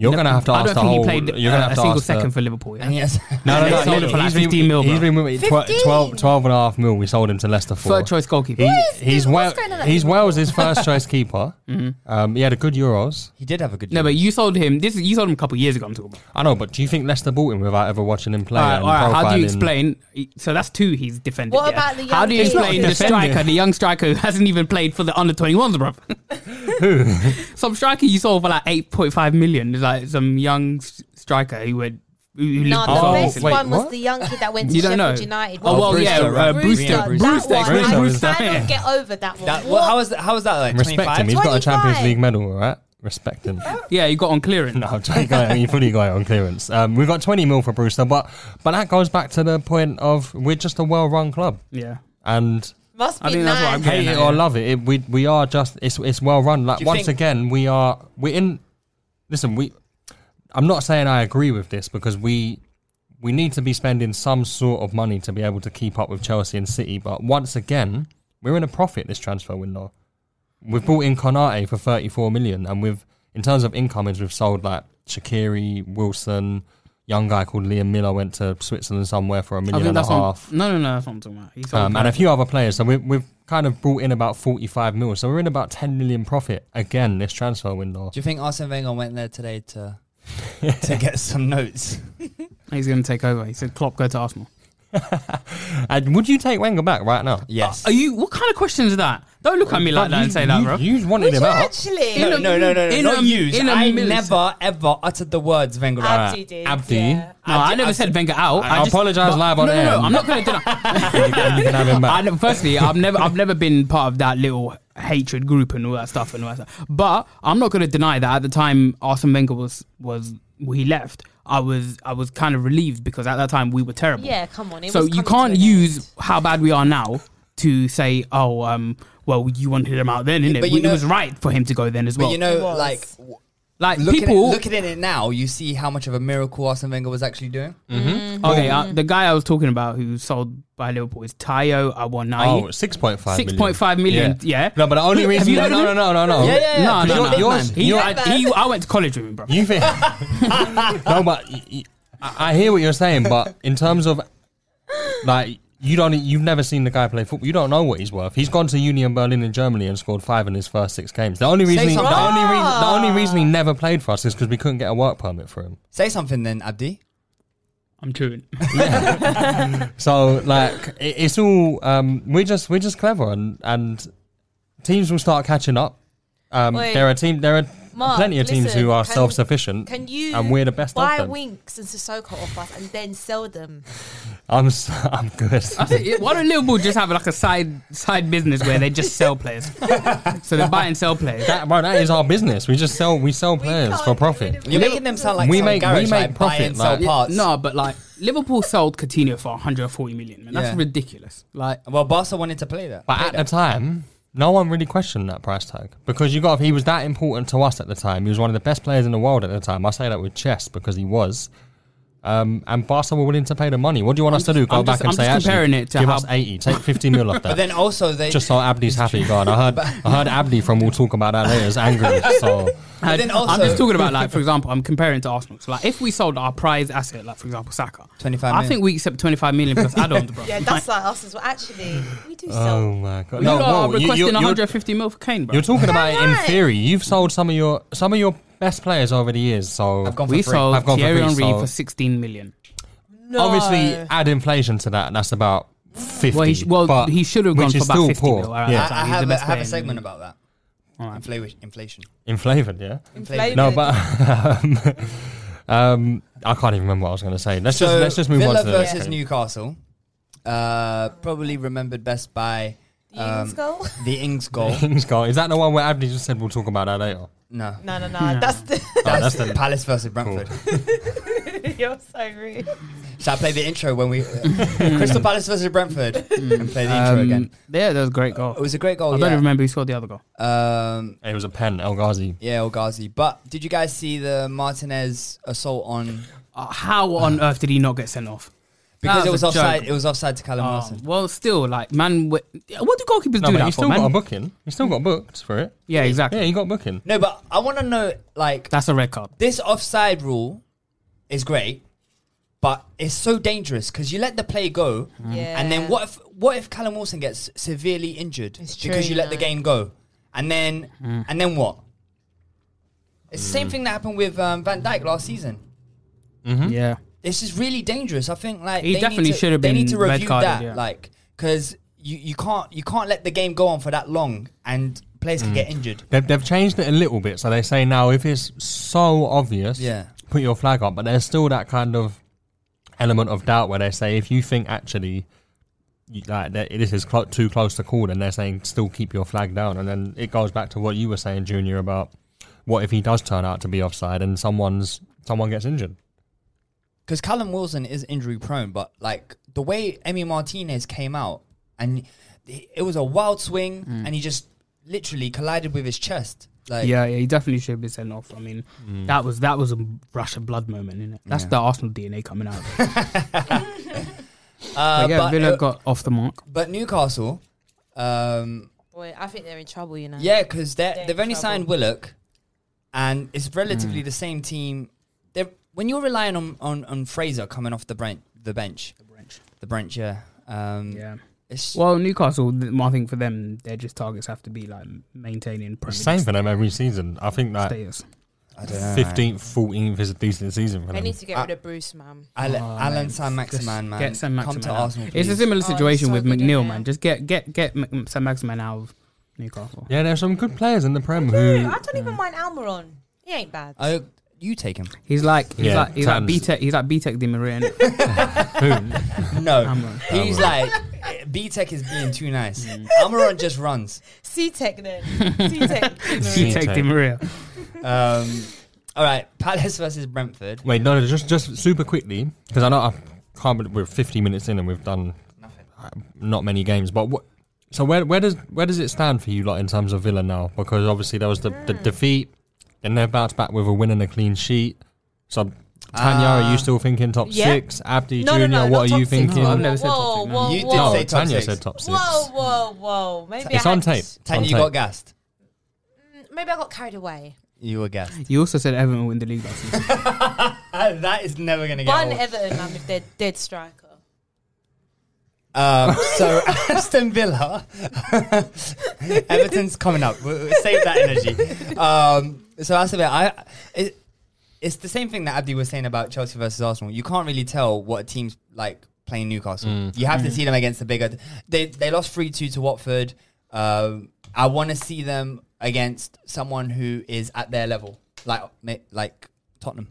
[SPEAKER 5] You're
[SPEAKER 4] No,
[SPEAKER 5] gonna have to
[SPEAKER 4] I
[SPEAKER 5] ask
[SPEAKER 4] don't
[SPEAKER 5] the
[SPEAKER 4] think
[SPEAKER 5] whole.
[SPEAKER 4] he played
[SPEAKER 5] you're gonna
[SPEAKER 4] uh,
[SPEAKER 5] have
[SPEAKER 4] a
[SPEAKER 5] to
[SPEAKER 4] single
[SPEAKER 5] ask the-
[SPEAKER 4] second for Liverpool. Yeah?
[SPEAKER 3] And he has-
[SPEAKER 5] *laughs* No, no, no.
[SPEAKER 4] They sold him for like 15 mil,
[SPEAKER 5] He's
[SPEAKER 4] bro.
[SPEAKER 5] been with 12, 12 and a half mil. We sold him to Leicester for.
[SPEAKER 4] Third choice goalkeeper.
[SPEAKER 5] He,
[SPEAKER 6] What is
[SPEAKER 5] he's
[SPEAKER 6] this?
[SPEAKER 5] well.
[SPEAKER 6] What's going on at
[SPEAKER 5] He's
[SPEAKER 6] Liverpool? *laughs*
[SPEAKER 5] Wales' first choice keeper.
[SPEAKER 4] Mm-hmm.
[SPEAKER 5] Um, he had a good Euros.
[SPEAKER 3] *laughs* He did have a good.
[SPEAKER 4] No,
[SPEAKER 3] job.
[SPEAKER 4] but you sold him. This is, you sold him a couple of years ago. I'm talking about.
[SPEAKER 5] I know, but do you think Leicester bought him without ever watching him play?
[SPEAKER 4] all right,
[SPEAKER 5] and
[SPEAKER 4] all right. How do you
[SPEAKER 5] um, profiling?
[SPEAKER 4] explain? So that's two he's defended.
[SPEAKER 2] What
[SPEAKER 4] yeah.
[SPEAKER 2] about the young
[SPEAKER 4] How do you
[SPEAKER 2] kid?
[SPEAKER 4] explain the
[SPEAKER 5] He's not defending.
[SPEAKER 4] striker, the young striker who hasn't even played for the under 21s,
[SPEAKER 5] *laughs*
[SPEAKER 4] bro? some striker you sold for like 8.5 million. It's like some young s- striker who went. Who who
[SPEAKER 2] Nah,
[SPEAKER 4] lived
[SPEAKER 2] the
[SPEAKER 5] Oh,
[SPEAKER 2] best
[SPEAKER 4] above
[SPEAKER 5] wait,
[SPEAKER 4] recently.
[SPEAKER 2] one was
[SPEAKER 5] what?
[SPEAKER 2] the young kid that went to
[SPEAKER 4] You don't
[SPEAKER 2] Sheffield
[SPEAKER 4] know.
[SPEAKER 2] United.
[SPEAKER 4] Oh, well, yeah,
[SPEAKER 3] Brewster,
[SPEAKER 4] uh,
[SPEAKER 3] right?
[SPEAKER 4] Brewster.
[SPEAKER 3] Brewster.
[SPEAKER 4] Brewster.
[SPEAKER 2] that one,
[SPEAKER 5] Brewster
[SPEAKER 2] I
[SPEAKER 5] is that-
[SPEAKER 2] cannot get over that one.
[SPEAKER 3] That, well, how was that, how was that like?
[SPEAKER 5] Respect
[SPEAKER 3] 25?
[SPEAKER 5] him. He's got a Champions
[SPEAKER 2] 25.
[SPEAKER 5] League medal, all right? Respect him.
[SPEAKER 4] *laughs* Yeah, you got on clearance.
[SPEAKER 5] *laughs* No, I'm joking. I mean, you fully got it on clearance. Um, we've got 20 mil for Brewster, but but that goes back to the point of we're just a well-run club,
[SPEAKER 4] Yeah.
[SPEAKER 5] and
[SPEAKER 2] Must be
[SPEAKER 4] I think that's what I'm
[SPEAKER 2] nice.
[SPEAKER 4] getting
[SPEAKER 5] hate
[SPEAKER 4] at,
[SPEAKER 5] it
[SPEAKER 4] yeah.
[SPEAKER 5] or love it, it we we are just it's it's well-run. Like
[SPEAKER 3] Do you
[SPEAKER 5] once
[SPEAKER 3] think-
[SPEAKER 5] again, we are we're in. Listen, we. I'm not saying I agree with this because we we need to be spending some sort of money to be able to keep up with Chelsea and City. But once again, we're in a profit this transfer window. We've bought in Konate for 34 million, and we've, in terms of incomings, we've sold like Shakiri, Wilson, young guy called Liam Miller went to Switzerland somewhere for a
[SPEAKER 4] I
[SPEAKER 5] million
[SPEAKER 4] think
[SPEAKER 5] and a
[SPEAKER 4] that's
[SPEAKER 5] half.
[SPEAKER 4] what. No, no, no. That's what I'm talking about. He sold
[SPEAKER 5] Um, and a
[SPEAKER 4] Brewster.
[SPEAKER 5] few other players. So we've, we've kind of brought in about 45 mil. So we're in about 10 million profit again this transfer window.
[SPEAKER 3] Do you think Arsene Wenger went there today to to get some notes?
[SPEAKER 4] He's going to take over. He said, Klopp, go to Arsenal.
[SPEAKER 5] And would you take Wenger back right now?
[SPEAKER 3] Yes.
[SPEAKER 4] Are you? What kind of question is that? Don't look at me like
[SPEAKER 5] But
[SPEAKER 4] that
[SPEAKER 5] you,
[SPEAKER 4] and say that,
[SPEAKER 5] you-
[SPEAKER 4] bro.
[SPEAKER 5] You wanted
[SPEAKER 2] Would you
[SPEAKER 5] him out.
[SPEAKER 2] actually?
[SPEAKER 4] In
[SPEAKER 3] no,
[SPEAKER 4] a-
[SPEAKER 3] no, no, no, no.
[SPEAKER 4] in
[SPEAKER 3] Not
[SPEAKER 4] a-
[SPEAKER 3] you.
[SPEAKER 4] in a
[SPEAKER 3] I
[SPEAKER 4] millisecond.
[SPEAKER 3] never ever uttered the words Wenger. out.
[SPEAKER 2] Abdi did.
[SPEAKER 5] Abdi.
[SPEAKER 2] Yeah.
[SPEAKER 4] No, I, never said Wenger out.
[SPEAKER 5] I apologise
[SPEAKER 4] but-
[SPEAKER 5] live on
[SPEAKER 4] no,
[SPEAKER 5] air.
[SPEAKER 4] No, no, I'm not going to do *laughs* that.
[SPEAKER 5] you, can, you can have
[SPEAKER 4] *laughs*
[SPEAKER 5] him
[SPEAKER 4] I
[SPEAKER 5] back.
[SPEAKER 4] ne- firstly, I've never, I've never been part of that little hatred group and all that stuff and all that stuff. But I'm not going to deny that at the time Arsene Wenger was was when he left, I was I was kind of relieved because at that time we were terrible.
[SPEAKER 2] Yeah, come on, it
[SPEAKER 4] so
[SPEAKER 2] was
[SPEAKER 4] you
[SPEAKER 2] coming to
[SPEAKER 4] can't
[SPEAKER 2] an
[SPEAKER 4] use
[SPEAKER 2] end.
[SPEAKER 4] how bad we are now to say, oh, um, well, you wanted him out then,
[SPEAKER 3] Yeah,
[SPEAKER 4] innit?
[SPEAKER 3] but
[SPEAKER 4] it?
[SPEAKER 3] you know-
[SPEAKER 4] it was right for him to go then as
[SPEAKER 3] But
[SPEAKER 4] well.
[SPEAKER 3] you know,
[SPEAKER 2] was.
[SPEAKER 3] like
[SPEAKER 4] like
[SPEAKER 3] looking
[SPEAKER 4] people
[SPEAKER 3] at, looking at it now, you see how much of a miracle Arsene Wenger was actually doing.
[SPEAKER 5] Mm.
[SPEAKER 4] Okay, uh, the guy I was talking about who sold by Liverpool is Tayo
[SPEAKER 5] Oh,
[SPEAKER 4] Awanayi.
[SPEAKER 5] 6.5 million.
[SPEAKER 4] 6.5 million, yeah.
[SPEAKER 5] No, but the only
[SPEAKER 4] Have
[SPEAKER 5] reason.
[SPEAKER 4] you
[SPEAKER 5] No,
[SPEAKER 4] heard of
[SPEAKER 5] no,
[SPEAKER 4] him?
[SPEAKER 5] no, no, no.
[SPEAKER 3] Yeah, yeah, yeah.
[SPEAKER 4] No,
[SPEAKER 3] Big
[SPEAKER 4] no,
[SPEAKER 3] man,
[SPEAKER 4] no.
[SPEAKER 3] big
[SPEAKER 5] Yours-
[SPEAKER 3] man.
[SPEAKER 4] He,
[SPEAKER 5] You're
[SPEAKER 4] I, he, I went to college with him, bro.
[SPEAKER 5] You think? no, but y- y- I I hear what you're saying. But in terms of like, you don't, e, you've never seen the guy play football. You don't know what he's worth. He's gone to Union Berlin in Germany and scored five in his first six games. The only reason, he, the
[SPEAKER 3] something.
[SPEAKER 5] only reason, the only reason he never played for us is because we couldn't get a work permit for him.
[SPEAKER 3] Say something then, Abdi.
[SPEAKER 4] I'm chewing.
[SPEAKER 5] So like, it, it's all um, we're just we're just clever and and teams will start catching up. Um,
[SPEAKER 2] Wait.
[SPEAKER 5] there are team there are
[SPEAKER 2] Mark,
[SPEAKER 5] plenty of teams
[SPEAKER 2] listen,
[SPEAKER 5] who are
[SPEAKER 2] can-
[SPEAKER 5] self sufficient.
[SPEAKER 2] Can you
[SPEAKER 5] and we're the best
[SPEAKER 2] buy
[SPEAKER 5] of them.
[SPEAKER 2] Winks and Sissoko off us and then sell them?
[SPEAKER 5] I'm s *laughs* am good.
[SPEAKER 4] *laughs* Why don't Liverpool just have like a side side business where they just
[SPEAKER 5] *laughs*
[SPEAKER 4] sell players? so they buy and sell players.
[SPEAKER 5] That, bro, that is our business. We just sell. We sell players
[SPEAKER 2] can't
[SPEAKER 5] for
[SPEAKER 2] get rid
[SPEAKER 5] profit.
[SPEAKER 2] of
[SPEAKER 3] You're making them sound like
[SPEAKER 5] We
[SPEAKER 3] some
[SPEAKER 5] make- we
[SPEAKER 3] garage,
[SPEAKER 5] make
[SPEAKER 3] like,
[SPEAKER 5] profit,
[SPEAKER 3] buy and sell
[SPEAKER 5] like-
[SPEAKER 3] parts.
[SPEAKER 4] No, but like Liverpool sold Coutinho for 140 million. Man. That's
[SPEAKER 3] Yeah.
[SPEAKER 4] ridiculous. Like,
[SPEAKER 3] Well, Barca wanted to play that.
[SPEAKER 5] But at the time, no one really questioned that price tag because you got he was that important to us at the time. He was one of the best players in the world at the time. I say that with chest because he was. Um, and Barca were willing to pay the money. What do you want us to do? Go
[SPEAKER 4] I'm
[SPEAKER 5] back
[SPEAKER 4] just-
[SPEAKER 5] and
[SPEAKER 4] I'm
[SPEAKER 5] say,
[SPEAKER 4] just
[SPEAKER 5] actually,
[SPEAKER 4] comparing it to
[SPEAKER 5] give
[SPEAKER 4] how-
[SPEAKER 5] us eighty, take fifty
[SPEAKER 4] *laughs*
[SPEAKER 5] mil off that.
[SPEAKER 3] But then also they
[SPEAKER 5] just so Abdi's happy, God. I heard, I heard Abdi from. We'll talk about that later. Is angry.
[SPEAKER 4] *laughs*
[SPEAKER 5] So
[SPEAKER 4] I-
[SPEAKER 3] then also-
[SPEAKER 4] I'm just talking about like, for example, I'm comparing to Arsenal. So like, if we sold our prize asset, like for example, Saka,
[SPEAKER 3] 25
[SPEAKER 4] I
[SPEAKER 3] million.
[SPEAKER 4] think we accept 25 million plus add-ons,
[SPEAKER 5] *laughs*
[SPEAKER 4] bro.
[SPEAKER 2] Yeah, that's like us as well. Actually, we do
[SPEAKER 5] oh
[SPEAKER 2] sell.
[SPEAKER 5] my God.
[SPEAKER 4] You lot are
[SPEAKER 5] whoa, you-
[SPEAKER 4] requesting
[SPEAKER 5] you- you're-
[SPEAKER 4] 150 mil for Kane, bro.
[SPEAKER 5] You're talking about it in
[SPEAKER 2] right.
[SPEAKER 5] theory. You've sold some of your some of your best players over the years. So
[SPEAKER 3] I've gone for
[SPEAKER 4] we
[SPEAKER 3] free.
[SPEAKER 4] sold
[SPEAKER 5] I've gone for
[SPEAKER 4] Thierry
[SPEAKER 5] free,
[SPEAKER 4] Henry
[SPEAKER 5] so-
[SPEAKER 4] for 16 million.
[SPEAKER 5] obviously add inflation to that, and that's about fifty.
[SPEAKER 4] Well, he sh- well,
[SPEAKER 5] but-
[SPEAKER 4] he should have gone
[SPEAKER 5] which
[SPEAKER 4] for
[SPEAKER 5] is
[SPEAKER 4] about
[SPEAKER 5] still
[SPEAKER 4] 50
[SPEAKER 5] poor.
[SPEAKER 4] mil, alright.
[SPEAKER 5] Yeah,
[SPEAKER 4] That's
[SPEAKER 3] I, I
[SPEAKER 4] he's the
[SPEAKER 3] have, a,
[SPEAKER 4] best
[SPEAKER 3] I have a
[SPEAKER 4] player in the
[SPEAKER 3] segment
[SPEAKER 4] league.
[SPEAKER 3] about that.
[SPEAKER 4] Alright.
[SPEAKER 3] Inflation. Inflation.
[SPEAKER 5] inflated. Yeah.
[SPEAKER 3] Inflation.
[SPEAKER 5] No, but *laughs* um, um, I can't even remember what I was going to say. Let's just let's just move
[SPEAKER 3] Villa
[SPEAKER 5] on to the next
[SPEAKER 3] versus
[SPEAKER 5] game.
[SPEAKER 3] Newcastle. Uh, probably remembered best by um,
[SPEAKER 2] Ings goal?
[SPEAKER 3] the Ings
[SPEAKER 5] *laughs*
[SPEAKER 3] goal.
[SPEAKER 5] Kings goal. Is that the one where Abdi just said we'll talk about that later? Oh,
[SPEAKER 3] No,
[SPEAKER 2] *laughs* No, no, no. That's the.
[SPEAKER 3] that's,
[SPEAKER 5] that's the-
[SPEAKER 3] Palace versus Brentford.
[SPEAKER 2] *laughs* You're so rude.
[SPEAKER 3] Should I play the intro when
[SPEAKER 4] *laughs*
[SPEAKER 3] we Crystal Palace versus Brentford and play the intro again?
[SPEAKER 4] Yeah, that Uh, was a great goal.
[SPEAKER 3] It was a great goal.
[SPEAKER 4] Um, I
[SPEAKER 3] yeah.
[SPEAKER 4] don't even remember who scored the other goal.
[SPEAKER 3] Um,
[SPEAKER 5] It was a pen, El Ghazi.
[SPEAKER 3] yeah, El Ghazi. But did you guys see the Martinez assault on?
[SPEAKER 4] Uh, how on earth did he not get sent off?
[SPEAKER 3] Because it was
[SPEAKER 4] a joke.
[SPEAKER 3] offside. It was offside to Callum
[SPEAKER 4] Oh,
[SPEAKER 3] Wilson.
[SPEAKER 4] well, still, like, man, what, what do goalkeepers
[SPEAKER 5] No,
[SPEAKER 4] do
[SPEAKER 5] but
[SPEAKER 4] that
[SPEAKER 5] he
[SPEAKER 4] for,
[SPEAKER 5] still
[SPEAKER 4] man?
[SPEAKER 5] got a booking. He still got booked for it.
[SPEAKER 4] yeah, exactly.
[SPEAKER 5] Yeah, he got booking.
[SPEAKER 3] No, but I want to know like
[SPEAKER 4] That's a red card.
[SPEAKER 3] this offside rule is great, but it's so dangerous because you let the play go,
[SPEAKER 2] Mm-hmm. Yeah.
[SPEAKER 3] and then what if what if Callum Wilson gets severely injured
[SPEAKER 2] It's true,
[SPEAKER 3] because you
[SPEAKER 2] you
[SPEAKER 3] let the
[SPEAKER 2] know.
[SPEAKER 3] game go, and then
[SPEAKER 4] Mm.
[SPEAKER 3] and then what? It's the same thing that happened with um, Van Dijk last season.
[SPEAKER 4] Yeah.
[SPEAKER 3] This is really dangerous. I think like
[SPEAKER 4] He
[SPEAKER 3] they need
[SPEAKER 4] definitely
[SPEAKER 3] to-
[SPEAKER 4] should have
[SPEAKER 3] they
[SPEAKER 4] been
[SPEAKER 3] need to
[SPEAKER 4] red
[SPEAKER 3] review
[SPEAKER 4] carded,
[SPEAKER 3] that
[SPEAKER 4] yeah.
[SPEAKER 3] like because you you can't you can't let the game go on for that long and players
[SPEAKER 4] Mm.
[SPEAKER 3] can get injured.
[SPEAKER 5] They've, they've changed it a little bit, so they say now if it's so obvious,
[SPEAKER 3] Yeah.
[SPEAKER 5] put your flag up. But there's still that kind of element of doubt where they say if you think actually you- like that this is clo- too close to call, then they're saying still keep your flag down. And then it goes back to what you were saying, Junior, about what if he does turn out to be offside and someone's someone gets injured.
[SPEAKER 3] because Callum Wilson is injury prone, but like the way Emi Martinez came out, and he- it was a wild swing, and he just literally collided with his chest. Like,
[SPEAKER 4] Mm. yeah, yeah, he definitely should have been sent off. I mean, that was that was a rush of blood moment, innit? That's the Arsenal DNA coming *laughs* out. of it.
[SPEAKER 3] uh,
[SPEAKER 4] but yeah,
[SPEAKER 3] but,
[SPEAKER 4] Villa
[SPEAKER 3] uh,
[SPEAKER 4] got off the mark.
[SPEAKER 3] but Newcastle, um,
[SPEAKER 2] Boy, I think they're in trouble, you know.
[SPEAKER 3] yeah, because they
[SPEAKER 2] Mm. They're
[SPEAKER 3] they've
[SPEAKER 2] in
[SPEAKER 3] only signed
[SPEAKER 2] trouble.
[SPEAKER 3] Willock, and it's
[SPEAKER 4] Mm.
[SPEAKER 3] relatively the same team. They're, when you're relying on, on, on Fraser coming off the bench, the bench, the bench, yeah, um,
[SPEAKER 4] Yeah.
[SPEAKER 3] it's
[SPEAKER 4] Well, Newcastle, th- I think for them, their just targets have to be like maintaining Premier
[SPEAKER 5] Same
[SPEAKER 4] League
[SPEAKER 5] for them every season. I think that
[SPEAKER 4] status.
[SPEAKER 3] I don't know, man.
[SPEAKER 5] fifteenth, fourteenth is a decent season for
[SPEAKER 2] They
[SPEAKER 5] them.
[SPEAKER 2] need to get
[SPEAKER 3] I-
[SPEAKER 2] rid of Bruce, man.
[SPEAKER 3] Ale- Alan San
[SPEAKER 4] Oh, Just
[SPEAKER 3] Maximan, man,
[SPEAKER 4] Get Sam Maximan
[SPEAKER 3] come to
[SPEAKER 4] out.
[SPEAKER 3] Arsenal.
[SPEAKER 4] It's a
[SPEAKER 3] please.
[SPEAKER 4] similar
[SPEAKER 2] Oh, he's
[SPEAKER 4] situation
[SPEAKER 2] so
[SPEAKER 4] with
[SPEAKER 2] good,
[SPEAKER 4] McNeil,
[SPEAKER 2] yeah.
[SPEAKER 4] man. Just get get get Mc- Sam Maximan out of Newcastle.
[SPEAKER 5] yeah, there's some good players in the Prem
[SPEAKER 2] Dude,
[SPEAKER 5] who
[SPEAKER 2] I don't even mind Almiron. He ain't bad.
[SPEAKER 3] Oh, you take him.
[SPEAKER 4] He's like he's
[SPEAKER 5] Yeah,
[SPEAKER 4] like he's like
[SPEAKER 5] Sam's-
[SPEAKER 4] B Tech he's like B Tech Di Maria. *laughs* innit?
[SPEAKER 3] No,
[SPEAKER 4] Amaron.
[SPEAKER 3] he's like B Tech is being too nice. Amaron just runs.
[SPEAKER 2] C Tech
[SPEAKER 5] *laughs*
[SPEAKER 2] then. C Tech.
[SPEAKER 4] B Tech Di Maria.
[SPEAKER 3] Um, all right, Palace versus Brentford.
[SPEAKER 5] Wait, no, no, just just super quickly because I know I can't. believe We're 50 minutes in and we've done uh, not many games. But what? So where where does where does it stand for you lot in terms of Villa now? Because obviously there was the,
[SPEAKER 2] Mm.
[SPEAKER 5] the defeat, then they bounced back with a win and a clean sheet. So Tanya,
[SPEAKER 4] Ah.
[SPEAKER 5] are you still thinking top
[SPEAKER 2] yeah.
[SPEAKER 5] six? Abdi
[SPEAKER 2] No, no,
[SPEAKER 5] Junior,
[SPEAKER 2] no, not
[SPEAKER 5] what are
[SPEAKER 2] top
[SPEAKER 5] you
[SPEAKER 2] six.
[SPEAKER 5] thinking?
[SPEAKER 4] No,
[SPEAKER 2] Whoa,
[SPEAKER 4] I've never
[SPEAKER 2] whoa,
[SPEAKER 4] said top six, man.
[SPEAKER 2] whoa,
[SPEAKER 3] You did
[SPEAKER 2] whoa.
[SPEAKER 3] say top
[SPEAKER 5] Tanya
[SPEAKER 3] six.
[SPEAKER 5] said top six.
[SPEAKER 2] Whoa, whoa, whoa. Maybe
[SPEAKER 5] It's
[SPEAKER 2] I
[SPEAKER 5] on
[SPEAKER 2] had-
[SPEAKER 5] tape.
[SPEAKER 3] Tanya,
[SPEAKER 5] on
[SPEAKER 3] you
[SPEAKER 5] tape.
[SPEAKER 3] got gassed.
[SPEAKER 2] Maybe I got carried away.
[SPEAKER 3] You were gassed.
[SPEAKER 4] You also said Everton will win the league last season.
[SPEAKER 3] Uh, that is never gonna get
[SPEAKER 2] Bun
[SPEAKER 3] old.
[SPEAKER 2] Everton, man, with their dead striker.
[SPEAKER 3] Um, so *laughs* Aston Villa, *laughs* Everton's coming up. We'll, we'll save that energy. Um, so Aston Villa, I, it, it's the same thing that Abdi was saying about Chelsea versus Arsenal. You can't really tell what a team's like playing Newcastle. You have to see them against the bigger. They they lost three two to Watford. Um, I want to see them against someone who is at their level, like ma- like Tottenham.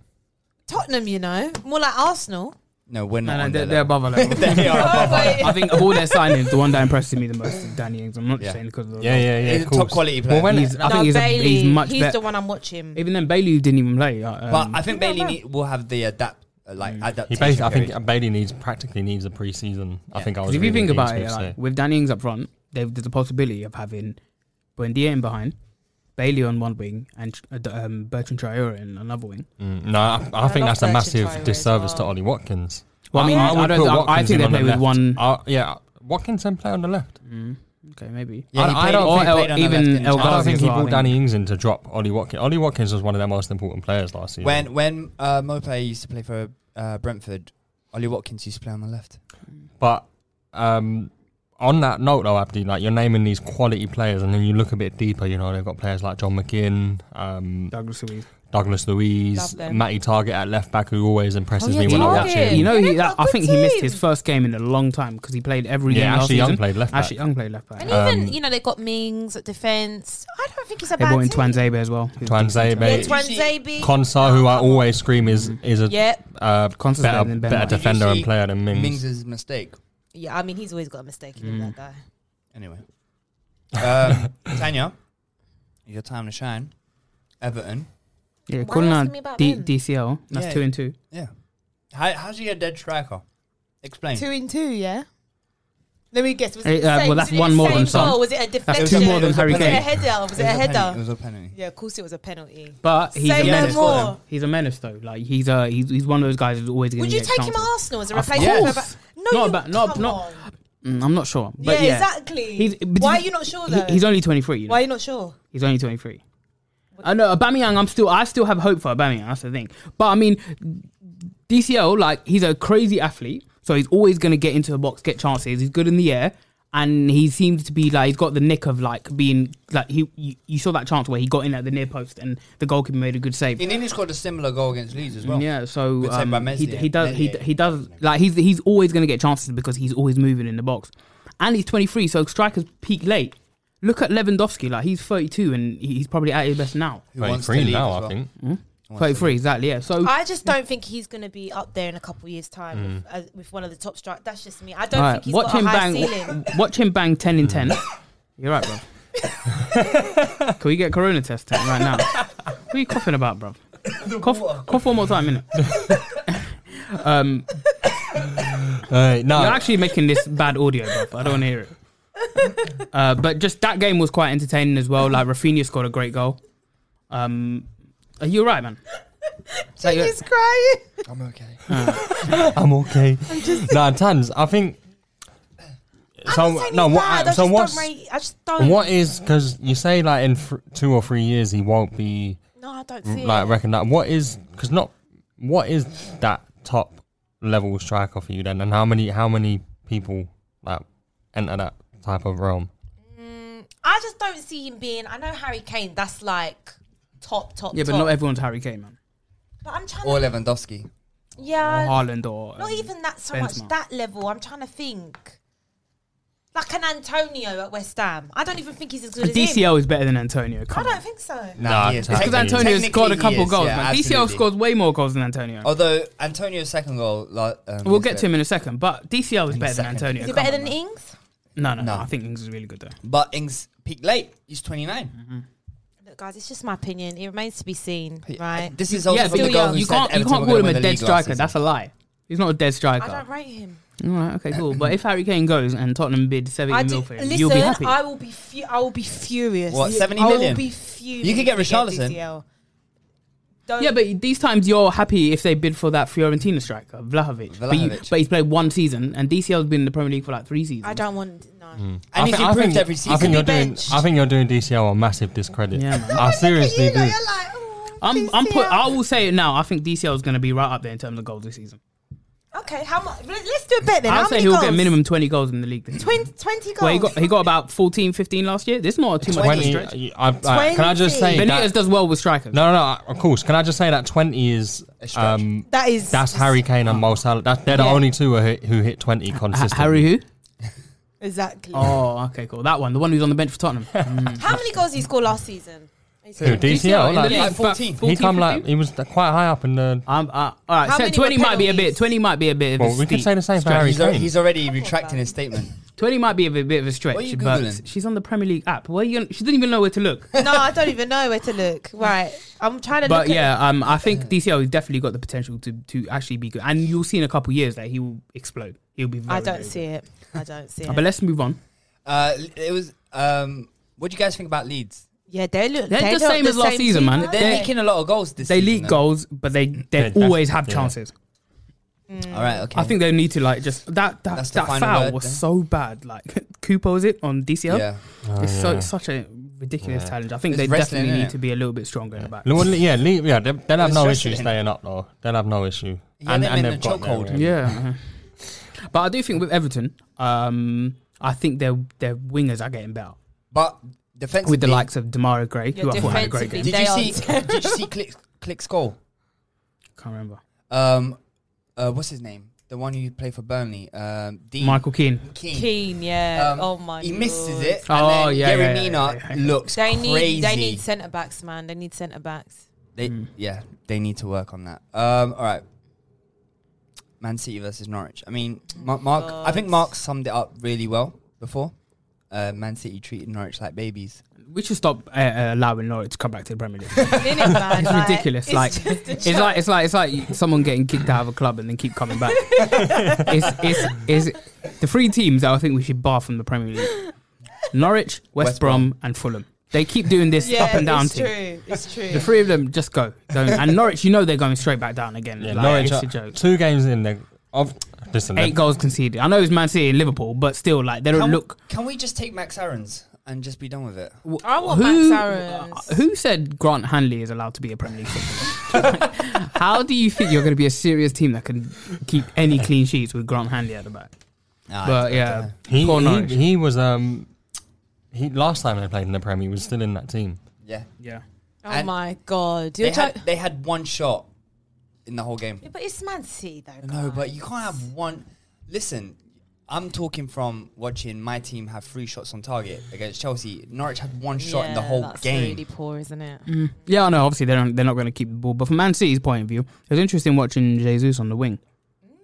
[SPEAKER 2] Tottenham, you know, more like Arsenal.
[SPEAKER 3] No, we're not.
[SPEAKER 4] No, no,
[SPEAKER 3] on
[SPEAKER 4] they're,
[SPEAKER 3] their
[SPEAKER 4] they're
[SPEAKER 3] level.
[SPEAKER 4] above our
[SPEAKER 3] *laughs*
[SPEAKER 4] level. *laughs*
[SPEAKER 3] They are above us.
[SPEAKER 4] I think of all their signings, the one that impresses me the most is Danny Ings. I'm not
[SPEAKER 3] Yeah.
[SPEAKER 4] saying because of the
[SPEAKER 5] Yeah, yeah, yeah.
[SPEAKER 3] He's a
[SPEAKER 5] of course.
[SPEAKER 3] top quality player.
[SPEAKER 5] Well, when
[SPEAKER 4] He's, I think he's, a,
[SPEAKER 2] Bailey.
[SPEAKER 4] he's much
[SPEAKER 2] he's
[SPEAKER 4] better.
[SPEAKER 2] the one I'm watching.
[SPEAKER 4] Even then, Bailey didn't even play. uh,
[SPEAKER 3] But
[SPEAKER 4] um,
[SPEAKER 3] I think Bailey need, will have the adapt uh, like
[SPEAKER 5] Mm. he
[SPEAKER 3] adaptation.
[SPEAKER 5] basically, I think
[SPEAKER 3] period.
[SPEAKER 5] um, Bailey needs practically needs a preseason. I think I was.
[SPEAKER 4] Because if you
[SPEAKER 5] reading
[SPEAKER 4] think about
[SPEAKER 5] Dean
[SPEAKER 4] it,
[SPEAKER 5] Smith say.
[SPEAKER 4] like, with Danny Ings up front, they've, there's a possibility of having Buendia in behind, Bailey on one wing, and uh, D- um, Bertrand Traore in another wing.
[SPEAKER 5] Mm, no, I, I,
[SPEAKER 2] love
[SPEAKER 5] think that's a
[SPEAKER 2] Bertrand
[SPEAKER 5] massive
[SPEAKER 2] Traoré as
[SPEAKER 5] disservice
[SPEAKER 2] well.
[SPEAKER 5] to Ollie Watkins.
[SPEAKER 4] Well, I mean, I,
[SPEAKER 5] would
[SPEAKER 4] don't.
[SPEAKER 5] put
[SPEAKER 4] I, I
[SPEAKER 5] Watkins in
[SPEAKER 4] think they
[SPEAKER 5] on the
[SPEAKER 4] play with
[SPEAKER 5] left.
[SPEAKER 4] one. Mm,
[SPEAKER 5] Uh, yeah, Watkins then play on the left.
[SPEAKER 4] Okay, maybe.
[SPEAKER 3] Yeah, he
[SPEAKER 5] I- I
[SPEAKER 3] played,
[SPEAKER 5] don't
[SPEAKER 3] he
[SPEAKER 4] think-
[SPEAKER 3] played on the
[SPEAKER 4] even
[SPEAKER 3] left, didn't he?
[SPEAKER 4] El
[SPEAKER 5] I don't
[SPEAKER 4] Ghazi
[SPEAKER 5] think
[SPEAKER 4] as
[SPEAKER 5] he
[SPEAKER 4] well, I
[SPEAKER 5] brought
[SPEAKER 4] think.
[SPEAKER 5] Danny Ings in to drop Ollie Watkins. Ollie Watkins was one of their most important players last season.
[SPEAKER 3] When when uh, Mo player used to play for uh, Brentford, Ollie Watkins used to play on the left.
[SPEAKER 5] but um, on that note, though, Abdi, like you're naming these quality players, and then you look a bit deeper. You know, they've got players like John McGinn, um,
[SPEAKER 4] Douglas Luiz.
[SPEAKER 5] Douglas Louise,
[SPEAKER 2] Love them.
[SPEAKER 5] Matty Target at left back, who always impresses
[SPEAKER 2] Oh, yeah,
[SPEAKER 5] me when I watch
[SPEAKER 2] Target.
[SPEAKER 5] him.
[SPEAKER 4] You know,
[SPEAKER 2] Yeah,
[SPEAKER 4] he,
[SPEAKER 2] they've got
[SPEAKER 4] that,
[SPEAKER 2] a
[SPEAKER 4] I
[SPEAKER 2] good
[SPEAKER 4] think he missed
[SPEAKER 2] team.
[SPEAKER 4] his first game in a long time because he played every
[SPEAKER 5] Yeah,
[SPEAKER 4] game last
[SPEAKER 5] Ashley Young
[SPEAKER 4] season.
[SPEAKER 5] played left back.
[SPEAKER 4] Ashley Young played left back.
[SPEAKER 2] and
[SPEAKER 4] Uh,
[SPEAKER 2] even, you know, they got Mings at defence. I don't think he's a
[SPEAKER 4] they
[SPEAKER 2] bad
[SPEAKER 4] brought in
[SPEAKER 2] team.
[SPEAKER 4] Twanzebe as well. who's
[SPEAKER 5] Twanzebe.
[SPEAKER 4] decent.
[SPEAKER 2] Yeah,
[SPEAKER 5] Hey,
[SPEAKER 2] Twanzebe.
[SPEAKER 5] Consa, who I always scream is is a
[SPEAKER 2] Yep.
[SPEAKER 5] uh,
[SPEAKER 4] Consa's
[SPEAKER 5] better,
[SPEAKER 4] better than Ben
[SPEAKER 5] better
[SPEAKER 4] White. Did you
[SPEAKER 5] defender
[SPEAKER 3] see
[SPEAKER 5] and player than Mings.
[SPEAKER 3] Mings's mistake.
[SPEAKER 2] Yeah, I mean, he's always got a mistake in him, that
[SPEAKER 4] Mm.
[SPEAKER 2] guy.
[SPEAKER 3] Anyway,
[SPEAKER 5] *laughs*
[SPEAKER 3] um, Tanya, your time to shine. Everton.
[SPEAKER 4] Yeah,
[SPEAKER 2] Why
[SPEAKER 4] calling
[SPEAKER 2] asking
[SPEAKER 4] out
[SPEAKER 2] me about
[SPEAKER 4] D-
[SPEAKER 2] them?
[SPEAKER 4] DCL. That's
[SPEAKER 3] Yeah.
[SPEAKER 4] two and two.
[SPEAKER 3] Yeah. How how's he a dead striker? Explain.
[SPEAKER 2] Two in two, yeah? Let me guess. Was
[SPEAKER 4] Hey,
[SPEAKER 2] it the
[SPEAKER 4] uh,
[SPEAKER 2] same-
[SPEAKER 4] well,
[SPEAKER 2] was
[SPEAKER 4] that's
[SPEAKER 2] it the
[SPEAKER 4] one more
[SPEAKER 2] same
[SPEAKER 4] than Son.
[SPEAKER 2] goal? Was it a
[SPEAKER 4] That's
[SPEAKER 2] deflection?
[SPEAKER 4] two more than
[SPEAKER 2] was
[SPEAKER 4] Harry
[SPEAKER 2] it
[SPEAKER 4] Kane.
[SPEAKER 2] a header? Was it a
[SPEAKER 3] It was a
[SPEAKER 2] header?
[SPEAKER 3] penalty. It was a penalty.
[SPEAKER 2] Yeah, of course it was a penalty.
[SPEAKER 4] But he's
[SPEAKER 2] Say no
[SPEAKER 4] a menace.
[SPEAKER 2] more.
[SPEAKER 4] He's a menace though. Like he's a he's, he's one of those guys who's always. gonna
[SPEAKER 2] Would you
[SPEAKER 4] get
[SPEAKER 2] take him
[SPEAKER 4] chances.
[SPEAKER 2] at Arsenal as a
[SPEAKER 4] Of
[SPEAKER 2] replacement? for
[SPEAKER 4] course.
[SPEAKER 2] Ba- No,
[SPEAKER 4] Not
[SPEAKER 2] you,
[SPEAKER 4] ba- not-
[SPEAKER 2] come
[SPEAKER 4] not-
[SPEAKER 2] on.
[SPEAKER 4] Mm, I'm not sure. But
[SPEAKER 2] yeah,
[SPEAKER 4] yeah,
[SPEAKER 2] exactly.
[SPEAKER 4] He's- but
[SPEAKER 2] Why are
[SPEAKER 4] he-
[SPEAKER 2] you not sure
[SPEAKER 4] he-
[SPEAKER 2] though?
[SPEAKER 4] he's only 23. You know?
[SPEAKER 2] Why are you not sure?
[SPEAKER 4] He's only 23. I know Aubameyang. I'm still. I still have hope for Aubameyang. That's the thing. But I mean, DCL like he's a crazy athlete, so he's always going to get into the box, get chances. He's good in the air, and he seems to be like he's got the nick of like being like he. You, you saw that chance where he got in at the near post, and the goalkeeper made a good save.
[SPEAKER 3] He nearly scored a similar goal against Leeds as well.
[SPEAKER 4] Yeah, so
[SPEAKER 3] Good save
[SPEAKER 4] um,
[SPEAKER 3] by
[SPEAKER 4] he,
[SPEAKER 3] Meslier.
[SPEAKER 4] he does he,
[SPEAKER 3] Meslier.
[SPEAKER 4] he does like he's he's always going to get chances because he's always moving in the box, and he's 23, so strikers peak late. Look at Lewandowski, like he's 32 and he- he's probably at his best now.
[SPEAKER 3] Who wants to
[SPEAKER 5] Green
[SPEAKER 3] leave
[SPEAKER 5] now,
[SPEAKER 3] as
[SPEAKER 5] I
[SPEAKER 3] well.
[SPEAKER 5] think.
[SPEAKER 3] Wants to
[SPEAKER 4] 33, exactly. Yeah, so
[SPEAKER 2] I just don't think he's going to be up there in a couple of years' time
[SPEAKER 4] Mm.
[SPEAKER 2] with, as, with one of the top strikers. That's just me. I don't
[SPEAKER 4] alright,
[SPEAKER 2] think he's
[SPEAKER 4] watch
[SPEAKER 2] got
[SPEAKER 4] him
[SPEAKER 2] a high
[SPEAKER 4] bang,
[SPEAKER 2] ceiling.
[SPEAKER 4] *laughs* watch him bang 10 in 10. You're right, bro.
[SPEAKER 3] *laughs*
[SPEAKER 4] Can we get corona test time right now? What are you coughing about, bro? Cough, cough one more time, innit? um,
[SPEAKER 5] Uh, no,
[SPEAKER 4] You're actually making this bad audio, bro. I don't want to hear it. Uh, but just that game was quite entertaining as well. Like Rafinha scored a great goal. Um, are you right, man? Is that your-
[SPEAKER 2] he's crying.
[SPEAKER 3] I'm okay.
[SPEAKER 5] I'm okay. nah, Tans, I think.
[SPEAKER 2] I'm not saying he's
[SPEAKER 5] what-
[SPEAKER 2] bad. I
[SPEAKER 5] so
[SPEAKER 2] just
[SPEAKER 5] what's
[SPEAKER 2] don't rate- I just don't.
[SPEAKER 5] what is because you say like in fr- two or three years he won't be
[SPEAKER 2] No, I don't see
[SPEAKER 5] like
[SPEAKER 2] it.
[SPEAKER 5] recognized. What is because not what is that top level striker for you then, and how many how many people like enter that type of realm?
[SPEAKER 2] I just don't see him being. I know Harry Kane. That's like top, top.
[SPEAKER 4] Yeah, but
[SPEAKER 2] top.
[SPEAKER 4] not everyone's Harry Kane, man.
[SPEAKER 2] But I'm trying.
[SPEAKER 3] Or
[SPEAKER 2] to,
[SPEAKER 3] Lewandowski.
[SPEAKER 2] yeah,
[SPEAKER 4] Haaland or um,
[SPEAKER 2] Uh, not even that so
[SPEAKER 4] Benzema.
[SPEAKER 2] much. That level. I'm trying to think. Like an Antonio at West Ham. I don't even think he's as good as him.
[SPEAKER 4] DCL is better than Antonio.
[SPEAKER 2] I
[SPEAKER 4] Come on.
[SPEAKER 2] don't think so.
[SPEAKER 5] Nah,
[SPEAKER 3] he is.
[SPEAKER 5] it's
[SPEAKER 4] Because
[SPEAKER 3] Technically-
[SPEAKER 4] Antonio scored
[SPEAKER 3] technically
[SPEAKER 4] a couple
[SPEAKER 3] he is,
[SPEAKER 4] goals,
[SPEAKER 3] yeah,
[SPEAKER 4] man. DCL
[SPEAKER 3] absolutely.
[SPEAKER 4] scores way more goals than Antonio.
[SPEAKER 3] Although Antonio's second goal, like, um,
[SPEAKER 4] we'll
[SPEAKER 3] is
[SPEAKER 4] get
[SPEAKER 3] the-
[SPEAKER 4] to him in a second, but DCL is better than
[SPEAKER 3] second.
[SPEAKER 4] Antonio.
[SPEAKER 2] Is he
[SPEAKER 4] come
[SPEAKER 2] better than
[SPEAKER 4] on, man.
[SPEAKER 2] Ings?
[SPEAKER 4] No, no, no.
[SPEAKER 3] No.
[SPEAKER 4] I think Ings is really good though.
[SPEAKER 3] But Ings peaked late. He's 29.
[SPEAKER 2] Look, guys, it's just my opinion. It remains to be seen,
[SPEAKER 3] He-
[SPEAKER 2] right?
[SPEAKER 3] This is also
[SPEAKER 4] yeah,
[SPEAKER 3] from
[SPEAKER 4] but
[SPEAKER 3] the
[SPEAKER 4] you
[SPEAKER 3] girl
[SPEAKER 4] can't,
[SPEAKER 3] who
[SPEAKER 4] you
[SPEAKER 3] said
[SPEAKER 4] can't
[SPEAKER 3] Everton were
[SPEAKER 4] call
[SPEAKER 3] gonna
[SPEAKER 4] him
[SPEAKER 3] win
[SPEAKER 4] a
[SPEAKER 3] the
[SPEAKER 4] dead
[SPEAKER 3] league last
[SPEAKER 4] striker.
[SPEAKER 3] season.
[SPEAKER 4] That's a lie. He's not a dead striker.
[SPEAKER 2] I don't rate him.
[SPEAKER 4] All right, okay, cool.
[SPEAKER 5] Uh,
[SPEAKER 4] But if Harry Kane goes and Tottenham bid 70
[SPEAKER 2] I
[SPEAKER 4] mil
[SPEAKER 2] do,
[SPEAKER 4] for him,
[SPEAKER 2] listen,
[SPEAKER 4] you'll be happy.
[SPEAKER 2] I will be. Fu- I will be furious.
[SPEAKER 3] What, 70
[SPEAKER 2] I will
[SPEAKER 3] million?
[SPEAKER 2] be furious.
[SPEAKER 3] You could get
[SPEAKER 2] to
[SPEAKER 3] Richarlison.
[SPEAKER 2] DCL. Don't-
[SPEAKER 4] yeah, but these times you're happy if they bid for that Fiorentina striker, Vlahovic. But, you-
[SPEAKER 3] Vlahovic.
[SPEAKER 4] but he's played one season, and DCL's been in the Premier League for like three seasons.
[SPEAKER 2] I don't want no.
[SPEAKER 4] Hmm.
[SPEAKER 3] And he's
[SPEAKER 5] thi- I
[SPEAKER 3] improved
[SPEAKER 5] think-
[SPEAKER 3] every
[SPEAKER 5] I
[SPEAKER 3] season.
[SPEAKER 5] think
[SPEAKER 2] Be
[SPEAKER 5] you're doing.
[SPEAKER 2] benched.
[SPEAKER 5] I think you're doing DCL a massive discredit.
[SPEAKER 4] Yeah, man.
[SPEAKER 5] I seriously do.
[SPEAKER 2] oh,
[SPEAKER 4] I'm, I'm put, I will say it now. I think DCL is going to be right up there in terms of goals this season.
[SPEAKER 2] Okay, how much? Let's do a bet then.
[SPEAKER 4] I'll
[SPEAKER 2] how
[SPEAKER 4] say
[SPEAKER 2] many
[SPEAKER 4] he'll
[SPEAKER 2] goals?
[SPEAKER 4] get minimum 20 goals in the league. This
[SPEAKER 2] Twin, 20 goals.
[SPEAKER 4] well, he got, he got about 14, 15 last year. This is not too much of a
[SPEAKER 5] Twenty.
[SPEAKER 4] stretch.
[SPEAKER 5] I- I- can I just say
[SPEAKER 4] Benitez
[SPEAKER 5] that?
[SPEAKER 4] does well with strikers.
[SPEAKER 5] No, no, no. Of course. Can I just say that twenty is
[SPEAKER 3] stretch.
[SPEAKER 5] um,
[SPEAKER 2] that is
[SPEAKER 5] That's Harry Kane and Mo Salah. That, they're the
[SPEAKER 4] Oh. Yeah.
[SPEAKER 5] only two who hit, who hit 20
[SPEAKER 4] Ha-
[SPEAKER 5] consistently.
[SPEAKER 4] Harry who?
[SPEAKER 2] exactly.
[SPEAKER 4] Oh, okay, cool. That one, the one who's on the bench
[SPEAKER 5] *laughs*
[SPEAKER 4] for Tottenham.
[SPEAKER 2] How many goals did he score last season?
[SPEAKER 5] Who, DCL?
[SPEAKER 4] in
[SPEAKER 5] Like,
[SPEAKER 4] the league,
[SPEAKER 3] Like
[SPEAKER 4] but
[SPEAKER 3] 14.
[SPEAKER 5] he
[SPEAKER 4] 14,
[SPEAKER 5] come
[SPEAKER 4] 15?
[SPEAKER 5] like, he was quite high up in the.
[SPEAKER 4] Um, uh, all right,
[SPEAKER 2] How
[SPEAKER 4] so
[SPEAKER 2] many
[SPEAKER 4] 20
[SPEAKER 2] were
[SPEAKER 4] might be a bit.
[SPEAKER 2] penalties?
[SPEAKER 4] 20 might be a bit of
[SPEAKER 5] Well,
[SPEAKER 4] a
[SPEAKER 5] we could
[SPEAKER 4] steep
[SPEAKER 5] say the same for
[SPEAKER 4] stretch.
[SPEAKER 5] Harry
[SPEAKER 3] He's, al-
[SPEAKER 5] Kane.
[SPEAKER 3] he's already retracting
[SPEAKER 4] *laughs*
[SPEAKER 3] his statement.
[SPEAKER 4] 20 might be a bit, bit of a stretch,
[SPEAKER 3] What are you
[SPEAKER 4] but
[SPEAKER 3] Googling?
[SPEAKER 4] she's on the Premier League app. Where you? Gonna, she doesn't even know where
[SPEAKER 3] *laughs*
[SPEAKER 4] to look.
[SPEAKER 2] No, I don't even know where to look. Right, I'm trying to. look
[SPEAKER 4] But
[SPEAKER 2] at
[SPEAKER 4] yeah, um, I think DCL has definitely got the potential to, to actually be good, and you'll see in a couple of years that he will explode. He'll be. Very,
[SPEAKER 2] I don't
[SPEAKER 4] very
[SPEAKER 2] see it. I don't see
[SPEAKER 4] good. But
[SPEAKER 2] it.
[SPEAKER 4] let's move on.
[SPEAKER 3] Uh, it was. Um, what do you guys think about Leeds?
[SPEAKER 2] Yeah, they look.
[SPEAKER 4] They're
[SPEAKER 2] they
[SPEAKER 4] just
[SPEAKER 2] look
[SPEAKER 4] same
[SPEAKER 2] the
[SPEAKER 4] as last
[SPEAKER 2] same
[SPEAKER 4] season,
[SPEAKER 2] team,
[SPEAKER 4] man.
[SPEAKER 2] aren't
[SPEAKER 3] They're
[SPEAKER 4] They-
[SPEAKER 3] leaking a lot of goals this
[SPEAKER 4] They
[SPEAKER 3] season.
[SPEAKER 4] leak
[SPEAKER 3] though.
[SPEAKER 4] goals, but they they
[SPEAKER 5] that's-
[SPEAKER 4] always have
[SPEAKER 5] yeah.
[SPEAKER 4] chances.
[SPEAKER 3] All right. Okay.
[SPEAKER 4] I think they need to like just that that,
[SPEAKER 3] That's the
[SPEAKER 4] that
[SPEAKER 3] final
[SPEAKER 4] foul
[SPEAKER 3] word
[SPEAKER 4] was
[SPEAKER 3] then.
[SPEAKER 4] so bad. Like *laughs* Cooper was it on DCL?
[SPEAKER 3] Yeah.
[SPEAKER 4] It's
[SPEAKER 5] Oh,
[SPEAKER 4] so such a ridiculous challenge. I think
[SPEAKER 3] It's
[SPEAKER 4] they
[SPEAKER 3] wrestling,
[SPEAKER 4] definitely
[SPEAKER 3] innit?
[SPEAKER 4] need to be a little bit stronger in the back.
[SPEAKER 5] Le- well, yeah, Lee, yeah, they- they'll have
[SPEAKER 3] It's
[SPEAKER 5] no
[SPEAKER 3] stressing,
[SPEAKER 5] issue
[SPEAKER 3] innit?
[SPEAKER 5] staying up, though. They'll have no issue.
[SPEAKER 3] Yeah, them in the chokehold.
[SPEAKER 5] there, really.
[SPEAKER 4] Yeah. *laughs* but I do think with Everton, um, I think their their wingers are getting better.
[SPEAKER 3] But defensively,
[SPEAKER 4] With the likes of Damara Gray,
[SPEAKER 2] Yeah,
[SPEAKER 4] who I thought had a great
[SPEAKER 2] defensively.
[SPEAKER 4] game.
[SPEAKER 3] Did
[SPEAKER 2] They
[SPEAKER 3] you
[SPEAKER 2] are-
[SPEAKER 3] see? *laughs* did you see? Click, click's goal.
[SPEAKER 4] Can't remember.
[SPEAKER 3] Um, uh, what's his name? The one who played for Burnley. Um, Dean
[SPEAKER 4] Michael Keane.
[SPEAKER 3] Keane.
[SPEAKER 2] they? Keen, yeah.
[SPEAKER 3] Um,
[SPEAKER 2] oh my.
[SPEAKER 3] He misses
[SPEAKER 2] Lord.
[SPEAKER 3] it.
[SPEAKER 4] Oh,
[SPEAKER 3] and then
[SPEAKER 4] yeah,
[SPEAKER 3] Gary
[SPEAKER 4] yeah, yeah,
[SPEAKER 3] Mina
[SPEAKER 4] yeah, yeah.
[SPEAKER 3] looks
[SPEAKER 2] They
[SPEAKER 3] crazy.
[SPEAKER 2] need. They need centre backs, man. They need centre *laughs* backs.
[SPEAKER 3] They- yeah,
[SPEAKER 4] Hmm.
[SPEAKER 3] they need to work on that. Um, all right. Man City versus Norwich. I mean,
[SPEAKER 2] Oh
[SPEAKER 3] Ma- Mark. I think Mark summed it up really well before. Uh, Man City treated Norwich like babies.
[SPEAKER 4] we should stop uh, uh, allowing Norwich to come back to the Premier League.
[SPEAKER 2] Innit, man? *laughs*
[SPEAKER 4] it's
[SPEAKER 2] Like,
[SPEAKER 4] ridiculous.
[SPEAKER 2] it's
[SPEAKER 4] Like
[SPEAKER 2] just a
[SPEAKER 4] it's,
[SPEAKER 2] joke.
[SPEAKER 4] like it's like it's like someone getting kicked out of a club and then keep
[SPEAKER 2] *laughs*
[SPEAKER 4] coming back. it's, it's, it's the three teams that I think we should bar from the
[SPEAKER 2] *laughs*
[SPEAKER 4] Premier League: Norwich, West,
[SPEAKER 3] West Brom.
[SPEAKER 4] Brom, and Fulham. They keep doing this
[SPEAKER 2] yeah,
[SPEAKER 4] up and down
[SPEAKER 2] It's
[SPEAKER 4] thing.
[SPEAKER 2] true. It's true.
[SPEAKER 4] The three of them just go. Don't, and Norwich, you know they're going straight back down again.
[SPEAKER 5] Yeah,
[SPEAKER 4] Like,
[SPEAKER 5] Norwich
[SPEAKER 4] it's
[SPEAKER 5] are-
[SPEAKER 4] a joke.
[SPEAKER 5] two games in. They, I've, listen,
[SPEAKER 4] Eight
[SPEAKER 5] they-
[SPEAKER 4] goals conceded. I know it's Man City and Liverpool, but still, like they don't
[SPEAKER 3] Can,
[SPEAKER 4] look.
[SPEAKER 3] can we just take Max Aaron's and just be done with it?
[SPEAKER 2] I want
[SPEAKER 4] Who-
[SPEAKER 2] Max Aaron's.
[SPEAKER 4] Who said Grant Hanley is allowed to be a Premier League footballer? *laughs* How do you think you're going to be a serious team that can keep any clean sheets with Grant Hanley at the back?
[SPEAKER 3] Nah,
[SPEAKER 4] But
[SPEAKER 3] I
[SPEAKER 4] yeah,
[SPEAKER 3] dunno.
[SPEAKER 5] he,
[SPEAKER 4] poor
[SPEAKER 5] he,
[SPEAKER 4] Norwich.
[SPEAKER 5] he was um he last time they played in the Premier, he was still in that team.
[SPEAKER 3] yeah.
[SPEAKER 4] yeah.
[SPEAKER 2] Oh
[SPEAKER 3] And-
[SPEAKER 2] my god! You're
[SPEAKER 3] They
[SPEAKER 2] joking.
[SPEAKER 3] had, they had one shot in the whole game.
[SPEAKER 2] Yeah, but it's Man City though.
[SPEAKER 3] No,
[SPEAKER 2] guys.
[SPEAKER 3] but you can't have one. Listen, I'm talking from watching my team have three shots on target against Chelsea. Norwich had one shot in the
[SPEAKER 2] Yeah,
[SPEAKER 3] whole
[SPEAKER 2] that's
[SPEAKER 3] game.
[SPEAKER 2] Really poor, isn't it?
[SPEAKER 4] Yeah, I know. Obviously, they don't, they're not going to keep the ball. But from Man City's point of view, it was interesting watching Jesus on the wing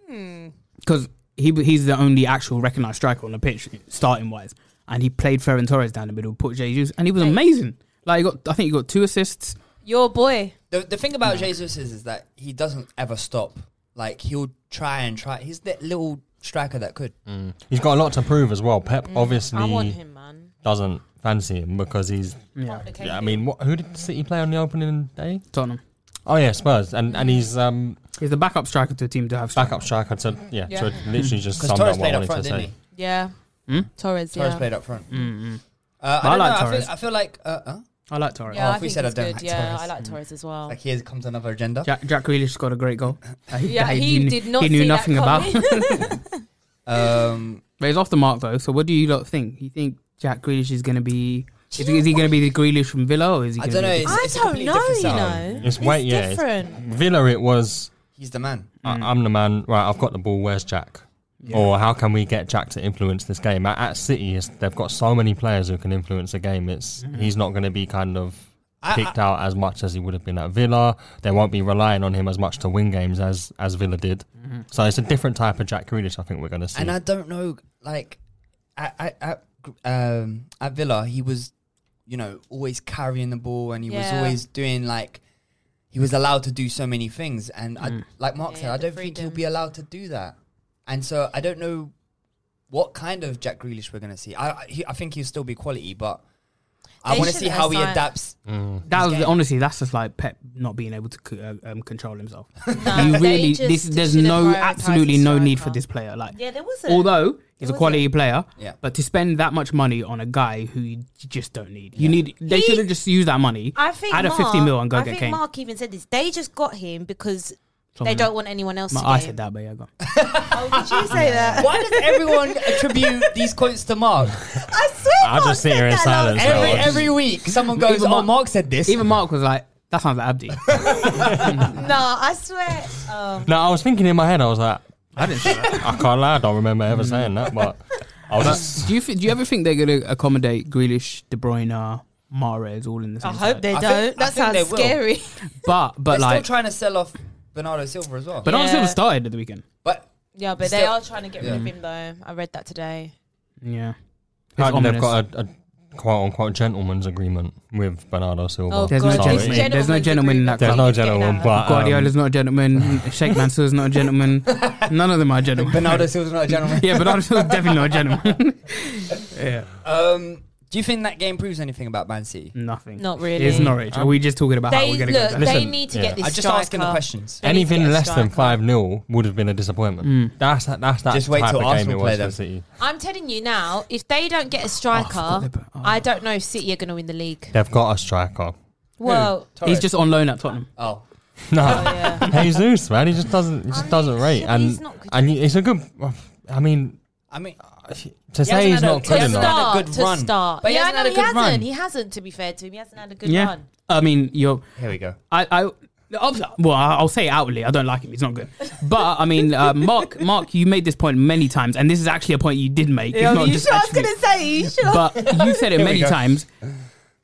[SPEAKER 2] Hmm.
[SPEAKER 4] because he he's the only actual recognised striker on the pitch, starting wise. And he played Ferran Torres down the middle, put Jesus, and he was amazing. Like he got, I think he got two assists.
[SPEAKER 2] Your boy.
[SPEAKER 3] The, the thing about Jesus is, is that he doesn't ever stop. Like he'll try and try. He's that little striker that could.
[SPEAKER 5] He's got a lot to prove as well. Pep
[SPEAKER 2] Mm. I want
[SPEAKER 5] obviously
[SPEAKER 2] him, man.
[SPEAKER 5] doesn't fancy him because he's.
[SPEAKER 2] Complicated.
[SPEAKER 5] Yeah, I mean, what, who did City play on the opening day?
[SPEAKER 4] Tottenham.
[SPEAKER 5] Oh yeah, Spurs, and and he's um
[SPEAKER 4] He's the backup striker to a team to have striker.
[SPEAKER 5] backup striker to yeah, to
[SPEAKER 2] Yeah.
[SPEAKER 5] literally just
[SPEAKER 3] Because
[SPEAKER 5] summed up
[SPEAKER 3] Torres
[SPEAKER 5] what
[SPEAKER 3] played up
[SPEAKER 5] I wanted
[SPEAKER 3] front,
[SPEAKER 5] to
[SPEAKER 3] didn't
[SPEAKER 5] say.
[SPEAKER 3] he?
[SPEAKER 2] Yeah.
[SPEAKER 4] Hmm?
[SPEAKER 2] Torres.
[SPEAKER 3] Torres
[SPEAKER 2] yeah. Mm.
[SPEAKER 3] played up front. Uh,
[SPEAKER 4] But I
[SPEAKER 3] I, don't
[SPEAKER 4] like
[SPEAKER 3] know, I
[SPEAKER 4] Torres.
[SPEAKER 3] feel, I feel like uh, uh,
[SPEAKER 4] Mm-hmm. I like Torres.
[SPEAKER 2] Yeah,
[SPEAKER 3] Oh,
[SPEAKER 2] I
[SPEAKER 3] if we
[SPEAKER 2] think
[SPEAKER 3] said I
[SPEAKER 2] he's
[SPEAKER 3] don't
[SPEAKER 2] good.
[SPEAKER 3] like
[SPEAKER 2] yeah,
[SPEAKER 3] Torres.
[SPEAKER 2] I
[SPEAKER 4] Hmm.
[SPEAKER 2] like Torres as well.
[SPEAKER 3] like here comes another agenda.
[SPEAKER 4] Jack, Jack Grealish scored a great goal. *laughs* that he-
[SPEAKER 2] yeah,
[SPEAKER 4] that
[SPEAKER 2] he,
[SPEAKER 4] knew-
[SPEAKER 2] did not.
[SPEAKER 4] He knew
[SPEAKER 2] see
[SPEAKER 4] nothing
[SPEAKER 2] that
[SPEAKER 4] about.
[SPEAKER 2] coming.
[SPEAKER 3] Um,
[SPEAKER 4] but he's off the mark though. So what do you lot think? You think Jack Grealish is going to be? Is, he- is he going to be the Grealish from Villa? Or is he?
[SPEAKER 3] I
[SPEAKER 4] gonna
[SPEAKER 3] don't know.
[SPEAKER 4] be
[SPEAKER 3] It's,
[SPEAKER 2] *laughs* I
[SPEAKER 3] it's a
[SPEAKER 2] don't
[SPEAKER 3] completely
[SPEAKER 2] know.
[SPEAKER 3] different
[SPEAKER 2] You
[SPEAKER 3] style.
[SPEAKER 2] know,
[SPEAKER 5] It's way- yeah, it's-
[SPEAKER 2] different.
[SPEAKER 5] Villa, it was
[SPEAKER 3] He's the man.
[SPEAKER 5] I- I'm the man. Right, I've got the ball. Where's Jack? Or how can we get Jack to influence this game? At, at City, it's, they've got so many players who can influence a game. It's
[SPEAKER 3] Mm-hmm.
[SPEAKER 5] he's not going to be kind of
[SPEAKER 3] I-
[SPEAKER 5] picked out as much as he would have been at Villa. They won't be relying on him as much to win games as as Villa did. So it's a different type of Jack Grealish. I think we're going to see.
[SPEAKER 3] And I don't know, like, at, at, at, um, at Villa, he was, you know, always carrying the ball and he was
[SPEAKER 2] Yeah.
[SPEAKER 3] always doing, like, he was allowed to do so many things. And
[SPEAKER 4] Mm.
[SPEAKER 3] I, like Mark
[SPEAKER 2] Yeah,
[SPEAKER 3] said, I
[SPEAKER 2] the
[SPEAKER 3] don't think he'll
[SPEAKER 2] freedom.
[SPEAKER 3] be allowed to do that. And so I don't know what kind of Jack Grealish we're going to see. I, I- he, I think he'll still be quality, but I
[SPEAKER 2] They
[SPEAKER 3] want to
[SPEAKER 2] should
[SPEAKER 3] see how he
[SPEAKER 2] assign-
[SPEAKER 3] adapts.
[SPEAKER 4] That was
[SPEAKER 3] game.
[SPEAKER 4] honestly that's just like Pep not being able to c- uh, um, control himself. *laughs*
[SPEAKER 2] No,
[SPEAKER 4] you
[SPEAKER 2] they
[SPEAKER 4] really
[SPEAKER 2] just
[SPEAKER 4] this there's
[SPEAKER 2] should've
[SPEAKER 4] no
[SPEAKER 2] prioritised
[SPEAKER 4] absolutely
[SPEAKER 2] the
[SPEAKER 4] no need for
[SPEAKER 2] striker.
[SPEAKER 4] this player. Like
[SPEAKER 2] Yeah, there wasn't.
[SPEAKER 4] although he's a
[SPEAKER 2] wasn't.
[SPEAKER 4] quality player,
[SPEAKER 3] Yeah.
[SPEAKER 4] but to spend that much money on a guy who you just don't need. You need they
[SPEAKER 2] He-
[SPEAKER 4] should have just used that money.
[SPEAKER 2] I think
[SPEAKER 4] add
[SPEAKER 2] Mark,
[SPEAKER 4] a fifty mil and go
[SPEAKER 2] I
[SPEAKER 4] get
[SPEAKER 2] think
[SPEAKER 4] Kane.
[SPEAKER 2] Mark even said this. They just got him because they
[SPEAKER 4] Something.
[SPEAKER 2] don't want anyone else.
[SPEAKER 4] Ma-
[SPEAKER 2] to
[SPEAKER 4] I
[SPEAKER 2] get him.
[SPEAKER 4] said that, but yeah, go. on.
[SPEAKER 2] Oh, did you
[SPEAKER 4] *laughs*
[SPEAKER 2] say that?
[SPEAKER 3] Why does everyone attribute these quotes to Mark?
[SPEAKER 2] I swear.
[SPEAKER 5] I'll just
[SPEAKER 2] Mark
[SPEAKER 5] sit
[SPEAKER 2] said that
[SPEAKER 5] here in
[SPEAKER 2] last
[SPEAKER 5] silence
[SPEAKER 2] night.
[SPEAKER 5] now.
[SPEAKER 3] Every,
[SPEAKER 5] I'll just-
[SPEAKER 3] every week, someone goes,
[SPEAKER 4] Even
[SPEAKER 3] oh,
[SPEAKER 4] Mark-
[SPEAKER 3] Mark said this.
[SPEAKER 4] Even Mark was like, "That sounds
[SPEAKER 3] *laughs*
[SPEAKER 4] like Abdi."
[SPEAKER 2] No, I swear. Um,
[SPEAKER 5] no, I was thinking in my head. I was like, I didn't. say that. I can't lie. I don't remember ever saying that. But I was just.
[SPEAKER 4] do you thi- do you ever think they're going to accommodate Grealish, De Bruyne, Mahrez all in the same?
[SPEAKER 2] I hope
[SPEAKER 4] side?
[SPEAKER 2] they
[SPEAKER 3] I
[SPEAKER 2] don't.
[SPEAKER 3] think- I
[SPEAKER 2] that
[SPEAKER 3] think they
[SPEAKER 2] sounds
[SPEAKER 3] will.
[SPEAKER 2] scary.
[SPEAKER 4] But but
[SPEAKER 3] They're
[SPEAKER 4] like,
[SPEAKER 3] still trying to sell off Bernardo Silva as well.
[SPEAKER 4] but
[SPEAKER 2] Yeah.
[SPEAKER 4] yeah. Silva started at the weekend.
[SPEAKER 3] but
[SPEAKER 2] Yeah, but they
[SPEAKER 3] Still-
[SPEAKER 2] are trying to get rid of him though. I read that today.
[SPEAKER 4] Yeah,
[SPEAKER 5] Apparently they've
[SPEAKER 4] ominous.
[SPEAKER 5] got a, a quote unquote gentleman's agreement with Bernardo Silva.
[SPEAKER 2] Oh
[SPEAKER 4] There's no
[SPEAKER 2] god,
[SPEAKER 5] gentleman.
[SPEAKER 2] this
[SPEAKER 4] There's no
[SPEAKER 2] gentleman's
[SPEAKER 4] gentleman in that
[SPEAKER 2] agreement.
[SPEAKER 5] There's
[SPEAKER 4] club.
[SPEAKER 5] no
[SPEAKER 2] He's getting
[SPEAKER 5] gentleman,
[SPEAKER 2] out.
[SPEAKER 5] but um,
[SPEAKER 4] Guardiola's not a
[SPEAKER 3] *laughs*
[SPEAKER 4] gentleman. Sheikh Mansour's not a gentleman. None of them are gentlemen.
[SPEAKER 3] Bernardo
[SPEAKER 4] *laughs*
[SPEAKER 3] Silva's not a gentleman.
[SPEAKER 4] yeah, Bernardo Silva's definitely not a
[SPEAKER 3] *laughs*
[SPEAKER 4] gentleman.
[SPEAKER 3] Um, *laughs* do you think that game proves anything about Man City?
[SPEAKER 4] Nothing.
[SPEAKER 2] Not really.
[SPEAKER 4] It's Norwich. Are we just talking about how
[SPEAKER 2] They
[SPEAKER 4] we're going to
[SPEAKER 2] look.
[SPEAKER 4] go down?
[SPEAKER 2] They
[SPEAKER 5] Listen,
[SPEAKER 2] need to
[SPEAKER 5] yeah.
[SPEAKER 2] get this.
[SPEAKER 3] I'm just
[SPEAKER 2] striker.
[SPEAKER 3] asking the questions.
[SPEAKER 2] They need to
[SPEAKER 5] anything
[SPEAKER 2] get a
[SPEAKER 5] less than
[SPEAKER 2] striker.
[SPEAKER 5] five 0 would have been a disappointment. That's that. That's that
[SPEAKER 3] Just wait
[SPEAKER 5] type
[SPEAKER 3] till
[SPEAKER 5] of
[SPEAKER 3] Arsenal
[SPEAKER 5] game
[SPEAKER 3] play
[SPEAKER 5] it was
[SPEAKER 3] them.
[SPEAKER 5] for City.
[SPEAKER 2] I'm telling you now, if they don't
[SPEAKER 5] Oh,
[SPEAKER 2] get a striker,
[SPEAKER 4] forgot they put- oh.
[SPEAKER 2] I don't know if City are going to win the league.
[SPEAKER 5] They've got a striker. *laughs*
[SPEAKER 2] Well,
[SPEAKER 4] He's just on loan at Tottenham.
[SPEAKER 3] oh,
[SPEAKER 5] No,
[SPEAKER 2] *laughs* yeah.
[SPEAKER 5] Jesus, man, he just doesn't. He just
[SPEAKER 2] mean,
[SPEAKER 5] doesn't rate.
[SPEAKER 2] yeah, but
[SPEAKER 5] and
[SPEAKER 2] he's not good.
[SPEAKER 5] and he- it's a good. I mean,
[SPEAKER 3] I mean,
[SPEAKER 5] to
[SPEAKER 3] hasn't
[SPEAKER 5] say he's
[SPEAKER 3] had a-
[SPEAKER 5] not
[SPEAKER 3] he
[SPEAKER 5] good
[SPEAKER 3] hasn't
[SPEAKER 5] enough.
[SPEAKER 3] had
[SPEAKER 2] start,
[SPEAKER 3] a good
[SPEAKER 2] to
[SPEAKER 3] run.
[SPEAKER 2] start.
[SPEAKER 3] But he
[SPEAKER 2] yeah,
[SPEAKER 3] hasn't had
[SPEAKER 2] no,
[SPEAKER 3] a good
[SPEAKER 2] he
[SPEAKER 3] run.
[SPEAKER 2] hasn't. He hasn't. To be fair to him, he hasn't had a good
[SPEAKER 4] yeah.
[SPEAKER 2] run.
[SPEAKER 4] I mean, you're.
[SPEAKER 3] here we go.
[SPEAKER 4] I. I obvi- well, I- I'll say it outwardly, I don't like him. He's not good. But I mean, uh, Mark, Mark, you made this point many times, and this is actually a point you did make. It's not just attribute.
[SPEAKER 2] say? You sure?
[SPEAKER 4] but you said it many
[SPEAKER 3] go.
[SPEAKER 4] times.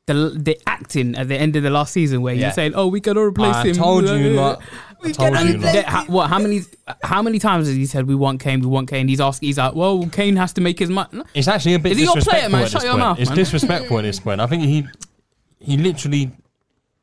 [SPEAKER 4] the the acting at the end of the last season where
[SPEAKER 5] Yeah.
[SPEAKER 4] you're saying, "Oh, we cannot replace
[SPEAKER 5] I
[SPEAKER 4] him."
[SPEAKER 5] told
[SPEAKER 4] *laughs*
[SPEAKER 5] you lot. I told you
[SPEAKER 4] And
[SPEAKER 5] lot.
[SPEAKER 4] that- how- what? How many? How many times has he said we want Kane? We want Kane. He's asking. He's like, well, Kane has to make his money.
[SPEAKER 5] It's actually a bit
[SPEAKER 4] Is he your
[SPEAKER 5] disrespectful
[SPEAKER 4] player, man?
[SPEAKER 5] at
[SPEAKER 4] Shut
[SPEAKER 5] this
[SPEAKER 4] your
[SPEAKER 5] point.
[SPEAKER 4] mouth,
[SPEAKER 5] it's
[SPEAKER 4] man.
[SPEAKER 5] disrespectful at this point. I think he he literally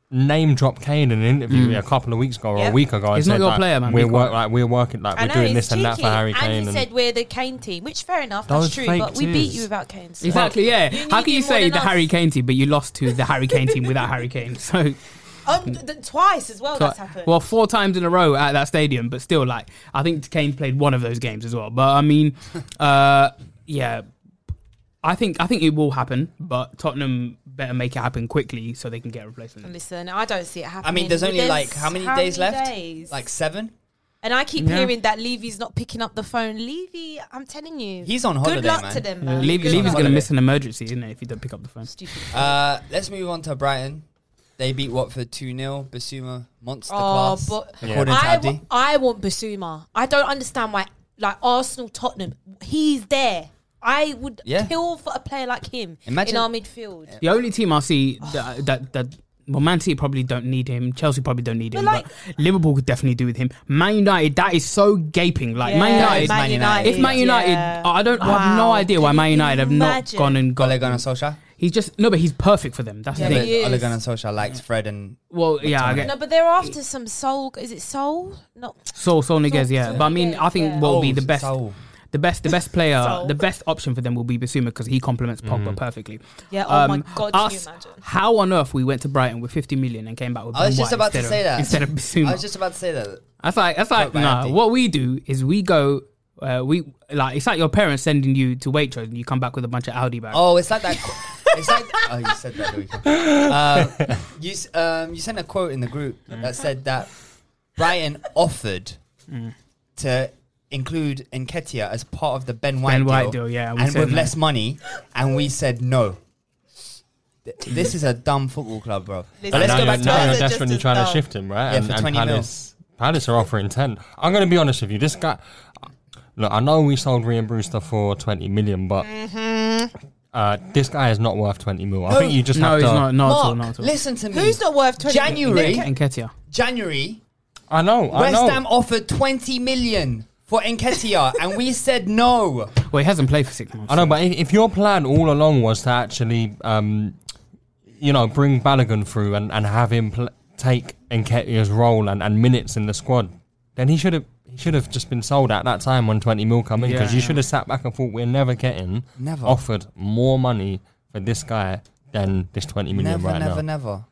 [SPEAKER 5] name dropped Kane in an interview
[SPEAKER 4] Mm.
[SPEAKER 5] a couple of weeks ago or
[SPEAKER 2] Yeah.
[SPEAKER 5] a week ago. and
[SPEAKER 4] He's not
[SPEAKER 5] said,
[SPEAKER 4] your
[SPEAKER 5] like,
[SPEAKER 4] player, man.
[SPEAKER 5] We're
[SPEAKER 4] We
[SPEAKER 5] work,
[SPEAKER 4] can't-
[SPEAKER 5] like we're working like
[SPEAKER 2] I
[SPEAKER 5] we're
[SPEAKER 2] know,
[SPEAKER 5] doing
[SPEAKER 2] it's
[SPEAKER 5] this and that for
[SPEAKER 2] cheeky.
[SPEAKER 5] Harry Kane.
[SPEAKER 2] And he said we're the Kane team, which fair enough,
[SPEAKER 5] That
[SPEAKER 2] that's
[SPEAKER 5] was
[SPEAKER 2] true.
[SPEAKER 5] fake
[SPEAKER 2] But we beat
[SPEAKER 5] tears.
[SPEAKER 2] you without Kane. so-
[SPEAKER 4] Exactly. Yeah.
[SPEAKER 2] You
[SPEAKER 4] How
[SPEAKER 2] need
[SPEAKER 4] can you
[SPEAKER 2] him more
[SPEAKER 4] say
[SPEAKER 2] than
[SPEAKER 4] the
[SPEAKER 2] us.
[SPEAKER 4] Harry Kane team, but you lost to the Harry Kane team without
[SPEAKER 2] *laughs*
[SPEAKER 4] Harry Kane? So,
[SPEAKER 2] Um, th- twice as well.
[SPEAKER 4] so-
[SPEAKER 2] Oh, that's happened.
[SPEAKER 4] well, four times in a row at that stadium, but still, like I think Kane played one of those games as well. But I
[SPEAKER 2] *laughs*
[SPEAKER 4] mean, uh, yeah, I think I think it will happen, but Tottenham better make it happen quickly so they can get a replacement.
[SPEAKER 2] Listen, I don't see it happening.
[SPEAKER 3] I mean, there's only
[SPEAKER 2] There's
[SPEAKER 3] like how many days left?
[SPEAKER 2] days?
[SPEAKER 3] Like seven.
[SPEAKER 2] and I keep
[SPEAKER 4] Yeah.
[SPEAKER 2] hearing that Levy's not picking up the phone. Levy, I'm telling you,
[SPEAKER 3] He's on
[SPEAKER 2] Good
[SPEAKER 3] holiday,
[SPEAKER 2] luck
[SPEAKER 3] man.
[SPEAKER 2] to them,
[SPEAKER 4] Yeah,
[SPEAKER 2] man.
[SPEAKER 4] Levy,
[SPEAKER 2] Good
[SPEAKER 4] Levy's
[SPEAKER 2] luck.
[SPEAKER 4] going to miss an emergency, isn't it, if he don't pick up the phone?
[SPEAKER 2] Stupid.
[SPEAKER 3] Uh, let's move on to Brighton. They beat Watford 2 0. Basuma, monster
[SPEAKER 2] Oh,
[SPEAKER 3] class.
[SPEAKER 2] but
[SPEAKER 3] according to
[SPEAKER 2] I,
[SPEAKER 3] Abdi.
[SPEAKER 2] w- I want Basuma. I don't understand why, like Arsenal, Tottenham, he's there. I would
[SPEAKER 3] Yeah.
[SPEAKER 2] kill for a player like him
[SPEAKER 3] Imagine-
[SPEAKER 2] in our midfield.
[SPEAKER 4] The only team I see
[SPEAKER 2] Oh.
[SPEAKER 4] that that, that well, Man City probably don't need him. Chelsea probably don't need him.
[SPEAKER 2] But,
[SPEAKER 4] But, Liverpool could definitely do with him. Man United, that is so gaping. Like Man
[SPEAKER 2] Yeah,
[SPEAKER 4] United,
[SPEAKER 3] Man United.
[SPEAKER 4] if Man United,
[SPEAKER 2] yeah.
[SPEAKER 4] I don't I have no
[SPEAKER 2] Wow.
[SPEAKER 4] idea why
[SPEAKER 2] Can
[SPEAKER 4] Man
[SPEAKER 2] you
[SPEAKER 4] United have not
[SPEAKER 2] imagine?
[SPEAKER 4] gone and got.
[SPEAKER 3] Ole Gunnar Solskjaer.
[SPEAKER 4] He's just no, but he's perfect for them. That's
[SPEAKER 3] Yeah,
[SPEAKER 4] the
[SPEAKER 3] but
[SPEAKER 4] thing.
[SPEAKER 2] he is.
[SPEAKER 3] Ole Gunnar Solskjaer likes Fred and.
[SPEAKER 4] Well, yeah, I
[SPEAKER 2] No,
[SPEAKER 4] get
[SPEAKER 2] but they're after some soul. Is it soul? No.
[SPEAKER 4] Sol Sol Niguez, yeah.
[SPEAKER 2] Sol
[SPEAKER 4] But I mean,
[SPEAKER 2] Niguez,
[SPEAKER 4] I think
[SPEAKER 2] yeah.
[SPEAKER 4] what will be
[SPEAKER 3] Oh,
[SPEAKER 4] the best.
[SPEAKER 3] Sol.
[SPEAKER 4] The best, the best player,
[SPEAKER 2] Sol.
[SPEAKER 4] the best option for them will be Basuma because he complements Pogba
[SPEAKER 3] Mm.
[SPEAKER 4] perfectly. Um,
[SPEAKER 2] Yeah, oh my God, can you
[SPEAKER 4] us-
[SPEAKER 2] imagine?
[SPEAKER 4] How on earth we went to Brighton with 50 million and came back with?
[SPEAKER 3] I was
[SPEAKER 4] Ben
[SPEAKER 3] just
[SPEAKER 4] White
[SPEAKER 3] about to
[SPEAKER 4] instead of-
[SPEAKER 3] say that.
[SPEAKER 4] instead of Basuma.
[SPEAKER 3] I was just about to say that.
[SPEAKER 4] That's like that's like
[SPEAKER 3] by
[SPEAKER 4] nah.
[SPEAKER 3] Andy.
[SPEAKER 4] What we do is we go. Uh, we like it's like your parents sending you to Waitrose and you come back with a bunch of Audi bags.
[SPEAKER 3] Oh, it's like that. qu- it's like oh, you said that. Louis. Um, you s- um, you sent a quote in the group that said that Brighton offered
[SPEAKER 4] Mm.
[SPEAKER 3] to include Enketia as part of the Ben White,
[SPEAKER 4] Ben White
[SPEAKER 3] deal,
[SPEAKER 4] deal, yeah, we
[SPEAKER 3] and
[SPEAKER 4] said
[SPEAKER 3] with
[SPEAKER 4] no.
[SPEAKER 3] less money, and we said no. Th- This is a dumb football club, bro. But
[SPEAKER 2] And
[SPEAKER 3] let's
[SPEAKER 5] now
[SPEAKER 3] go
[SPEAKER 5] you're,
[SPEAKER 3] back to
[SPEAKER 2] Palace.
[SPEAKER 5] now you're
[SPEAKER 3] Brighton.
[SPEAKER 2] Just
[SPEAKER 5] desperately
[SPEAKER 2] as
[SPEAKER 5] trying to
[SPEAKER 2] dumb.
[SPEAKER 5] shift him, right?
[SPEAKER 3] Yeah, for 20 mil.
[SPEAKER 5] Palace, Palace are offering ten. I'm going to be honest with you. This guy, look, I know we sold Ryan Brewster for twenty million, but
[SPEAKER 3] Mm-hmm.
[SPEAKER 5] uh, this guy is not worth twenty mil. I think you just
[SPEAKER 4] no,
[SPEAKER 5] have
[SPEAKER 4] he's
[SPEAKER 5] to.
[SPEAKER 4] not. Not at all. Not
[SPEAKER 3] Mark,
[SPEAKER 4] at all.
[SPEAKER 3] listen to me.
[SPEAKER 2] Who's not worth 20
[SPEAKER 3] January?
[SPEAKER 2] Nick-
[SPEAKER 4] Enketia.
[SPEAKER 3] January,
[SPEAKER 5] I know. I
[SPEAKER 3] West
[SPEAKER 5] know.
[SPEAKER 3] Ham offered 20 million for Enketia, and we said no.
[SPEAKER 4] Well, he hasn't played for six months.
[SPEAKER 5] I know, but if, if your plan all along was to actually, um, you know, bring Balogun through and, and have him pl- take Enketia's role and, and minutes in the squad, then he should have he should have just been sold at that time when 20 mil come in because
[SPEAKER 4] Yeah,
[SPEAKER 5] you
[SPEAKER 4] yeah.
[SPEAKER 5] should have sat back and thought we're never getting
[SPEAKER 3] Never.
[SPEAKER 5] offered more money for this guy than this 20 million
[SPEAKER 3] Never,
[SPEAKER 5] right
[SPEAKER 3] never,
[SPEAKER 5] now.
[SPEAKER 3] never.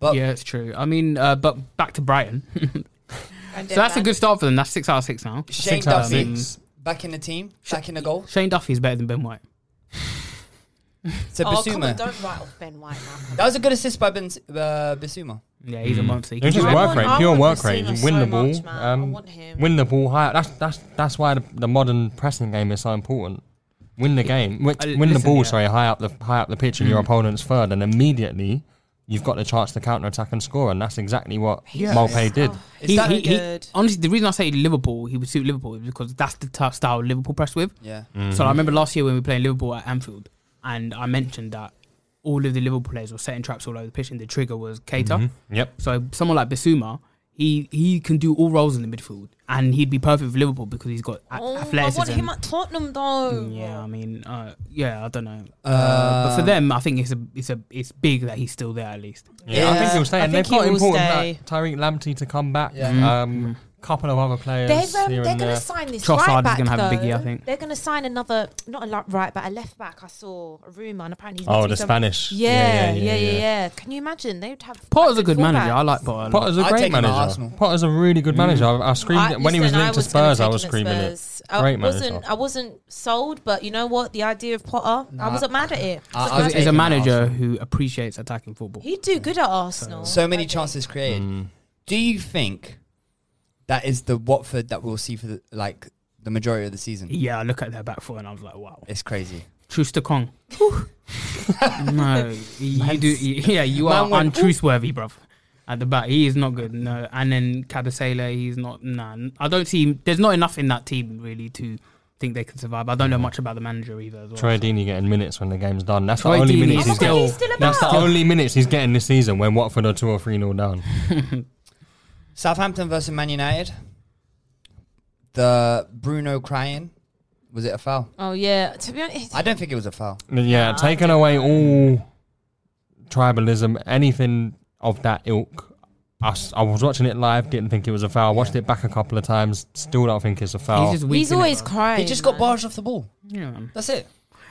[SPEAKER 3] But
[SPEAKER 4] yeah, it's true. I mean, uh, but back to Brighton. *laughs*
[SPEAKER 2] And
[SPEAKER 4] so
[SPEAKER 2] then
[SPEAKER 4] that's a
[SPEAKER 2] that-
[SPEAKER 4] good start for them. That's six out of six now.
[SPEAKER 3] Shane
[SPEAKER 5] Six out of
[SPEAKER 3] Duffy
[SPEAKER 5] six.
[SPEAKER 3] back in the team, back in the goal.
[SPEAKER 4] Shane Duffy's better than Ben White.
[SPEAKER 3] So
[SPEAKER 2] Oh, come on,
[SPEAKER 3] Basuma.
[SPEAKER 2] don't write off Ben White now.
[SPEAKER 3] that was a good assist by ben, uh, Basuma.
[SPEAKER 4] Yeah, he's a monster. He
[SPEAKER 5] It's Hmm.
[SPEAKER 4] can
[SPEAKER 5] just
[SPEAKER 4] do
[SPEAKER 2] I
[SPEAKER 5] work
[SPEAKER 2] want-
[SPEAKER 5] rate,
[SPEAKER 2] I
[SPEAKER 5] pure
[SPEAKER 2] want
[SPEAKER 5] work rate.
[SPEAKER 2] Basuma
[SPEAKER 5] You win the
[SPEAKER 2] so much,
[SPEAKER 5] ball,
[SPEAKER 2] man. I
[SPEAKER 5] um,
[SPEAKER 2] want him.
[SPEAKER 5] win the ball high. That's that's that's why the, the modern pressing game is so important. Win the game, win,
[SPEAKER 4] I-
[SPEAKER 5] win the
[SPEAKER 4] listen,
[SPEAKER 5] ball.
[SPEAKER 4] yeah.
[SPEAKER 5] Sorry, high up the high up the pitch in your
[SPEAKER 2] Mm.
[SPEAKER 5] opponent's third, and immediately you've got the chance to counter attack and score, and that's exactly what
[SPEAKER 4] Yeah.
[SPEAKER 5] Malpay
[SPEAKER 2] Oh.
[SPEAKER 5] did.
[SPEAKER 3] Is
[SPEAKER 4] He,
[SPEAKER 3] that
[SPEAKER 4] he, he,
[SPEAKER 2] good?
[SPEAKER 4] honestly, the reason I say Liverpool, he would suit Liverpool is because that's the t- style Liverpool press with.
[SPEAKER 3] yeah.
[SPEAKER 5] Mm-hmm.
[SPEAKER 4] So I remember last year when we were playing Liverpool at Anfield, and I mentioned that all of the Liverpool players were setting traps all over the pitch, and the trigger was Cater.
[SPEAKER 5] Mm-hmm. Yep.
[SPEAKER 4] So someone like Basuma, he he can do all roles in the midfield, and he'd be perfect for Liverpool because he's got a-
[SPEAKER 2] Oh, I want
[SPEAKER 4] athleticism.
[SPEAKER 2] him at Tottenham though.
[SPEAKER 4] yeah, I mean, uh, yeah, I don't know, uh, but for them, I think it's a it's a it's big that he's still there at least.
[SPEAKER 5] Yeah, I think he'll stay.
[SPEAKER 2] I
[SPEAKER 5] And they've
[SPEAKER 2] think
[SPEAKER 5] got
[SPEAKER 2] he will
[SPEAKER 5] important
[SPEAKER 2] stay. Mm-hmm.
[SPEAKER 5] like, Tyreek Lamptey to come back.
[SPEAKER 3] Yeah.
[SPEAKER 5] Um, couple of other players
[SPEAKER 2] They're, um,
[SPEAKER 5] here
[SPEAKER 2] they're
[SPEAKER 5] and
[SPEAKER 2] going
[SPEAKER 5] there.
[SPEAKER 2] to sign this
[SPEAKER 4] Trossard
[SPEAKER 2] right
[SPEAKER 4] is
[SPEAKER 2] back.
[SPEAKER 4] gonna have a
[SPEAKER 2] though.
[SPEAKER 4] big year, I think.
[SPEAKER 2] They're going to sign another, not a li- right back, a left back. I saw a rumor, and apparently he's meant
[SPEAKER 5] Oh,
[SPEAKER 2] to be
[SPEAKER 5] the
[SPEAKER 2] some-
[SPEAKER 5] Spanish.
[SPEAKER 2] Yeah yeah yeah, yeah, Can you imagine? They would have.
[SPEAKER 4] Potter's a
[SPEAKER 2] like
[SPEAKER 4] good manager. I
[SPEAKER 2] fullbacks.
[SPEAKER 4] like Potter. a lot.
[SPEAKER 5] Potter's a
[SPEAKER 3] I'd
[SPEAKER 5] great
[SPEAKER 3] take him at
[SPEAKER 5] manager.
[SPEAKER 3] Arsenal.
[SPEAKER 5] Potter's a really good manager. I, I screamed
[SPEAKER 2] I-
[SPEAKER 5] it when he was
[SPEAKER 2] listen, I
[SPEAKER 5] linked to
[SPEAKER 2] gonna
[SPEAKER 5] Spurs. I
[SPEAKER 2] take
[SPEAKER 5] was
[SPEAKER 2] him at
[SPEAKER 5] screaming it.
[SPEAKER 2] Spurs.
[SPEAKER 5] Great
[SPEAKER 2] I wasn't.
[SPEAKER 5] manager.
[SPEAKER 2] I wasn't sold, but you know what? The idea of Potter, I wasn't mad at it.
[SPEAKER 3] I-
[SPEAKER 2] Wasn't
[SPEAKER 3] I was
[SPEAKER 2] mad at
[SPEAKER 4] Because he's
[SPEAKER 2] it.
[SPEAKER 4] a
[SPEAKER 3] taking
[SPEAKER 4] manager
[SPEAKER 3] Arsenal.
[SPEAKER 4] who appreciates attacking football.
[SPEAKER 2] He'd do good at Arsenal.
[SPEAKER 3] So many
[SPEAKER 2] I think.
[SPEAKER 3] chances created.
[SPEAKER 4] Mm.
[SPEAKER 3] Do you think that is the Watford that we'll see for the, like the majority of the season?
[SPEAKER 4] Yeah, I look at their back four and I was like, wow.
[SPEAKER 3] It's crazy.
[SPEAKER 4] Truster Kong. no, you do. *laughs* Yeah, you
[SPEAKER 3] Man
[SPEAKER 4] are
[SPEAKER 3] went,
[SPEAKER 4] untruthworthy, bruv. At the back, he is not good. No, and then Cabasela, he's not. Nah, I don't see. There's not enough in that team really to think they can survive. I don't know much about the manager either. As well,
[SPEAKER 5] Troy
[SPEAKER 4] so.
[SPEAKER 5] Deeney getting minutes when the game's done. That's
[SPEAKER 4] Troy
[SPEAKER 5] the only
[SPEAKER 4] Deeney
[SPEAKER 5] minutes
[SPEAKER 4] is
[SPEAKER 5] he's
[SPEAKER 4] still-
[SPEAKER 5] getting.
[SPEAKER 4] He's still
[SPEAKER 5] That's the
[SPEAKER 4] about.
[SPEAKER 5] only minutes he's getting this season when Watford are two or three 0 down.
[SPEAKER 3] Southampton versus Man United. The Bruno crying. Was it a foul?
[SPEAKER 2] Oh yeah. To be honest,
[SPEAKER 3] I don't think it was a foul.
[SPEAKER 5] yeah, taking away all tribalism, anything of that ilk. Us, I was watching it live, didn't think it was a foul. Watched it back a couple of times, still don't think it's a foul.
[SPEAKER 4] just
[SPEAKER 2] he's
[SPEAKER 4] weak, innit,
[SPEAKER 2] always
[SPEAKER 4] bro?
[SPEAKER 2] crying.
[SPEAKER 3] He just got
[SPEAKER 2] man.
[SPEAKER 3] barged off the ball.
[SPEAKER 4] Yeah.
[SPEAKER 3] That's it.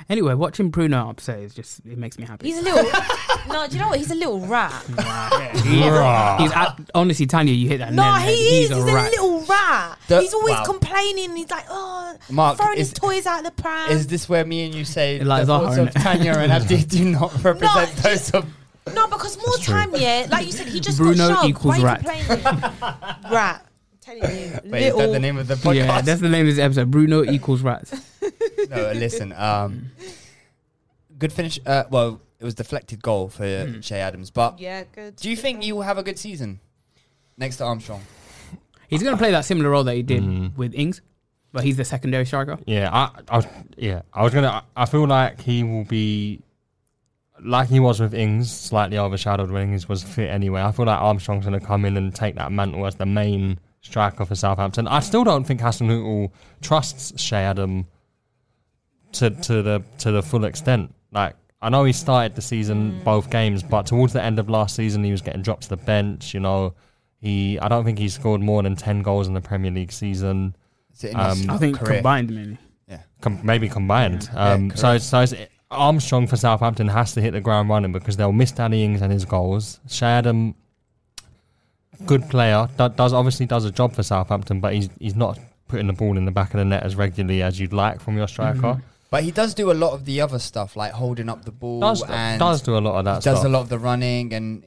[SPEAKER 4] Anyway, watching Bruno upset is just it makes me happy. *laughs*
[SPEAKER 2] He's a little. *laughs* no, do you know what? He's a little rat. *laughs*
[SPEAKER 5] Bruh.
[SPEAKER 4] Ah, He's at, honestly, Tanya, you hit that.
[SPEAKER 2] No,
[SPEAKER 4] nail on the
[SPEAKER 2] he
[SPEAKER 4] head.
[SPEAKER 2] is. He's a,
[SPEAKER 4] rat.
[SPEAKER 2] little rat.
[SPEAKER 3] The-
[SPEAKER 2] he's always
[SPEAKER 3] Wow.
[SPEAKER 2] complaining. He's like, oh,
[SPEAKER 3] Mark,
[SPEAKER 2] throwing
[SPEAKER 3] is-
[SPEAKER 2] his toys out the pram.
[SPEAKER 3] Is this where me and you say
[SPEAKER 4] It lies
[SPEAKER 3] the
[SPEAKER 4] our
[SPEAKER 3] thoughts
[SPEAKER 4] heart,
[SPEAKER 3] of
[SPEAKER 4] innit?
[SPEAKER 3] Tanya and Abdi
[SPEAKER 4] *laughs*
[SPEAKER 3] do not represent those of
[SPEAKER 2] no, because more time, yeah. Like you said, he just
[SPEAKER 4] Bruno
[SPEAKER 2] got shoved.
[SPEAKER 4] equals
[SPEAKER 2] Why
[SPEAKER 4] rat.
[SPEAKER 2] Are you
[SPEAKER 3] *laughs*
[SPEAKER 2] complaining? rat. I'm telling you,
[SPEAKER 3] Wait, is that
[SPEAKER 2] little.
[SPEAKER 3] the name of the podcast?
[SPEAKER 4] *laughs*
[SPEAKER 3] *laughs*
[SPEAKER 4] Yeah, that's the name of this episode. Bruno equals rats.
[SPEAKER 3] no, listen. Um, good finish. Uh, well, it was deflected goal for Shea Adams. But
[SPEAKER 2] Yeah, good.
[SPEAKER 3] do you think you will have a good season next to Armstrong?
[SPEAKER 4] He's going to play that similar role that he did
[SPEAKER 3] Mm.
[SPEAKER 4] with Ings, but he's the secondary striker.
[SPEAKER 5] Yeah, I, I was, yeah, I was gonna. I I feel like he will be like he was with Ings, slightly overshadowed when Ings was fit anyway. I feel like Armstrong's gonna come in and take that mantle as the main striker for Southampton. I still don't think Hasenhüttl trusts Shea Adam to to the to the full extent. Like I know he started the season both games, but towards the end of last season he was getting dropped to the bench. You know, he I don't think he scored more than ten goals in the Premier League season.
[SPEAKER 3] Is it in his
[SPEAKER 4] I think
[SPEAKER 3] career?
[SPEAKER 4] combined mainly.
[SPEAKER 5] com- maybe combined. Um,
[SPEAKER 3] Yeah,
[SPEAKER 5] so, so it's, Armstrong for Southampton has to hit the ground running because they'll miss Danny Ings and his goals. Shadam, good player, do- does obviously does a job for Southampton, but he's he's not putting the ball in the back of the net as regularly as you'd like from your striker.
[SPEAKER 3] But he does do a lot of the other stuff, like holding up the ball
[SPEAKER 5] Does
[SPEAKER 3] and
[SPEAKER 5] does do a lot of that
[SPEAKER 3] does
[SPEAKER 5] stuff.
[SPEAKER 3] a lot of the running and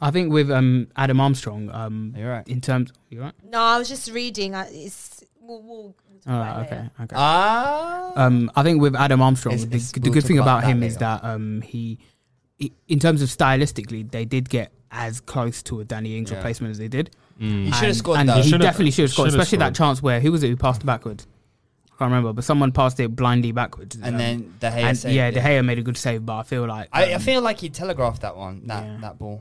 [SPEAKER 4] I think with um, Adam Armstrong, um,
[SPEAKER 3] You're right.
[SPEAKER 4] in terms. You right?
[SPEAKER 2] No, I was just reading. I, it's we'll, we'll
[SPEAKER 4] All right, okay, okay.
[SPEAKER 3] ah.
[SPEAKER 4] Um, I think with Adam Armstrong,
[SPEAKER 3] It's-
[SPEAKER 4] the,
[SPEAKER 3] it's-
[SPEAKER 4] the
[SPEAKER 3] we'll
[SPEAKER 4] good
[SPEAKER 3] talk
[SPEAKER 4] thing
[SPEAKER 3] about
[SPEAKER 4] about
[SPEAKER 3] that
[SPEAKER 4] him is
[SPEAKER 3] later.
[SPEAKER 4] that um, he, i in terms of stylistically, they did get as close to a Danny Ings
[SPEAKER 3] Yeah.
[SPEAKER 4] replacement as they did.
[SPEAKER 3] he should have
[SPEAKER 4] And-
[SPEAKER 3] scored
[SPEAKER 4] and
[SPEAKER 3] that.
[SPEAKER 4] He
[SPEAKER 5] Should've-
[SPEAKER 4] definitely should have scored,
[SPEAKER 5] should've
[SPEAKER 4] especially
[SPEAKER 5] scored.
[SPEAKER 4] that chance where who was it who passed it backwards? I can't remember, but someone passed it blindly backwards.
[SPEAKER 3] and
[SPEAKER 4] um,
[SPEAKER 3] then De Gea
[SPEAKER 4] and
[SPEAKER 3] saved
[SPEAKER 4] yeah,
[SPEAKER 3] it.
[SPEAKER 4] De Gea made a good save, but I feel like
[SPEAKER 3] I, I
[SPEAKER 4] um,
[SPEAKER 3] feel like he telegraphed that one, that
[SPEAKER 4] Yeah.
[SPEAKER 3] that ball.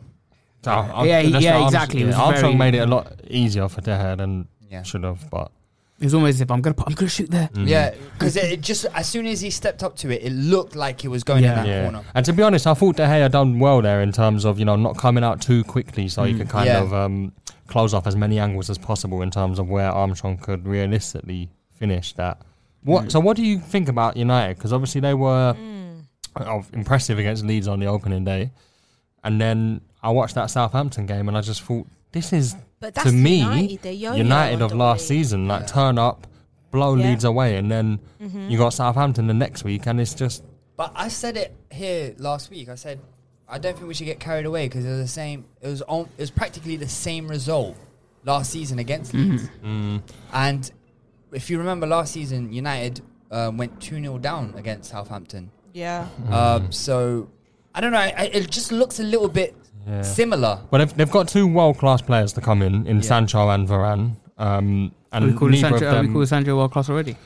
[SPEAKER 5] So I-
[SPEAKER 4] Yeah, he-
[SPEAKER 5] that's
[SPEAKER 4] yeah,
[SPEAKER 5] what Armstrong-
[SPEAKER 4] exactly. It was
[SPEAKER 5] Armstrong
[SPEAKER 4] very-
[SPEAKER 5] made it a lot easier for De Gea than
[SPEAKER 3] Yeah.
[SPEAKER 5] should have, but
[SPEAKER 4] it was almost as if I'm gonna put, I'm gonna shoot there.
[SPEAKER 5] Mm.
[SPEAKER 3] Yeah, because it, it just as soon as he stepped up to it, it looked like he was going in
[SPEAKER 4] Yeah.
[SPEAKER 3] that
[SPEAKER 5] yeah.
[SPEAKER 3] corner.
[SPEAKER 5] And to be honest, I thought De Gea done well there in terms of you know not coming out too quickly, so he could kind
[SPEAKER 3] Mm. Yeah.
[SPEAKER 5] of um, close off as many angles as possible in terms of where Armstrong could realistically finish that.
[SPEAKER 3] Mm.
[SPEAKER 5] What? So what do you think about United? Because obviously they were
[SPEAKER 2] Mm.
[SPEAKER 5] of- impressive against Leeds on the opening day, and then I watched that Southampton game and I just thought this is
[SPEAKER 2] But
[SPEAKER 5] to
[SPEAKER 2] that's
[SPEAKER 5] me
[SPEAKER 2] United, they're yo-yo
[SPEAKER 5] United
[SPEAKER 2] on
[SPEAKER 5] of
[SPEAKER 2] the
[SPEAKER 5] last
[SPEAKER 2] way.
[SPEAKER 5] season. Like turn up, blow
[SPEAKER 2] Yeah. Mm-hmm.
[SPEAKER 5] Leeds away, and then you got Southampton the next week, and it's just
[SPEAKER 3] But I said it here last week. I said I don't think we should get carried away because it was the same. It was on, it was practically the same result last season against
[SPEAKER 2] Mm-hmm.
[SPEAKER 3] Leeds. And if you remember last season, United uh, went two 0 down against Southampton. *laughs*
[SPEAKER 2] yeah.
[SPEAKER 3] Um, so I don't know. I, I- it just looks a little bit
[SPEAKER 5] Yeah.
[SPEAKER 3] similar.
[SPEAKER 5] Well, they've, they've got two world class players to come in in Sancho and Varane. Um,
[SPEAKER 4] Are we
[SPEAKER 5] and
[SPEAKER 4] calling
[SPEAKER 5] neither
[SPEAKER 4] Sancho,
[SPEAKER 5] of
[SPEAKER 4] are we
[SPEAKER 5] them,
[SPEAKER 4] calling Sancho world class already?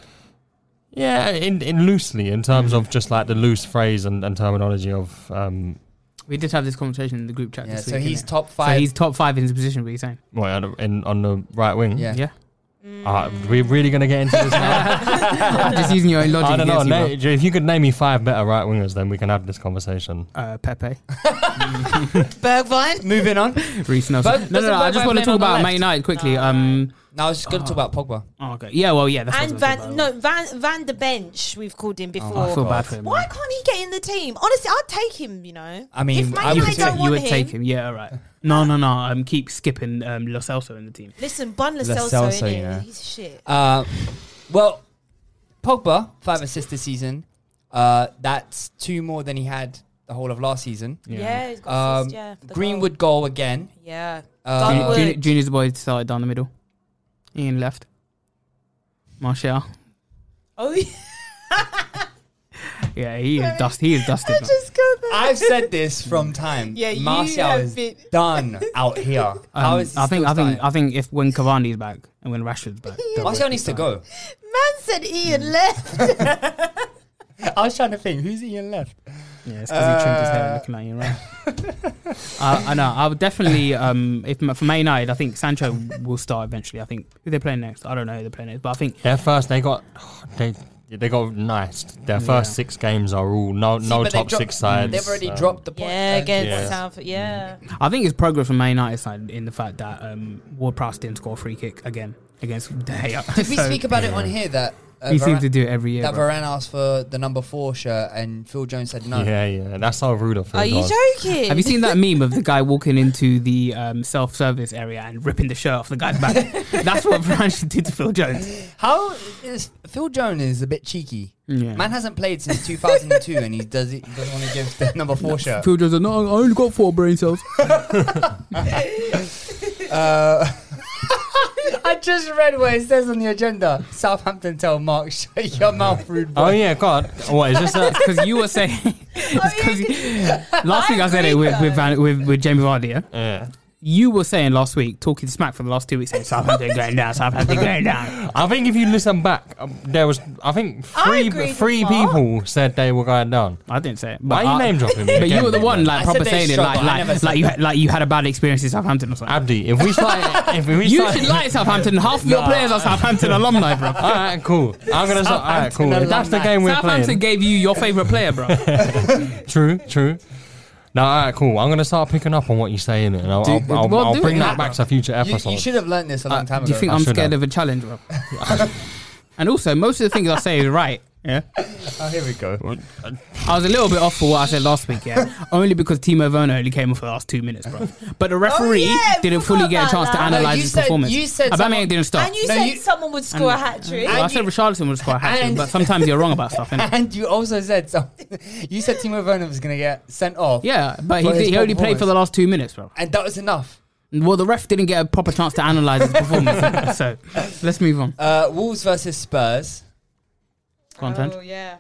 [SPEAKER 5] yeah, in, in loosely in terms
[SPEAKER 4] Mm.
[SPEAKER 5] of just like the loose phrase and, and terminology of um,
[SPEAKER 4] We did have this conversation in the group chat.
[SPEAKER 3] Yeah,
[SPEAKER 4] this
[SPEAKER 3] so
[SPEAKER 4] week,
[SPEAKER 3] he's
[SPEAKER 4] innit?
[SPEAKER 3] top five.
[SPEAKER 4] So he's top five in his position. What are you saying?
[SPEAKER 5] well, in, on the right wing.
[SPEAKER 3] Yeah.
[SPEAKER 4] Yeah,
[SPEAKER 5] Uh, we're really gonna get into
[SPEAKER 4] *laughs*
[SPEAKER 5] this now.
[SPEAKER 4] I'm just
[SPEAKER 5] *laughs*
[SPEAKER 4] using your own logic.
[SPEAKER 5] I don't know.
[SPEAKER 4] against you,
[SPEAKER 5] na- if you could name me five better right wingers, then we can have this conversation.
[SPEAKER 4] bro. uh, Pepe, *laughs*
[SPEAKER 2] Bergvine.
[SPEAKER 3] Moving on.
[SPEAKER 4] Reese Nelson.
[SPEAKER 3] But-
[SPEAKER 4] no,
[SPEAKER 3] but
[SPEAKER 4] no, no. I
[SPEAKER 3] Bergwijn
[SPEAKER 4] just want
[SPEAKER 3] playing
[SPEAKER 4] to talk
[SPEAKER 3] on the
[SPEAKER 4] about
[SPEAKER 3] left. Uh,
[SPEAKER 4] Man United quickly. Um,
[SPEAKER 3] Now I was just going to talk about Pogba.
[SPEAKER 4] oh, okay. Yeah, well, yeah. That's what I
[SPEAKER 2] And
[SPEAKER 4] was gonna
[SPEAKER 2] Van,
[SPEAKER 4] say,
[SPEAKER 2] no, Van, Van de Bench, we've called
[SPEAKER 3] Oh,
[SPEAKER 2] him before.
[SPEAKER 4] but I feel bad for him.
[SPEAKER 2] Why can't he get in the team? Honestly, I'd take him. You know,
[SPEAKER 3] I mean,
[SPEAKER 2] if
[SPEAKER 3] I
[SPEAKER 2] Man
[SPEAKER 3] would
[SPEAKER 2] United
[SPEAKER 4] you would,
[SPEAKER 3] take-
[SPEAKER 2] don't
[SPEAKER 4] take, you
[SPEAKER 2] want
[SPEAKER 4] would
[SPEAKER 2] him,
[SPEAKER 4] take him. Yeah, all right. No, no, no. Um, keep skipping um, Lo Celso in the team.
[SPEAKER 2] listen, Bun Lo
[SPEAKER 3] Lo
[SPEAKER 2] Celso,
[SPEAKER 3] Celso,
[SPEAKER 2] innit?
[SPEAKER 3] you know.
[SPEAKER 2] he's shit.
[SPEAKER 3] Uh, well, Pogba five assists this season. Uh, that's two more than he had the whole of last season.
[SPEAKER 2] yeah. he's got
[SPEAKER 3] Um,
[SPEAKER 2] assists, yeah. for the
[SPEAKER 3] Greenwood goal again.
[SPEAKER 2] goal. yeah,
[SPEAKER 3] Uh,
[SPEAKER 4] Junior,
[SPEAKER 2] Dunwood.
[SPEAKER 4] junior, junior's boy started down the middle. Ian left. Martial.
[SPEAKER 2] Oh, yeah.
[SPEAKER 4] Yeah, he is dust. He is
[SPEAKER 2] *laughs*
[SPEAKER 4] dusted. man.
[SPEAKER 3] I've said this
[SPEAKER 4] *laughs*
[SPEAKER 3] from time.
[SPEAKER 2] Yeah, you
[SPEAKER 3] Martial
[SPEAKER 2] have
[SPEAKER 3] is
[SPEAKER 2] been-
[SPEAKER 3] done out here.
[SPEAKER 4] Um,
[SPEAKER 3] How is he
[SPEAKER 4] I
[SPEAKER 3] still
[SPEAKER 4] think I think
[SPEAKER 3] starting?
[SPEAKER 4] I think if when Cavani's back and when Rashford's back, they'll
[SPEAKER 3] Martial
[SPEAKER 4] both be
[SPEAKER 3] needs to
[SPEAKER 4] starting. *laughs*
[SPEAKER 3] go.
[SPEAKER 2] Man said Ian left.
[SPEAKER 3] I was trying to think, who's Ian left?
[SPEAKER 4] Yeah, it's because he trimmed his hair and looking like you, right? I, I know. I would definitely, um, if for Man United, I think Sancho will start eventually. I think who they're playing next. I don't know who they're playing next, but I think
[SPEAKER 5] Their first, they got *sighs* they they got nice. Their first six games are all no no top six sides.
[SPEAKER 3] They've already
[SPEAKER 5] so-
[SPEAKER 3] dropped the point.
[SPEAKER 2] yeah,
[SPEAKER 3] uh,
[SPEAKER 2] against
[SPEAKER 5] Yeah.
[SPEAKER 2] South. Yeah.
[SPEAKER 4] I think it's progress from Man United side in the fact that um, Ward Prowse didn't score a free kick again against De Gea.
[SPEAKER 3] Did we
[SPEAKER 4] *laughs* So,
[SPEAKER 3] speak about it on here that uh,
[SPEAKER 4] he seems
[SPEAKER 3] Varane-
[SPEAKER 4] to do it every year.
[SPEAKER 3] that
[SPEAKER 4] bro.
[SPEAKER 3] Varane asked for the number four shirt and Phil Jones said no?
[SPEAKER 5] Yeah, yeah, that's how rude of him.
[SPEAKER 2] Are you
[SPEAKER 5] was.
[SPEAKER 2] joking?
[SPEAKER 4] Have you
[SPEAKER 2] *laughs*
[SPEAKER 3] *laughs*
[SPEAKER 4] seen that meme of the guy walking into the um, self-service area and ripping the shirt off
[SPEAKER 3] *laughs*
[SPEAKER 4] the guy's back? That's what Varane should do to Phil Jones.
[SPEAKER 3] How is Phil Jones is a bit cheeky.
[SPEAKER 4] Yeah.
[SPEAKER 3] Man hasn't played since 2002 and he does he doesn't want to give the number four shirt.
[SPEAKER 4] Phil Jones, no, I only got four brain *laughs* cells.
[SPEAKER 3] I just read what it says on the agenda. Southampton tell Mark, *laughs* shut your mouth, rude boy.
[SPEAKER 5] Oh yeah, God. What is this? A,
[SPEAKER 4] because you
[SPEAKER 3] *laughs*
[SPEAKER 4] were saying
[SPEAKER 2] Oh,
[SPEAKER 3] Oh,
[SPEAKER 4] it's 'cause you- *laughs* last week I said it with with, Van, with with Jamie Vardy. yeah?
[SPEAKER 5] yeah.
[SPEAKER 4] You were saying last week, talking smack for the last two weeks, saying Southampton going down, Southampton going down.
[SPEAKER 5] I think if you listen back, um, there was I think
[SPEAKER 2] I
[SPEAKER 5] three
[SPEAKER 2] agree with
[SPEAKER 5] three
[SPEAKER 2] Mark.
[SPEAKER 5] people said they were going down.
[SPEAKER 4] I didn't say it.
[SPEAKER 5] Why
[SPEAKER 4] But
[SPEAKER 5] are you
[SPEAKER 4] I-
[SPEAKER 5] name dropping me?
[SPEAKER 4] *laughs* But you
[SPEAKER 5] again,
[SPEAKER 4] were the
[SPEAKER 5] man?
[SPEAKER 4] one like
[SPEAKER 3] I said
[SPEAKER 4] proper
[SPEAKER 3] they
[SPEAKER 4] saying it,
[SPEAKER 3] struggle.
[SPEAKER 4] like
[SPEAKER 3] I never
[SPEAKER 4] like
[SPEAKER 3] said
[SPEAKER 4] like you had- like you had a bad experience in Southampton or something.
[SPEAKER 5] Abdi. If we start,
[SPEAKER 4] *laughs*
[SPEAKER 5] if we
[SPEAKER 4] You
[SPEAKER 5] start,
[SPEAKER 4] should like Southampton. Half your players are Southampton
[SPEAKER 5] *laughs*
[SPEAKER 4] alumni, bro.
[SPEAKER 5] All right, cool. I'm gonna. Start, all right, cool. If that's the game we're
[SPEAKER 4] Southampton
[SPEAKER 5] playing.
[SPEAKER 4] gave you your favorite
[SPEAKER 5] *laughs*
[SPEAKER 4] player, bro.
[SPEAKER 5] True, true. No, all right, cool. I'm gonna start picking up on what you're saying, and I'll, I'll, I'll,
[SPEAKER 4] well,
[SPEAKER 5] I'll
[SPEAKER 4] do
[SPEAKER 5] bring
[SPEAKER 4] it.
[SPEAKER 5] that back to future
[SPEAKER 3] You,
[SPEAKER 5] episodes.
[SPEAKER 3] you should have learned this a long time ago.
[SPEAKER 4] Uh, Do you think
[SPEAKER 5] I
[SPEAKER 4] I'm
[SPEAKER 5] should
[SPEAKER 4] scared
[SPEAKER 5] have.
[SPEAKER 4] of a
[SPEAKER 5] *laughs*
[SPEAKER 4] challenge, bro? and also, most of the things I say is right. Yeah.
[SPEAKER 3] oh, here we go.
[SPEAKER 4] I was a little bit off for what I said last
[SPEAKER 5] *laughs*
[SPEAKER 4] week, yeah. Only because Timo Werner only came off for the last two minutes, bro. But
[SPEAKER 3] Oh,
[SPEAKER 4] the referee
[SPEAKER 2] yeah, we
[SPEAKER 4] didn't fully
[SPEAKER 2] forgot
[SPEAKER 4] get a
[SPEAKER 2] about
[SPEAKER 4] chance to
[SPEAKER 2] that.
[SPEAKER 3] No,
[SPEAKER 4] analyze
[SPEAKER 3] you
[SPEAKER 4] his
[SPEAKER 3] said-
[SPEAKER 4] performance.
[SPEAKER 3] you said
[SPEAKER 4] Aubameyang
[SPEAKER 3] someone-
[SPEAKER 4] didn't start.
[SPEAKER 2] And you
[SPEAKER 3] No,
[SPEAKER 2] said
[SPEAKER 3] you-
[SPEAKER 2] someone would score a hat trick.
[SPEAKER 4] Well, I said Richarlison was quite happy,
[SPEAKER 3] and-
[SPEAKER 4] but sometimes you're wrong about stuff. *laughs*
[SPEAKER 3] *laughs*
[SPEAKER 4] Innit?
[SPEAKER 3] And you also said so. *laughs* You said Timo Werner was going to get sent off.
[SPEAKER 4] Yeah, but he,
[SPEAKER 3] For his
[SPEAKER 4] he only played
[SPEAKER 3] performance.
[SPEAKER 4] for the last two minutes, bro.
[SPEAKER 3] And that was enough.
[SPEAKER 4] Well, the ref didn't get a proper chance to analyze his *laughs* performance. innit? so let's move on.
[SPEAKER 3] Uh, Wolves versus Spurs.
[SPEAKER 4] Content.
[SPEAKER 2] Oh yeah.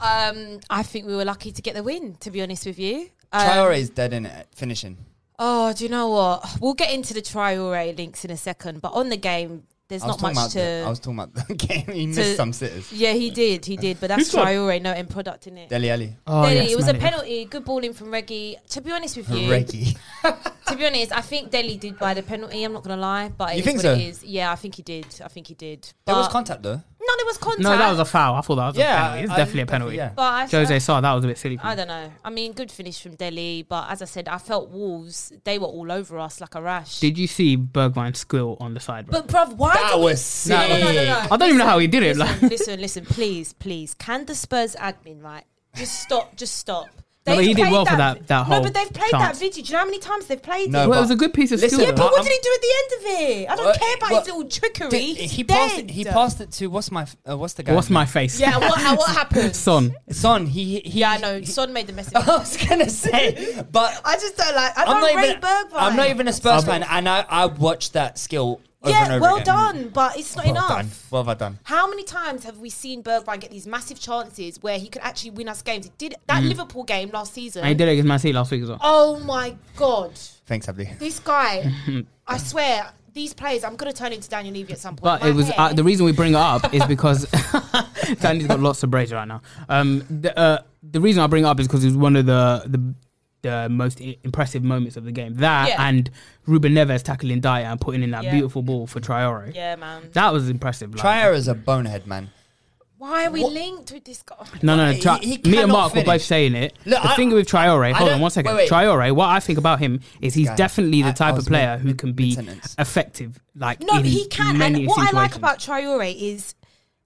[SPEAKER 2] Um, I think we were lucky to get the win. To be honest with you. Um,
[SPEAKER 3] Traore's dead in it, finishing.
[SPEAKER 2] Oh, do you know what? We'll get into the trial rate links in a second, but on the game, there's
[SPEAKER 3] I was talking
[SPEAKER 2] not much
[SPEAKER 3] about
[SPEAKER 2] to.
[SPEAKER 3] the, I was talking about the *laughs* game. He missed
[SPEAKER 2] to-
[SPEAKER 3] some sitters.
[SPEAKER 2] yeah, he did, he did, but that's trial rate, no end product in it.
[SPEAKER 3] Deli Ali.
[SPEAKER 4] Oh,
[SPEAKER 2] Deli,
[SPEAKER 4] yes,
[SPEAKER 2] it was a
[SPEAKER 4] Mane.
[SPEAKER 2] penalty. Good ball in from Reggie. To be honest with you,
[SPEAKER 3] Reggie.
[SPEAKER 2] to be honest, I think Delhi did buy the penalty. I'm not gonna lie, but it
[SPEAKER 3] You
[SPEAKER 2] is
[SPEAKER 3] think
[SPEAKER 2] what
[SPEAKER 3] so?
[SPEAKER 2] it is. Yeah, I think he did. I think he did.
[SPEAKER 3] There was
[SPEAKER 2] But-
[SPEAKER 3] contact though.
[SPEAKER 2] No, there was contact.
[SPEAKER 4] No, that was a foul. I thought that was
[SPEAKER 3] Yeah,
[SPEAKER 4] a penalty. It's
[SPEAKER 3] I-
[SPEAKER 4] definitely a penalty.
[SPEAKER 3] yeah.
[SPEAKER 2] But I,
[SPEAKER 4] Jose saw that was a bit silly.
[SPEAKER 2] I don't know. I mean, good finish from Delhi, but as I said, I felt Wolves. They were all over us like a rash.
[SPEAKER 4] Did you see Bergwijn squill on the side, bro?
[SPEAKER 2] but bruv, why?
[SPEAKER 3] That
[SPEAKER 2] do we-
[SPEAKER 3] was sick.
[SPEAKER 2] No, no, no, no, no.
[SPEAKER 4] I don't even know how he did it. Like,
[SPEAKER 2] listen, listen, listen, please, please. Can the Spurs admin right? Just stop, just stop.
[SPEAKER 4] No, but he did
[SPEAKER 2] played
[SPEAKER 4] well for that- that
[SPEAKER 2] No,
[SPEAKER 4] whole
[SPEAKER 2] but they've played that
[SPEAKER 4] chance.
[SPEAKER 2] video. Do you know how many times they've played
[SPEAKER 3] No,
[SPEAKER 2] it?
[SPEAKER 4] well, it
[SPEAKER 3] but-
[SPEAKER 4] was a good piece of
[SPEAKER 3] Listen,
[SPEAKER 4] skill.
[SPEAKER 2] yeah,
[SPEAKER 4] though.
[SPEAKER 2] but what did he do at the end of it? I don't
[SPEAKER 3] Well,
[SPEAKER 2] care about
[SPEAKER 3] well,
[SPEAKER 2] his little trickery.
[SPEAKER 3] Did-
[SPEAKER 2] He's
[SPEAKER 3] he passed.
[SPEAKER 2] dead.
[SPEAKER 3] It, he passed it to what's my f- uh, what's the guy?
[SPEAKER 4] What's my face?
[SPEAKER 2] Yeah, what,
[SPEAKER 4] *laughs*
[SPEAKER 3] *laughs*
[SPEAKER 2] how- what happened?
[SPEAKER 4] Son.
[SPEAKER 3] son? He he.
[SPEAKER 2] Yeah, I know. Son made the message.
[SPEAKER 3] *laughs* I *laughs* was gonna say, but
[SPEAKER 2] I just don't like. I
[SPEAKER 3] I'm
[SPEAKER 2] don't
[SPEAKER 3] not
[SPEAKER 2] rate
[SPEAKER 3] even.
[SPEAKER 2] Bergwijn.
[SPEAKER 3] I'm not even a Spurs fan, and I I watched that skill over and
[SPEAKER 2] Yeah,
[SPEAKER 3] over
[SPEAKER 2] well
[SPEAKER 3] again.
[SPEAKER 2] done, but it's not
[SPEAKER 3] Well
[SPEAKER 2] enough.
[SPEAKER 3] done. Well done.
[SPEAKER 2] How many times have we seen Bergwijn get these massive chances where he could actually win us games? It did that Liverpool game last season.
[SPEAKER 4] And he Mm. did it against Man City last week as well.
[SPEAKER 2] Oh my god.
[SPEAKER 3] Thanks, Abdi.
[SPEAKER 2] This
[SPEAKER 4] *laughs*
[SPEAKER 2] guy, I swear, these players, I'm going to turn into Daniel Levy at some point.
[SPEAKER 4] But
[SPEAKER 2] My
[SPEAKER 4] it was uh,
[SPEAKER 2] hair-
[SPEAKER 4] the reason we bring it up is because *laughs* Danny's got lots of braids right now. Um, the, uh, the reason I bring it up is because it was one of the the, the most i- impressive moments of the game. That
[SPEAKER 2] Yeah.
[SPEAKER 4] and Ruben Neves tackling Dyer and putting in that
[SPEAKER 2] Yeah.
[SPEAKER 4] beautiful ball for Traore.
[SPEAKER 2] Yeah, man.
[SPEAKER 4] That was impressive. Like,
[SPEAKER 3] Trier is a bonehead, man.
[SPEAKER 2] Why are we linked with this guy?
[SPEAKER 4] No, no, no. Tra-
[SPEAKER 3] He- he
[SPEAKER 4] me and
[SPEAKER 3] cannot
[SPEAKER 4] Mark were both
[SPEAKER 3] finish.
[SPEAKER 4] saying it.
[SPEAKER 3] Look,
[SPEAKER 4] the
[SPEAKER 3] I-
[SPEAKER 4] thing with Traore, hold
[SPEAKER 3] don't-
[SPEAKER 4] on one second.
[SPEAKER 3] wait, wait.
[SPEAKER 4] Traore, what I think about him is he's
[SPEAKER 3] Guy,
[SPEAKER 4] definitely the
[SPEAKER 3] I-
[SPEAKER 4] type
[SPEAKER 3] I
[SPEAKER 4] of
[SPEAKER 3] was
[SPEAKER 4] player
[SPEAKER 3] mid-
[SPEAKER 4] who can be
[SPEAKER 3] mid-sentence.
[SPEAKER 4] effective. Like
[SPEAKER 2] No,
[SPEAKER 4] in
[SPEAKER 2] he can.
[SPEAKER 4] Many
[SPEAKER 2] And what I like
[SPEAKER 4] situations.
[SPEAKER 2] about Traore is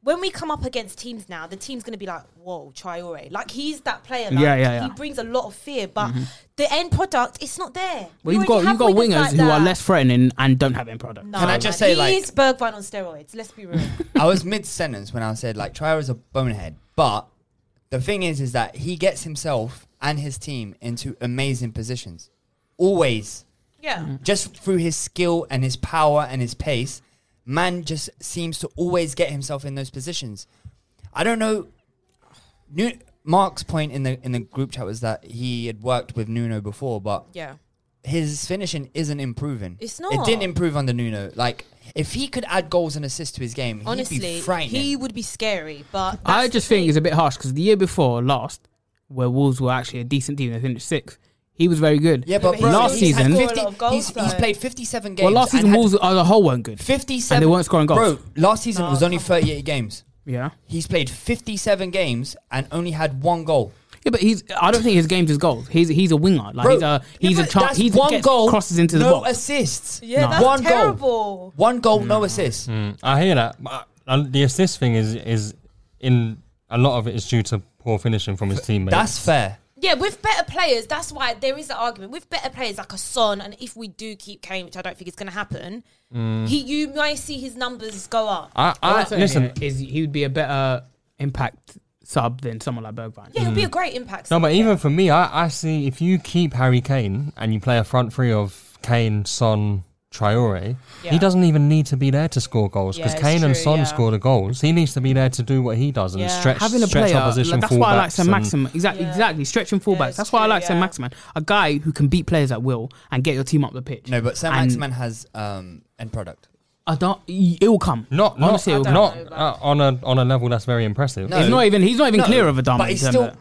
[SPEAKER 2] when we come up against teams now, the team's going to be like, whoa, Traore. Like, he's that player. Like,
[SPEAKER 4] Yeah, yeah,
[SPEAKER 2] He
[SPEAKER 4] yeah.
[SPEAKER 2] brings a lot of fear, but the end product, it's not there.
[SPEAKER 4] well,
[SPEAKER 2] We
[SPEAKER 4] you've got
[SPEAKER 2] already
[SPEAKER 4] you've
[SPEAKER 2] have
[SPEAKER 4] got wingers
[SPEAKER 2] like
[SPEAKER 4] who are
[SPEAKER 2] that.
[SPEAKER 4] less threatening and don't have end product.
[SPEAKER 2] No,
[SPEAKER 3] Can I just
[SPEAKER 2] man.
[SPEAKER 3] say,
[SPEAKER 2] he
[SPEAKER 3] like-
[SPEAKER 2] is Bergwijn on steroids. Let's be
[SPEAKER 4] *laughs*
[SPEAKER 2] real.
[SPEAKER 3] I was mid sentence when I said like Trier is a bonehead, but the thing is, is that he gets himself and his team into amazing positions, always.
[SPEAKER 2] yeah.
[SPEAKER 4] Mm.
[SPEAKER 3] just through his skill and his power and his pace, man just seems to always get himself in those positions. I don't know. Nu- Mark's point in the in the group chat was that he had worked with Nuno before, but
[SPEAKER 2] Yeah.
[SPEAKER 3] his finishing isn't improving.
[SPEAKER 2] It's
[SPEAKER 3] It
[SPEAKER 2] not.
[SPEAKER 3] didn't improve under Nuno. Like if he could add goals and assists to his game, he'd be
[SPEAKER 2] Honestly,
[SPEAKER 3] frightening.
[SPEAKER 2] he would be scary, but
[SPEAKER 4] I just think it's a bit harsh because the year before last, where Wolves were actually a decent team, they finished sixth. He was very good.
[SPEAKER 3] yeah, but bro,
[SPEAKER 4] last
[SPEAKER 3] he's had
[SPEAKER 4] season,
[SPEAKER 3] 50
[SPEAKER 2] a lot of goals,
[SPEAKER 3] he's, he's
[SPEAKER 2] though.
[SPEAKER 3] played 57 games.
[SPEAKER 4] well, last
[SPEAKER 3] and
[SPEAKER 4] season
[SPEAKER 3] had
[SPEAKER 4] Wolves as a whole weren't good.
[SPEAKER 3] 57
[SPEAKER 4] and they weren't scoring goals.
[SPEAKER 3] Bro, last season was only 38 games.
[SPEAKER 4] Yeah,
[SPEAKER 3] He's played 57 games and only had one goal.
[SPEAKER 4] yeah, but he's. I don't think his game's his goals. He's he's a winger. Like
[SPEAKER 3] Bro,
[SPEAKER 4] he's a he's
[SPEAKER 3] Yeah,
[SPEAKER 4] a
[SPEAKER 3] but
[SPEAKER 4] chance.
[SPEAKER 3] that's
[SPEAKER 4] He's
[SPEAKER 3] one
[SPEAKER 4] gets-
[SPEAKER 3] goal,
[SPEAKER 4] crosses into the
[SPEAKER 3] no
[SPEAKER 4] box. Mm.
[SPEAKER 3] assists.
[SPEAKER 2] Yeah,
[SPEAKER 4] No.
[SPEAKER 2] that's
[SPEAKER 3] one goal,
[SPEAKER 2] terrible.
[SPEAKER 3] one goal, no assists.
[SPEAKER 5] Mm. I hear that. But uh, the assist thing is is in a lot of it is due to poor finishing from his teammates.
[SPEAKER 3] That's fair.
[SPEAKER 2] Yeah, with better players, that's why there is an argument. With better players like a Son, and if we do keep Kane, which I don't think is going to happen,
[SPEAKER 3] Mm.
[SPEAKER 2] he you may see his numbers go up.
[SPEAKER 5] I, I, listen.
[SPEAKER 4] listen, is he would be a better impact sub than someone like Bergvine.
[SPEAKER 2] Yeah, it'll be a great impact.
[SPEAKER 5] Mm. No, but even for me, I, I see if you keep Harry Kane and you play a front three of Kane, Son, Traore, he
[SPEAKER 2] Yeah.
[SPEAKER 5] doesn't even need to be there to score goals because
[SPEAKER 2] Yeah, it's
[SPEAKER 5] Kane and
[SPEAKER 2] true,
[SPEAKER 5] Son
[SPEAKER 2] yeah.
[SPEAKER 5] score the goals. He needs to be there to do what he does and
[SPEAKER 2] Yeah.
[SPEAKER 5] stretch,
[SPEAKER 4] having a
[SPEAKER 5] stretch
[SPEAKER 4] player.
[SPEAKER 5] opposition
[SPEAKER 4] like, that's why I like
[SPEAKER 5] fullbacks
[SPEAKER 4] Sam
[SPEAKER 5] and-
[SPEAKER 4] Maximan. Exactly,
[SPEAKER 2] Yeah.
[SPEAKER 4] exactly. Stretching fullbacks.
[SPEAKER 2] it's
[SPEAKER 4] that's why I
[SPEAKER 2] true,
[SPEAKER 4] like Sam
[SPEAKER 2] yeah.
[SPEAKER 4] Maximan. A guy who can beat players at will and get your team up the pitch.
[SPEAKER 3] No, but Sam
[SPEAKER 4] And
[SPEAKER 3] Maximan has um, end product.
[SPEAKER 4] I don't. It will come.
[SPEAKER 5] Not, not,
[SPEAKER 4] Honestly, it will come.
[SPEAKER 5] not
[SPEAKER 2] know about
[SPEAKER 5] uh, on a on a level that's very impressive. *laughs* Oh
[SPEAKER 3] No.
[SPEAKER 4] He's not even. He's not even
[SPEAKER 3] No,
[SPEAKER 4] clear of a
[SPEAKER 3] but
[SPEAKER 4] Adama. in
[SPEAKER 3] he's
[SPEAKER 4] terms
[SPEAKER 3] still
[SPEAKER 4] of-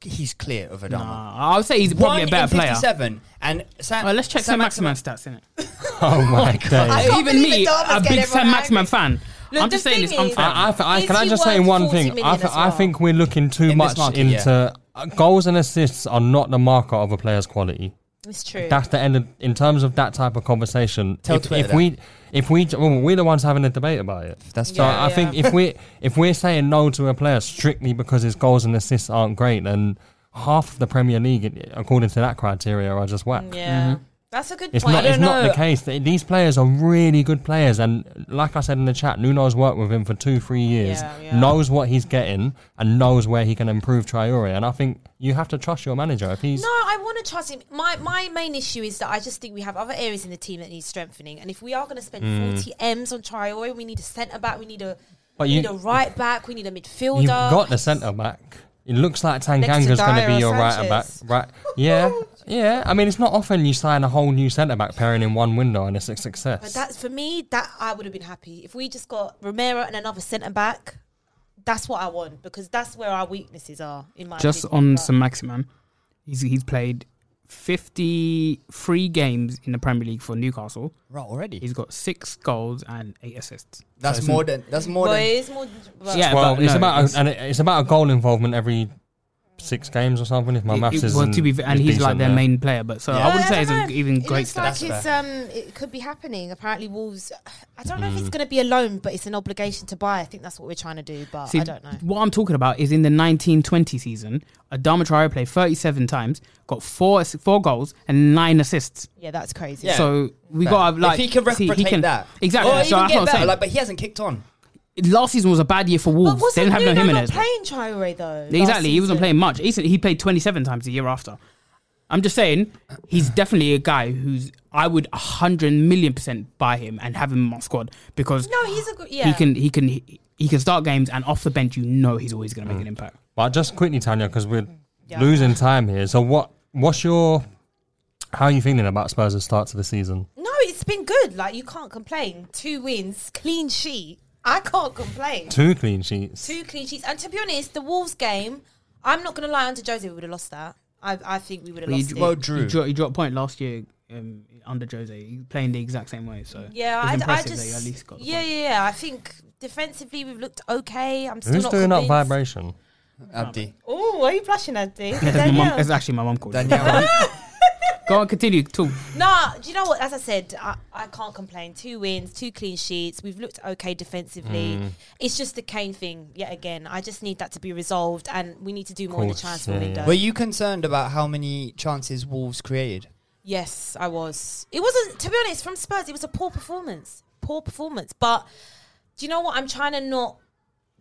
[SPEAKER 3] he's clear of Adama.
[SPEAKER 4] Nah, I would say he's probably a better player.
[SPEAKER 3] Fifty-seven, and Sam,
[SPEAKER 4] Well, let's check Sam,
[SPEAKER 3] Sam
[SPEAKER 4] Maximan stats in it. *laughs*
[SPEAKER 5] Oh my god!
[SPEAKER 2] can't
[SPEAKER 4] Even
[SPEAKER 2] believe
[SPEAKER 4] me,
[SPEAKER 2] Adama's
[SPEAKER 4] a
[SPEAKER 2] getting
[SPEAKER 4] big Sam
[SPEAKER 2] everyone
[SPEAKER 4] Maximan fan.
[SPEAKER 2] Look,
[SPEAKER 4] I'm just
[SPEAKER 2] the
[SPEAKER 4] saying
[SPEAKER 2] thing
[SPEAKER 4] it's
[SPEAKER 2] is-
[SPEAKER 4] unfair.
[SPEAKER 5] I, I, th- I,
[SPEAKER 2] Is
[SPEAKER 5] can I
[SPEAKER 2] he
[SPEAKER 5] just say
[SPEAKER 2] worth
[SPEAKER 5] one
[SPEAKER 2] 40
[SPEAKER 5] thing?
[SPEAKER 2] million
[SPEAKER 5] I, th-
[SPEAKER 2] as
[SPEAKER 5] I
[SPEAKER 2] well?
[SPEAKER 5] think we're looking too
[SPEAKER 3] In this
[SPEAKER 5] much
[SPEAKER 3] market, yeah.
[SPEAKER 5] into uh, goals and assists are not the marker of a player's quality.
[SPEAKER 2] It's true.
[SPEAKER 5] That's the end. Of, in terms of that type of conversation,
[SPEAKER 3] Tell
[SPEAKER 5] if,
[SPEAKER 3] Twitter
[SPEAKER 5] if
[SPEAKER 3] that.
[SPEAKER 5] we if we well, we're the ones having a debate about it.
[SPEAKER 3] That's
[SPEAKER 5] so.
[SPEAKER 2] fair.
[SPEAKER 5] I think if we if we're saying no to a player strictly because his goals and assists aren't great, then half of the Premier League, according to that criteria, are just whack.
[SPEAKER 2] yeah, that's a good
[SPEAKER 5] mm-hmm. It's
[SPEAKER 2] point.
[SPEAKER 5] not.
[SPEAKER 2] I
[SPEAKER 5] It's
[SPEAKER 2] don't
[SPEAKER 5] not
[SPEAKER 2] know.
[SPEAKER 5] the case. Th- These players are really good players, and like I said in the chat, Nuno's worked with him for two, three years,
[SPEAKER 2] Yeah, yeah.
[SPEAKER 5] knows what he's getting, and knows where he can improve Traore. And I think you have to trust your manager if he's.
[SPEAKER 2] No, I want to trust him. My my main issue is that I just think we have other areas in the team that need strengthening. And if we are going to spend 40 m's on Traore, we need a centre back, we need a
[SPEAKER 5] Mm. But
[SPEAKER 2] we
[SPEAKER 5] you-
[SPEAKER 2] need a right back, we need a midfielder.
[SPEAKER 5] You've got the centre back. It looks like Tanganga's going to
[SPEAKER 2] Dyer
[SPEAKER 5] be
[SPEAKER 2] or
[SPEAKER 5] your right back.
[SPEAKER 2] Sanchez.
[SPEAKER 5] Right? Yeah, yeah. I mean, it's not often you sign a whole new centre back pairing in one window and it's a success.
[SPEAKER 2] But that's for me. That I would have been happy if we just got Romero and another centre back. That's what I want because that's where our weaknesses are. In my
[SPEAKER 4] just
[SPEAKER 2] opinion.
[SPEAKER 4] on
[SPEAKER 2] But-
[SPEAKER 4] Sam Maximan, he's he's played 53 games in the Premier League for Newcastle.
[SPEAKER 3] Right already.
[SPEAKER 4] He's got six goals and eight assists.
[SPEAKER 3] That's more than that's more
[SPEAKER 2] Well,
[SPEAKER 3] than.
[SPEAKER 2] it is more. but-
[SPEAKER 4] Yeah,
[SPEAKER 5] well,
[SPEAKER 4] but
[SPEAKER 5] it's
[SPEAKER 4] no,
[SPEAKER 5] about
[SPEAKER 4] it's-
[SPEAKER 5] a, and it- it's about a goal involvement every six games or something. If my
[SPEAKER 4] It-
[SPEAKER 5] maths
[SPEAKER 4] it-
[SPEAKER 5] is
[SPEAKER 4] well, to be fair, and he's like their main player, but so
[SPEAKER 2] Yeah,
[SPEAKER 4] I wouldn't say
[SPEAKER 2] don't
[SPEAKER 4] he's an
[SPEAKER 2] know.
[SPEAKER 4] even
[SPEAKER 2] it
[SPEAKER 4] great
[SPEAKER 2] looks
[SPEAKER 4] stat.
[SPEAKER 2] like it's, um, it could be happening. Apparently, Wolves. I don't know if it's
[SPEAKER 4] Mm.
[SPEAKER 2] going to be a loan, but it's an obligation to buy. I think that's what we're trying to do, but
[SPEAKER 4] See,
[SPEAKER 2] I don't know.
[SPEAKER 4] What I'm talking about is in the 1920 season, Adama Traore played 37 times, got four ass- four goals and nine assists.
[SPEAKER 2] Yeah, that's crazy.
[SPEAKER 3] Yeah.
[SPEAKER 4] So we got to, like
[SPEAKER 3] if he can
[SPEAKER 4] see,
[SPEAKER 3] replicate that,
[SPEAKER 4] exactly.
[SPEAKER 3] Or
[SPEAKER 4] so
[SPEAKER 3] even
[SPEAKER 4] that's
[SPEAKER 3] get
[SPEAKER 4] what I'm
[SPEAKER 3] better,
[SPEAKER 4] saying.
[SPEAKER 3] like, but he hasn't kicked on.
[SPEAKER 4] Last season was a bad year for Wolves.
[SPEAKER 2] But wasn't
[SPEAKER 4] they didn't have no
[SPEAKER 2] Nuno not
[SPEAKER 4] Jimenez.
[SPEAKER 2] playing Traore though? last
[SPEAKER 4] Exactly, he wasn't
[SPEAKER 2] season?
[SPEAKER 4] playing much. He, he played 27 times the year after. I'm just saying,
[SPEAKER 2] *sighs*
[SPEAKER 4] he's definitely a guy who's I would 100 million percent buy him and have him in my squad because
[SPEAKER 2] No, he's a good. Yeah,
[SPEAKER 4] he can he can he, he can start games and off the bench you know he's always going to make
[SPEAKER 2] Mm.
[SPEAKER 4] an impact.
[SPEAKER 5] But just quickly, Tanya, because we're
[SPEAKER 2] Yeah.
[SPEAKER 5] losing time here. So what? What's your? How are you feeling about Spurs' start to the season?
[SPEAKER 2] No, it's been good. Like you can't complain. Two wins, clean sheet. I can't complain.
[SPEAKER 5] Two clean sheets.
[SPEAKER 2] Two clean sheets. And to be honest, the Wolves game, I'm not going to lie. Under Jose, we would have lost that. I, I think we would have
[SPEAKER 4] Well, you
[SPEAKER 2] lost
[SPEAKER 4] d-
[SPEAKER 2] it.
[SPEAKER 3] Well,
[SPEAKER 4] He,
[SPEAKER 3] Drew.
[SPEAKER 4] dro- he dropped point last year um, under Jose, He playing the exact same way. So
[SPEAKER 2] yeah,
[SPEAKER 4] it's
[SPEAKER 2] I, I
[SPEAKER 4] impressive that
[SPEAKER 2] just
[SPEAKER 4] you at least got the
[SPEAKER 2] yeah,
[SPEAKER 4] point.
[SPEAKER 2] yeah, yeah. I think defensively we've looked okay. I'm still
[SPEAKER 5] Who's
[SPEAKER 2] not
[SPEAKER 5] doing up
[SPEAKER 2] convinced.
[SPEAKER 5] vibration?
[SPEAKER 4] *laughs*
[SPEAKER 3] Abdi.
[SPEAKER 2] Oh, why are you blushing,
[SPEAKER 5] *laughs*
[SPEAKER 2] Andy?
[SPEAKER 4] That's my mum. That's actually my mum called. it.
[SPEAKER 3] *laughs* Daniel.
[SPEAKER 4] Go on, continue. Talk.
[SPEAKER 2] Nah, do you know what? As I said, I, I can't complain. Two wins, two clean sheets. We've looked okay defensively.
[SPEAKER 5] Mm.
[SPEAKER 2] It's just the Kane thing yet again. I just need that to be resolved, and we need to do more in the
[SPEAKER 5] Course,
[SPEAKER 2] transfer
[SPEAKER 5] yeah,
[SPEAKER 2] window.
[SPEAKER 3] Were you concerned about how many chances Wolves created?
[SPEAKER 2] Yes, I was. It wasn't, to be honest, from Spurs, it was a poor performance. Poor performance. But do you know what? I'm trying to not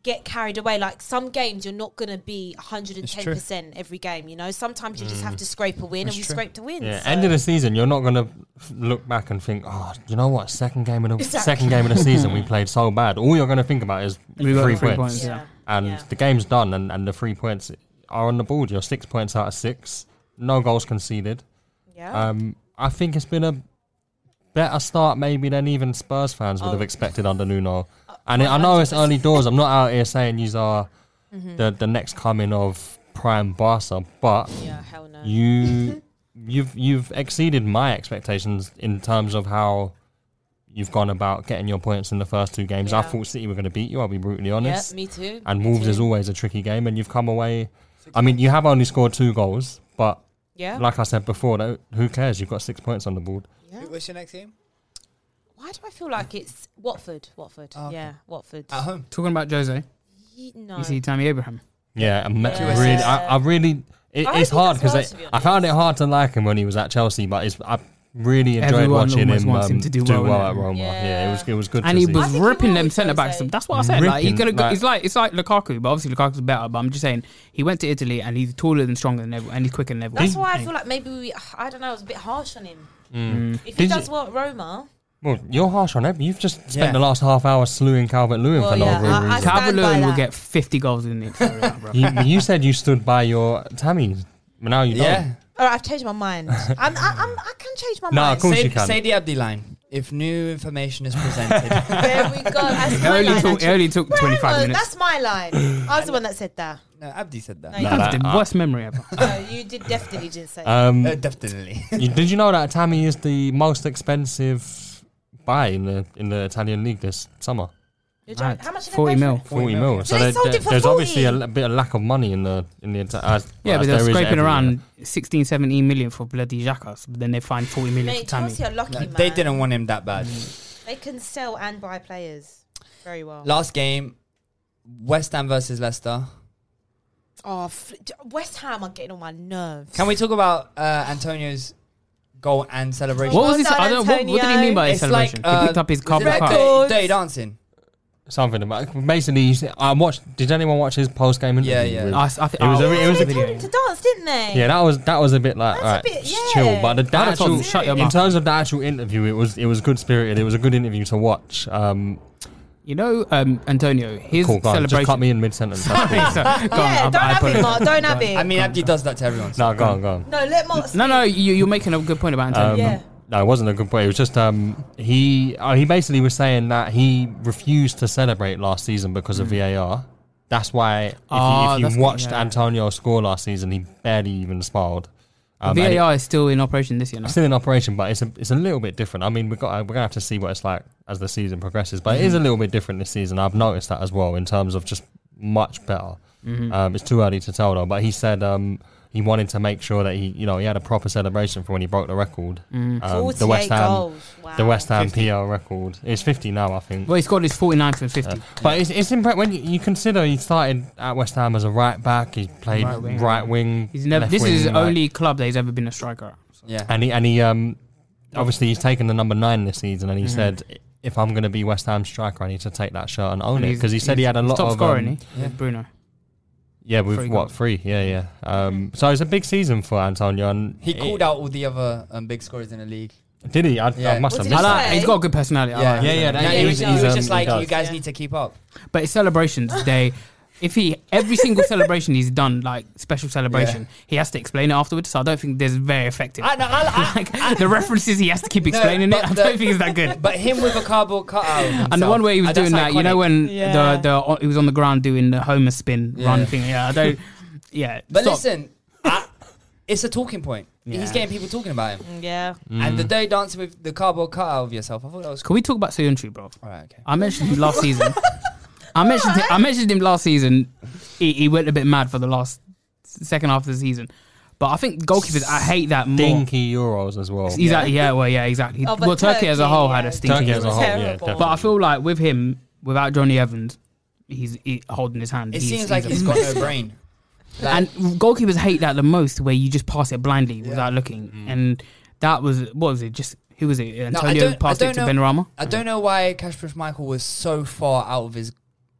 [SPEAKER 2] get carried away. Like some games, you're not going to be
[SPEAKER 3] It's
[SPEAKER 2] 110% every game, you know? Sometimes you just have to scrape a win, and we scraped a win.
[SPEAKER 5] Yeah,
[SPEAKER 2] so-
[SPEAKER 5] end of the season, you're not going to look back and think, oh, you know what? Second game of the
[SPEAKER 2] Exactly.
[SPEAKER 5] second
[SPEAKER 2] *laughs*
[SPEAKER 5] game of the season, we played so bad. All you're going to think about is
[SPEAKER 4] We got
[SPEAKER 5] three,
[SPEAKER 4] three
[SPEAKER 5] points,
[SPEAKER 4] points,
[SPEAKER 2] yeah.
[SPEAKER 5] and
[SPEAKER 2] Yeah.
[SPEAKER 5] the game's done, and, and the three points are on the board. You're six points out of six, no goals conceded.
[SPEAKER 2] yeah.
[SPEAKER 5] Um, I- I think it's been a better start maybe than even Spurs fans would
[SPEAKER 2] Oh.
[SPEAKER 5] have
[SPEAKER 2] *laughs*
[SPEAKER 5] expected under Nuno. And I know it's early doors. I'm not out here saying these are
[SPEAKER 2] Mhm.
[SPEAKER 5] the the next coming of prime Barca, but
[SPEAKER 2] Yeah, hell no. Uh-huh. *laughs*
[SPEAKER 5] you you've you've exceeded my expectations in terms of how you've gone about getting your points in the first two games. I
[SPEAKER 2] Yeah.
[SPEAKER 5] thought City were going to beat you. I'll be brutally honest.
[SPEAKER 2] me too,
[SPEAKER 5] And
[SPEAKER 2] me
[SPEAKER 5] Wolves
[SPEAKER 2] too.
[SPEAKER 5] is always a tricky game, and you've come away. I mean, you have only scored two goals, but
[SPEAKER 2] Yeah.
[SPEAKER 5] like I said before, though, who cares? You've got six points on the board.
[SPEAKER 3] Who- What's your next game?
[SPEAKER 2] Why do I feel like it's Watford? Watford.
[SPEAKER 3] okay.
[SPEAKER 2] Yeah, Watford.
[SPEAKER 3] At home.
[SPEAKER 4] Talking about Jose,
[SPEAKER 2] Ye- No.
[SPEAKER 4] you see Tammy Abraham.
[SPEAKER 5] Yeah, I'm
[SPEAKER 2] Yeah.
[SPEAKER 5] really, I, I really, it,
[SPEAKER 2] I
[SPEAKER 5] it's
[SPEAKER 2] think
[SPEAKER 5] hard
[SPEAKER 2] as well,
[SPEAKER 5] because
[SPEAKER 2] to be
[SPEAKER 5] I found it hard to like him when he was at Chelsea, but it's, I really enjoyed
[SPEAKER 4] Everyone
[SPEAKER 5] watching
[SPEAKER 4] almost
[SPEAKER 5] him,
[SPEAKER 4] wants
[SPEAKER 5] um,
[SPEAKER 4] him to do well,
[SPEAKER 5] at
[SPEAKER 4] innit?
[SPEAKER 5] Roma. Yeah. it was it was good.
[SPEAKER 4] And
[SPEAKER 5] to
[SPEAKER 4] he
[SPEAKER 5] see.
[SPEAKER 4] was
[SPEAKER 2] think he
[SPEAKER 4] ripping
[SPEAKER 2] will
[SPEAKER 4] them
[SPEAKER 2] with
[SPEAKER 4] centre backs.
[SPEAKER 2] Jose.
[SPEAKER 4] That's what I said. Like he could
[SPEAKER 5] Ripping,
[SPEAKER 4] have. Like,
[SPEAKER 5] like-
[SPEAKER 4] it's like it's like Lukaku, but obviously Lukaku's better. But I'm just saying he went to Italy and he's taller than stronger than everyone, and he's quicker than everyone.
[SPEAKER 2] That's why I feel like maybe we. I don't know. I was a bit harsh on him. If he
[SPEAKER 5] Did you-
[SPEAKER 2] does what Roma,
[SPEAKER 5] Well, you're harsh on him. You've just spent
[SPEAKER 4] Yeah.
[SPEAKER 5] the last half hour slewing Calvert Lewin
[SPEAKER 2] Well,
[SPEAKER 5] for no
[SPEAKER 2] yeah,
[SPEAKER 5] real
[SPEAKER 2] I- I
[SPEAKER 5] reason.
[SPEAKER 2] stand by
[SPEAKER 4] Calvert-Lewin will
[SPEAKER 2] that.
[SPEAKER 4] get 50 goals in it.
[SPEAKER 5] *laughs*
[SPEAKER 4] bro.
[SPEAKER 5] you, you said you stood by your Tammy. but Now you don't.
[SPEAKER 3] Yeah.
[SPEAKER 2] all right, I've changed my mind. I'm, I, I'm, I can change my
[SPEAKER 5] No,
[SPEAKER 2] mind.
[SPEAKER 5] of course
[SPEAKER 3] say,
[SPEAKER 5] you can.
[SPEAKER 3] say the Abdi line. If new information is presented,
[SPEAKER 4] *laughs*
[SPEAKER 2] There we go. That's
[SPEAKER 4] It
[SPEAKER 2] my
[SPEAKER 4] only
[SPEAKER 2] line.
[SPEAKER 4] took, it
[SPEAKER 2] actually.
[SPEAKER 4] only took 25
[SPEAKER 2] Roma,
[SPEAKER 4] minutes.
[SPEAKER 2] That's my line. I was the one that said
[SPEAKER 4] *laughs*
[SPEAKER 2] that.
[SPEAKER 3] no, Abdi said that.
[SPEAKER 2] No, you
[SPEAKER 5] Nah,
[SPEAKER 4] That's
[SPEAKER 5] that-
[SPEAKER 4] the worst memory ever.
[SPEAKER 2] No, you did definitely didn't say. that.
[SPEAKER 5] Um,
[SPEAKER 3] Uh,
[SPEAKER 4] *laughs*
[SPEAKER 3] definitely.
[SPEAKER 5] you- did you know that Tammy is the most expensive buy in the in the Italian league this summer?
[SPEAKER 2] You're joking. How much did they
[SPEAKER 4] 40
[SPEAKER 2] pay for
[SPEAKER 4] mil.
[SPEAKER 2] it?
[SPEAKER 5] 40 mil. So
[SPEAKER 2] They
[SPEAKER 5] there-
[SPEAKER 2] sold
[SPEAKER 5] there-
[SPEAKER 2] it for
[SPEAKER 5] there's
[SPEAKER 2] 40.
[SPEAKER 5] obviously a, l- bit of lack of money in the in the entire. As,
[SPEAKER 4] Yeah,
[SPEAKER 5] as
[SPEAKER 4] but
[SPEAKER 5] there
[SPEAKER 4] they're
[SPEAKER 5] is
[SPEAKER 4] scraping
[SPEAKER 5] everywhere.
[SPEAKER 4] around 16, 17 million for bloody Xhaka's, but then they find 40 million for
[SPEAKER 2] Mate,
[SPEAKER 4] Tammy.
[SPEAKER 2] Chelsea are lucky,
[SPEAKER 3] No,
[SPEAKER 2] man.
[SPEAKER 3] they didn't want him that bad.
[SPEAKER 2] They can sell and buy players very well.
[SPEAKER 3] Last game, West Ham versus Leicester.
[SPEAKER 2] Oh, fl- d- West Ham are getting on my nerves.
[SPEAKER 3] Can we talk about uh, Antonio's goal and celebration?
[SPEAKER 4] What was his?
[SPEAKER 2] San
[SPEAKER 4] I don't, what, what did he mean by his
[SPEAKER 3] It's like,
[SPEAKER 4] celebration?
[SPEAKER 3] uh,
[SPEAKER 4] he picked up his
[SPEAKER 3] was
[SPEAKER 4] carbon
[SPEAKER 3] it like
[SPEAKER 4] card.
[SPEAKER 3] dirty-
[SPEAKER 2] Records.
[SPEAKER 3] Dirty dancing.
[SPEAKER 5] Something about basically. you see- I watched. Did anyone watch his post game interview?
[SPEAKER 3] Yeah, yeah.
[SPEAKER 5] with-
[SPEAKER 4] I, s- I think
[SPEAKER 5] It was
[SPEAKER 4] oh,
[SPEAKER 5] a re- it
[SPEAKER 2] They
[SPEAKER 5] was a
[SPEAKER 2] told him to dance, didn't they?
[SPEAKER 5] Yeah, that was that was a bit like
[SPEAKER 2] That's a
[SPEAKER 5] all right,
[SPEAKER 2] bit-
[SPEAKER 5] just
[SPEAKER 2] yeah.
[SPEAKER 5] chill. But the, the
[SPEAKER 4] That's
[SPEAKER 5] actual
[SPEAKER 4] all, shut your
[SPEAKER 5] in
[SPEAKER 4] mouth.
[SPEAKER 5] terms of the actual interview, it was it was good spirited. It was a good interview to watch. Um,
[SPEAKER 4] You know, um, Antonio, his
[SPEAKER 5] cool, go on.
[SPEAKER 4] celebration.
[SPEAKER 5] Just cut me in mid sentence.
[SPEAKER 4] Sorry, *laughs* go on,
[SPEAKER 2] Yeah,
[SPEAKER 4] I-
[SPEAKER 2] don't
[SPEAKER 4] I
[SPEAKER 2] have it,
[SPEAKER 4] apologize.
[SPEAKER 2] Mark. Don't have it.
[SPEAKER 3] I mean, Abdi does that to everyone. so-
[SPEAKER 5] *laughs* no, go on, go on.
[SPEAKER 2] no, let Mark.
[SPEAKER 4] No,
[SPEAKER 2] speak.
[SPEAKER 4] no, you, you're making a good point about Antonio.
[SPEAKER 5] Um,
[SPEAKER 2] Yeah.
[SPEAKER 5] No, it wasn't a good point. It was just um, he uh, he basically was saying that he refused to celebrate last season because of VAR. That's why if
[SPEAKER 4] Hmm. Ah,
[SPEAKER 5] you, if
[SPEAKER 4] that's
[SPEAKER 5] you
[SPEAKER 4] good,
[SPEAKER 5] watched
[SPEAKER 4] yeah.
[SPEAKER 5] Antonio score last season, he barely even smiled. Um, and it-
[SPEAKER 4] VAR is still in operation this year now.
[SPEAKER 5] still in operation, but it's a it's a little bit different. I mean, we got uh, we're gonna have to see what it's like as the season progresses, but it
[SPEAKER 4] Mm-hmm.
[SPEAKER 5] is a little bit different this season. I've noticed that as well in terms of just much better.
[SPEAKER 4] Mm-hmm.
[SPEAKER 5] Um, it's too early to tell though, but he said um, he wanted to make sure that he you know he had a proper celebration for when he broke the record,
[SPEAKER 4] Mm.
[SPEAKER 5] um, the
[SPEAKER 2] 48
[SPEAKER 5] West Ham
[SPEAKER 2] goals. Wow.
[SPEAKER 5] the West Ham PL record. It's fifty now, I think.
[SPEAKER 4] Well, he scored his 49th and 50.
[SPEAKER 5] But it's, it's impre- when you, you consider he started at West Ham as a right back. He played right
[SPEAKER 4] Right
[SPEAKER 5] wing.
[SPEAKER 4] wing. He's never.
[SPEAKER 5] left
[SPEAKER 4] This is his
[SPEAKER 5] wing, like-
[SPEAKER 4] only club that he's ever been a striker. at. So-
[SPEAKER 3] Yeah.
[SPEAKER 5] And he and he um obviously he's taken the number nine this season, and he
[SPEAKER 4] Mm-hmm.
[SPEAKER 5] said if I'm going to be West Ham striker, I need to take that shirt and own
[SPEAKER 4] and
[SPEAKER 5] it
[SPEAKER 4] he's-
[SPEAKER 5] because he said he
[SPEAKER 4] he's-
[SPEAKER 5] had a
[SPEAKER 4] he's
[SPEAKER 5] lot
[SPEAKER 4] top
[SPEAKER 5] of
[SPEAKER 4] scorer,
[SPEAKER 5] um,
[SPEAKER 4] isn't he? With Bruno.
[SPEAKER 5] yeah with
[SPEAKER 4] Three
[SPEAKER 5] what
[SPEAKER 4] goals.
[SPEAKER 5] three yeah yeah um so it's a big season for Antonio and
[SPEAKER 3] He
[SPEAKER 5] it-
[SPEAKER 3] called out all the other um, big scorers in the league.
[SPEAKER 5] did he I, I
[SPEAKER 3] Yeah.
[SPEAKER 5] must
[SPEAKER 2] What
[SPEAKER 5] have
[SPEAKER 2] did
[SPEAKER 4] I
[SPEAKER 2] he
[SPEAKER 5] missed that.
[SPEAKER 4] like, he's got a good personality. I like
[SPEAKER 5] yeah,
[SPEAKER 4] him.
[SPEAKER 5] yeah, that-
[SPEAKER 3] No, he
[SPEAKER 5] he's-
[SPEAKER 3] was, he
[SPEAKER 5] he's,
[SPEAKER 3] was
[SPEAKER 5] um,
[SPEAKER 3] just
[SPEAKER 5] he
[SPEAKER 3] like,
[SPEAKER 5] does.
[SPEAKER 3] you guys
[SPEAKER 2] Yeah.
[SPEAKER 3] need to keep up.
[SPEAKER 4] But his celebrations, they, if he every single celebration he's done like special celebration, he has to explain it afterwards. So I don't think there's very effective.
[SPEAKER 3] I know, I- I-
[SPEAKER 4] *laughs* like the references he has to keep explaining
[SPEAKER 3] but
[SPEAKER 4] it. I
[SPEAKER 3] the-
[SPEAKER 4] don't think it's that
[SPEAKER 3] *laughs*
[SPEAKER 4] good.
[SPEAKER 3] But him with a cardboard cutout.
[SPEAKER 4] and the
[SPEAKER 3] himself,
[SPEAKER 4] one where he was
[SPEAKER 3] uh, that's
[SPEAKER 4] doing that, you know,
[SPEAKER 3] iconic.
[SPEAKER 4] when
[SPEAKER 2] Yeah.
[SPEAKER 4] the the he was on the ground doing the Homer spin
[SPEAKER 3] Yeah.
[SPEAKER 4] run thing. Yeah, I don't. *laughs* Yeah,
[SPEAKER 3] But
[SPEAKER 4] stop.
[SPEAKER 3] listen, I, it's a talking point. He's
[SPEAKER 4] Yeah.
[SPEAKER 3] getting people talking about him.
[SPEAKER 2] Yeah.
[SPEAKER 4] Mm.
[SPEAKER 3] And the day dancing with the cardboard cutout of yourself, I thought that was
[SPEAKER 4] Can
[SPEAKER 3] cool.
[SPEAKER 4] we talk about Soyuncu, bro?
[SPEAKER 3] All right, okay.
[SPEAKER 4] I mentioned him
[SPEAKER 3] *laughs*
[SPEAKER 4] last season. I mentioned him, I mentioned him last season. He, he went a bit mad for the last second half of the season. But I think goalkeepers, I hate that more.
[SPEAKER 5] dinky Euros as well.
[SPEAKER 4] Exactly. Yeah. Well. Yeah. Exactly.
[SPEAKER 2] Oh, but
[SPEAKER 4] well, Turkey, as a
[SPEAKER 2] Turkey,
[SPEAKER 4] whole had
[SPEAKER 2] yeah.
[SPEAKER 4] a stinking.
[SPEAKER 5] Turkey as a
[SPEAKER 4] Euro.
[SPEAKER 5] whole, yeah,
[SPEAKER 2] Terrible.
[SPEAKER 5] definitely.
[SPEAKER 4] But I feel like with him, without Johnny Evans, he's he, holding his hand.
[SPEAKER 3] It
[SPEAKER 4] he's,
[SPEAKER 3] seems like
[SPEAKER 4] a
[SPEAKER 3] he's got
[SPEAKER 4] mess.
[SPEAKER 3] no brain.
[SPEAKER 4] And goalkeepers hate that the most, where you just pass it blindly without looking. And that was what was it? Just who was it?
[SPEAKER 3] Mm. No, I
[SPEAKER 4] Antonio
[SPEAKER 3] don't- I
[SPEAKER 4] passed it
[SPEAKER 3] don't
[SPEAKER 4] to
[SPEAKER 3] know-
[SPEAKER 4] Ben Rama.
[SPEAKER 3] I don't know why Kasper Michael was so far out of his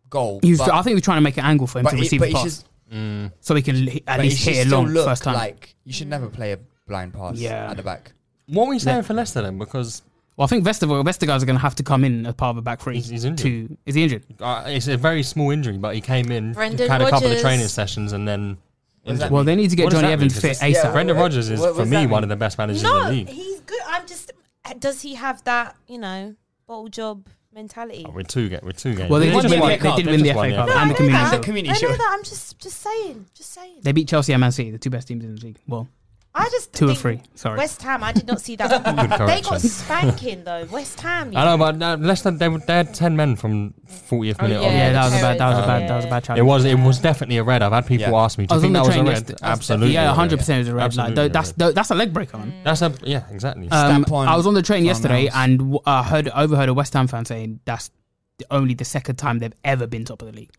[SPEAKER 3] goal.
[SPEAKER 4] He was,
[SPEAKER 3] but-
[SPEAKER 4] I think he was trying to make an angle for him
[SPEAKER 3] but
[SPEAKER 4] to
[SPEAKER 3] he-
[SPEAKER 4] receive
[SPEAKER 3] but
[SPEAKER 4] the
[SPEAKER 3] he
[SPEAKER 4] pass,
[SPEAKER 3] should-
[SPEAKER 4] so he can l- at
[SPEAKER 3] but he
[SPEAKER 4] least
[SPEAKER 3] should
[SPEAKER 4] hit it
[SPEAKER 3] still
[SPEAKER 4] long
[SPEAKER 3] look
[SPEAKER 4] first time.
[SPEAKER 3] Like you should never play a blind pass
[SPEAKER 4] Yeah.
[SPEAKER 3] at the back.
[SPEAKER 5] What were you saying for Leicester then? Because
[SPEAKER 4] well, I think Vestergaard, Vestergaard's going to have to come in as part of a back three.
[SPEAKER 5] He's- he's injured.
[SPEAKER 4] to- is he injured?
[SPEAKER 5] uh, it's a very small injury, but he came in
[SPEAKER 2] Brendan
[SPEAKER 5] kind of covered the
[SPEAKER 2] Rodgers.
[SPEAKER 5] training sessions and then.
[SPEAKER 3] does that
[SPEAKER 5] injured.
[SPEAKER 4] Well, they need to get
[SPEAKER 5] What does
[SPEAKER 4] Johnny
[SPEAKER 5] that mean?
[SPEAKER 4] Evans
[SPEAKER 5] 'Cause
[SPEAKER 4] fit
[SPEAKER 5] that's-
[SPEAKER 4] ASAP.
[SPEAKER 3] Yeah,
[SPEAKER 5] Brendan
[SPEAKER 3] what-
[SPEAKER 5] Rodgers is
[SPEAKER 3] what-
[SPEAKER 5] for
[SPEAKER 3] what's that
[SPEAKER 5] me
[SPEAKER 3] mean?
[SPEAKER 5] one of the best managers in
[SPEAKER 2] No,
[SPEAKER 5] the league.
[SPEAKER 2] he's good. I'm just. Does he have that? You know, bottle job mentality.
[SPEAKER 5] Oh, We're two ga- We're two games.
[SPEAKER 4] Well, they did win
[SPEAKER 5] won-
[SPEAKER 4] the FA Cup. They did win the
[SPEAKER 5] just won
[SPEAKER 4] FA Cup
[SPEAKER 5] Cup.
[SPEAKER 4] and the Community Shield.
[SPEAKER 2] I know that. I'm just, just saying, just saying.
[SPEAKER 4] They beat Chelsea and Man City, the two best teams in the league. Well,
[SPEAKER 2] I just
[SPEAKER 4] two or
[SPEAKER 2] think
[SPEAKER 4] three. Sorry.
[SPEAKER 2] West Ham. I did not see that. coming.
[SPEAKER 5] Good
[SPEAKER 2] they
[SPEAKER 5] correction.
[SPEAKER 2] got spanking though. West Ham. you
[SPEAKER 5] I know, but no, less than they, were- they had ten men from 40th minute.
[SPEAKER 2] yeah,
[SPEAKER 5] on. Oh,
[SPEAKER 4] yeah, that was a bad. That was a
[SPEAKER 2] Yeah.
[SPEAKER 4] bad. That was a bad challenge.
[SPEAKER 5] It was. It was definitely a red. I've had people
[SPEAKER 3] Yeah.
[SPEAKER 5] ask me, "Do
[SPEAKER 4] I
[SPEAKER 5] you
[SPEAKER 4] was on
[SPEAKER 5] think that
[SPEAKER 4] the
[SPEAKER 5] was a
[SPEAKER 4] train
[SPEAKER 5] red?"
[SPEAKER 4] yesterday.
[SPEAKER 5] Absolutely.
[SPEAKER 4] Yeah,
[SPEAKER 5] a
[SPEAKER 4] hundred percent is a red.
[SPEAKER 5] Absolutely
[SPEAKER 4] Like tho-
[SPEAKER 5] a
[SPEAKER 4] that's
[SPEAKER 5] red.
[SPEAKER 4] tho- that's a leg breaker, man.
[SPEAKER 5] That's a yeah, exactly.
[SPEAKER 4] Um,
[SPEAKER 3] Stamp on
[SPEAKER 4] I was on the train
[SPEAKER 3] someone
[SPEAKER 4] yesterday
[SPEAKER 3] else.
[SPEAKER 4] and w- I heard overheard a West Ham fan saying that's the, only the second time they've ever been top of the league.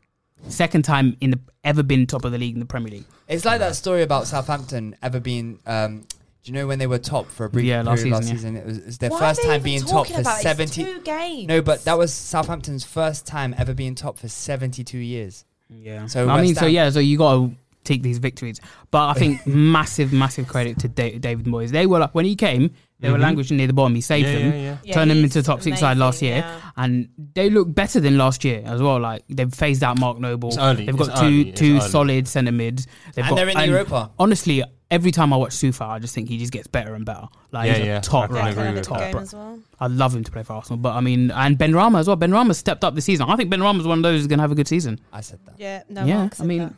[SPEAKER 4] Second time in the ever been top of the league in the Premier League.
[SPEAKER 3] It's like that story about Southampton ever being. Um, do you know when they were top for a brief
[SPEAKER 4] Yeah, last
[SPEAKER 3] period last
[SPEAKER 4] season,
[SPEAKER 3] season? It was it's their
[SPEAKER 2] Why are
[SPEAKER 3] first
[SPEAKER 2] they
[SPEAKER 3] time
[SPEAKER 2] even
[SPEAKER 3] being top
[SPEAKER 2] talking
[SPEAKER 3] for
[SPEAKER 2] about it? It's
[SPEAKER 3] seventy.
[SPEAKER 2] two games.
[SPEAKER 3] No, but that was Southampton's first time ever being top for seventy-two years.
[SPEAKER 4] Yeah.
[SPEAKER 3] So
[SPEAKER 4] I mean,
[SPEAKER 3] West
[SPEAKER 4] so
[SPEAKER 3] Ham-
[SPEAKER 4] yeah, so you got to take these victories. But
[SPEAKER 5] *laughs*
[SPEAKER 4] I think massive, massive credit to Da- David Moyes. They were like when he came, they were languishing near the bottom. He saved
[SPEAKER 5] Mm-hmm. Yeah,
[SPEAKER 4] them,
[SPEAKER 5] yeah, yeah.
[SPEAKER 2] Yeah,
[SPEAKER 4] turned them
[SPEAKER 2] he's
[SPEAKER 4] into top six side last year,
[SPEAKER 2] amazing, yeah.
[SPEAKER 4] and they look better than last year as well. Like they've phased out Mark Noble.
[SPEAKER 5] It's early,
[SPEAKER 4] They've
[SPEAKER 5] it's
[SPEAKER 4] got
[SPEAKER 5] early,
[SPEAKER 4] two
[SPEAKER 5] it's
[SPEAKER 4] two
[SPEAKER 5] early.
[SPEAKER 4] solid centre mids. They've
[SPEAKER 3] And
[SPEAKER 4] got,
[SPEAKER 3] they're in the Europa.
[SPEAKER 4] Honestly, every time I watch Sufa, I just think he just gets better and better. Like
[SPEAKER 5] Yeah,
[SPEAKER 4] he's
[SPEAKER 5] yeah,
[SPEAKER 4] a top
[SPEAKER 5] I can
[SPEAKER 4] right,
[SPEAKER 5] agree with
[SPEAKER 4] top
[SPEAKER 5] that.
[SPEAKER 4] right.
[SPEAKER 2] Game as well.
[SPEAKER 4] I'd love him to play for Arsenal, but I mean, and Ben Rama as well. Ben Rama stepped up this season. I think Ben Rama's one of those who's going to have a good season.
[SPEAKER 3] I said that.
[SPEAKER 2] Yeah, no.
[SPEAKER 4] yeah,
[SPEAKER 2] Mark
[SPEAKER 4] I
[SPEAKER 2] said
[SPEAKER 4] mean,
[SPEAKER 2] that.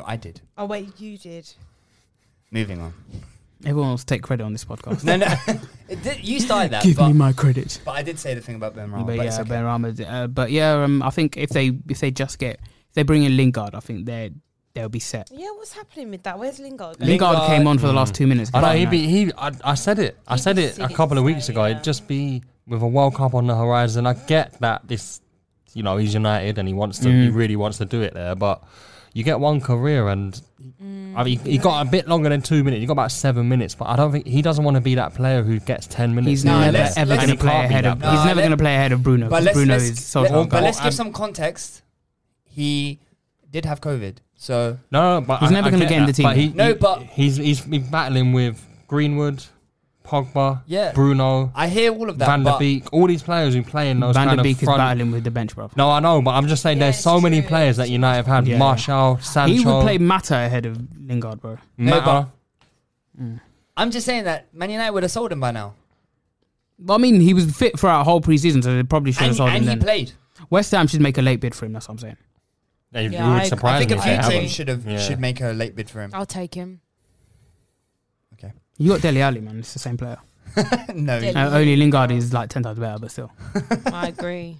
[SPEAKER 3] No, I did.
[SPEAKER 2] oh wait, you did.
[SPEAKER 3] Moving on.
[SPEAKER 4] Everyone wants to take credit on
[SPEAKER 3] *laughs*
[SPEAKER 4] this podcast.
[SPEAKER 3] No, no, it did, you started that.
[SPEAKER 4] Give
[SPEAKER 3] but,
[SPEAKER 4] me my credit.
[SPEAKER 3] but I did say the thing about Ben Rama.
[SPEAKER 4] But,
[SPEAKER 3] But,
[SPEAKER 4] yeah,
[SPEAKER 3] it's okay.
[SPEAKER 4] Ben Rama. Uh, but yeah, um, I think if they if they just get if they bring in Lingard, I think they they'll be set.
[SPEAKER 2] Yeah, what's happening with that? Where's Lingard?
[SPEAKER 3] Lingard-
[SPEAKER 4] Lingard, came on for the last two minutes.
[SPEAKER 5] I know
[SPEAKER 4] But
[SPEAKER 5] he be he. I, I said it. I
[SPEAKER 2] He'd
[SPEAKER 5] said
[SPEAKER 2] be
[SPEAKER 5] it a
[SPEAKER 2] sick
[SPEAKER 5] couple
[SPEAKER 2] inside,
[SPEAKER 5] of weeks ago.
[SPEAKER 2] yeah.
[SPEAKER 5] It'd just be with a World Cup on the horizon. I get that this, you know, he's United and he wants to.
[SPEAKER 4] Mm.
[SPEAKER 5] He really wants to do it there, but you get one career and.
[SPEAKER 3] Mm.
[SPEAKER 5] I mean, he got a bit longer than two minutes. He got about seven minutes, but I don't think he doesn't want to be that player who gets ten minutes.
[SPEAKER 4] he's
[SPEAKER 5] here and
[SPEAKER 4] never
[SPEAKER 5] there.
[SPEAKER 3] let's-
[SPEAKER 4] ever
[SPEAKER 3] let's-
[SPEAKER 4] going
[SPEAKER 3] And
[SPEAKER 4] to
[SPEAKER 3] he
[SPEAKER 4] play
[SPEAKER 5] can't be
[SPEAKER 4] ahead
[SPEAKER 5] that
[SPEAKER 4] of.
[SPEAKER 5] bad.
[SPEAKER 4] he's
[SPEAKER 3] No,
[SPEAKER 4] never
[SPEAKER 3] let-
[SPEAKER 4] going to play ahead of Bruno.
[SPEAKER 3] But
[SPEAKER 4] because
[SPEAKER 3] let's,
[SPEAKER 4] Bruno
[SPEAKER 3] let's,
[SPEAKER 4] is Oh,
[SPEAKER 3] let-
[SPEAKER 4] Solskjaer.
[SPEAKER 3] but let's give
[SPEAKER 5] Well, I'm-
[SPEAKER 3] some context. He did have COVID, so
[SPEAKER 5] No, no, but
[SPEAKER 4] He's
[SPEAKER 5] I-
[SPEAKER 4] never
[SPEAKER 5] I
[SPEAKER 4] gonna get
[SPEAKER 5] that,
[SPEAKER 4] in the team.
[SPEAKER 5] But he,
[SPEAKER 3] No,
[SPEAKER 5] he-
[SPEAKER 3] but-
[SPEAKER 5] he's he's been battling with Greenwood, Pogba,
[SPEAKER 3] Yeah.
[SPEAKER 5] Bruno,
[SPEAKER 3] I hear all of that.
[SPEAKER 5] Van der
[SPEAKER 3] but
[SPEAKER 5] Beek, all these players who play in those
[SPEAKER 4] Van
[SPEAKER 5] kind
[SPEAKER 4] der
[SPEAKER 5] of
[SPEAKER 4] Beek is
[SPEAKER 5] front.
[SPEAKER 4] battling with the bench, bro.
[SPEAKER 5] No, I know, but I'm just saying
[SPEAKER 2] Yeah,
[SPEAKER 5] there's
[SPEAKER 2] it's
[SPEAKER 5] so many
[SPEAKER 2] true.
[SPEAKER 5] players that United have had:
[SPEAKER 4] Yeah.
[SPEAKER 5] Martial, Sancho,
[SPEAKER 4] He would play Mata ahead of Lingard, bro.
[SPEAKER 3] No, but-
[SPEAKER 5] Mata.
[SPEAKER 3] I'm just saying that Man United would have sold him by now,
[SPEAKER 4] But I mean, he was fit for our whole preseason, so they probably should have
[SPEAKER 3] and,
[SPEAKER 4] sold him
[SPEAKER 3] and he
[SPEAKER 4] then.
[SPEAKER 3] played.
[SPEAKER 4] West Ham should make a late bid for him. That's what I'm saying.
[SPEAKER 5] They-
[SPEAKER 2] Yeah,
[SPEAKER 5] you
[SPEAKER 2] I-
[SPEAKER 5] would
[SPEAKER 2] I
[SPEAKER 5] surprise
[SPEAKER 3] I think
[SPEAKER 5] me
[SPEAKER 3] a
[SPEAKER 5] if
[SPEAKER 3] few
[SPEAKER 5] they
[SPEAKER 2] haven't.
[SPEAKER 3] teams
[SPEAKER 5] haven't.
[SPEAKER 3] should have
[SPEAKER 5] Yeah.
[SPEAKER 3] should make a late bid for him.
[SPEAKER 2] I'll take him.
[SPEAKER 3] Okay,
[SPEAKER 4] You got Deli Ali, man. It's the same player.
[SPEAKER 3] *laughs* no.
[SPEAKER 2] Did-
[SPEAKER 4] Uh, only Lingard is like ten times better, but still.
[SPEAKER 2] I agree.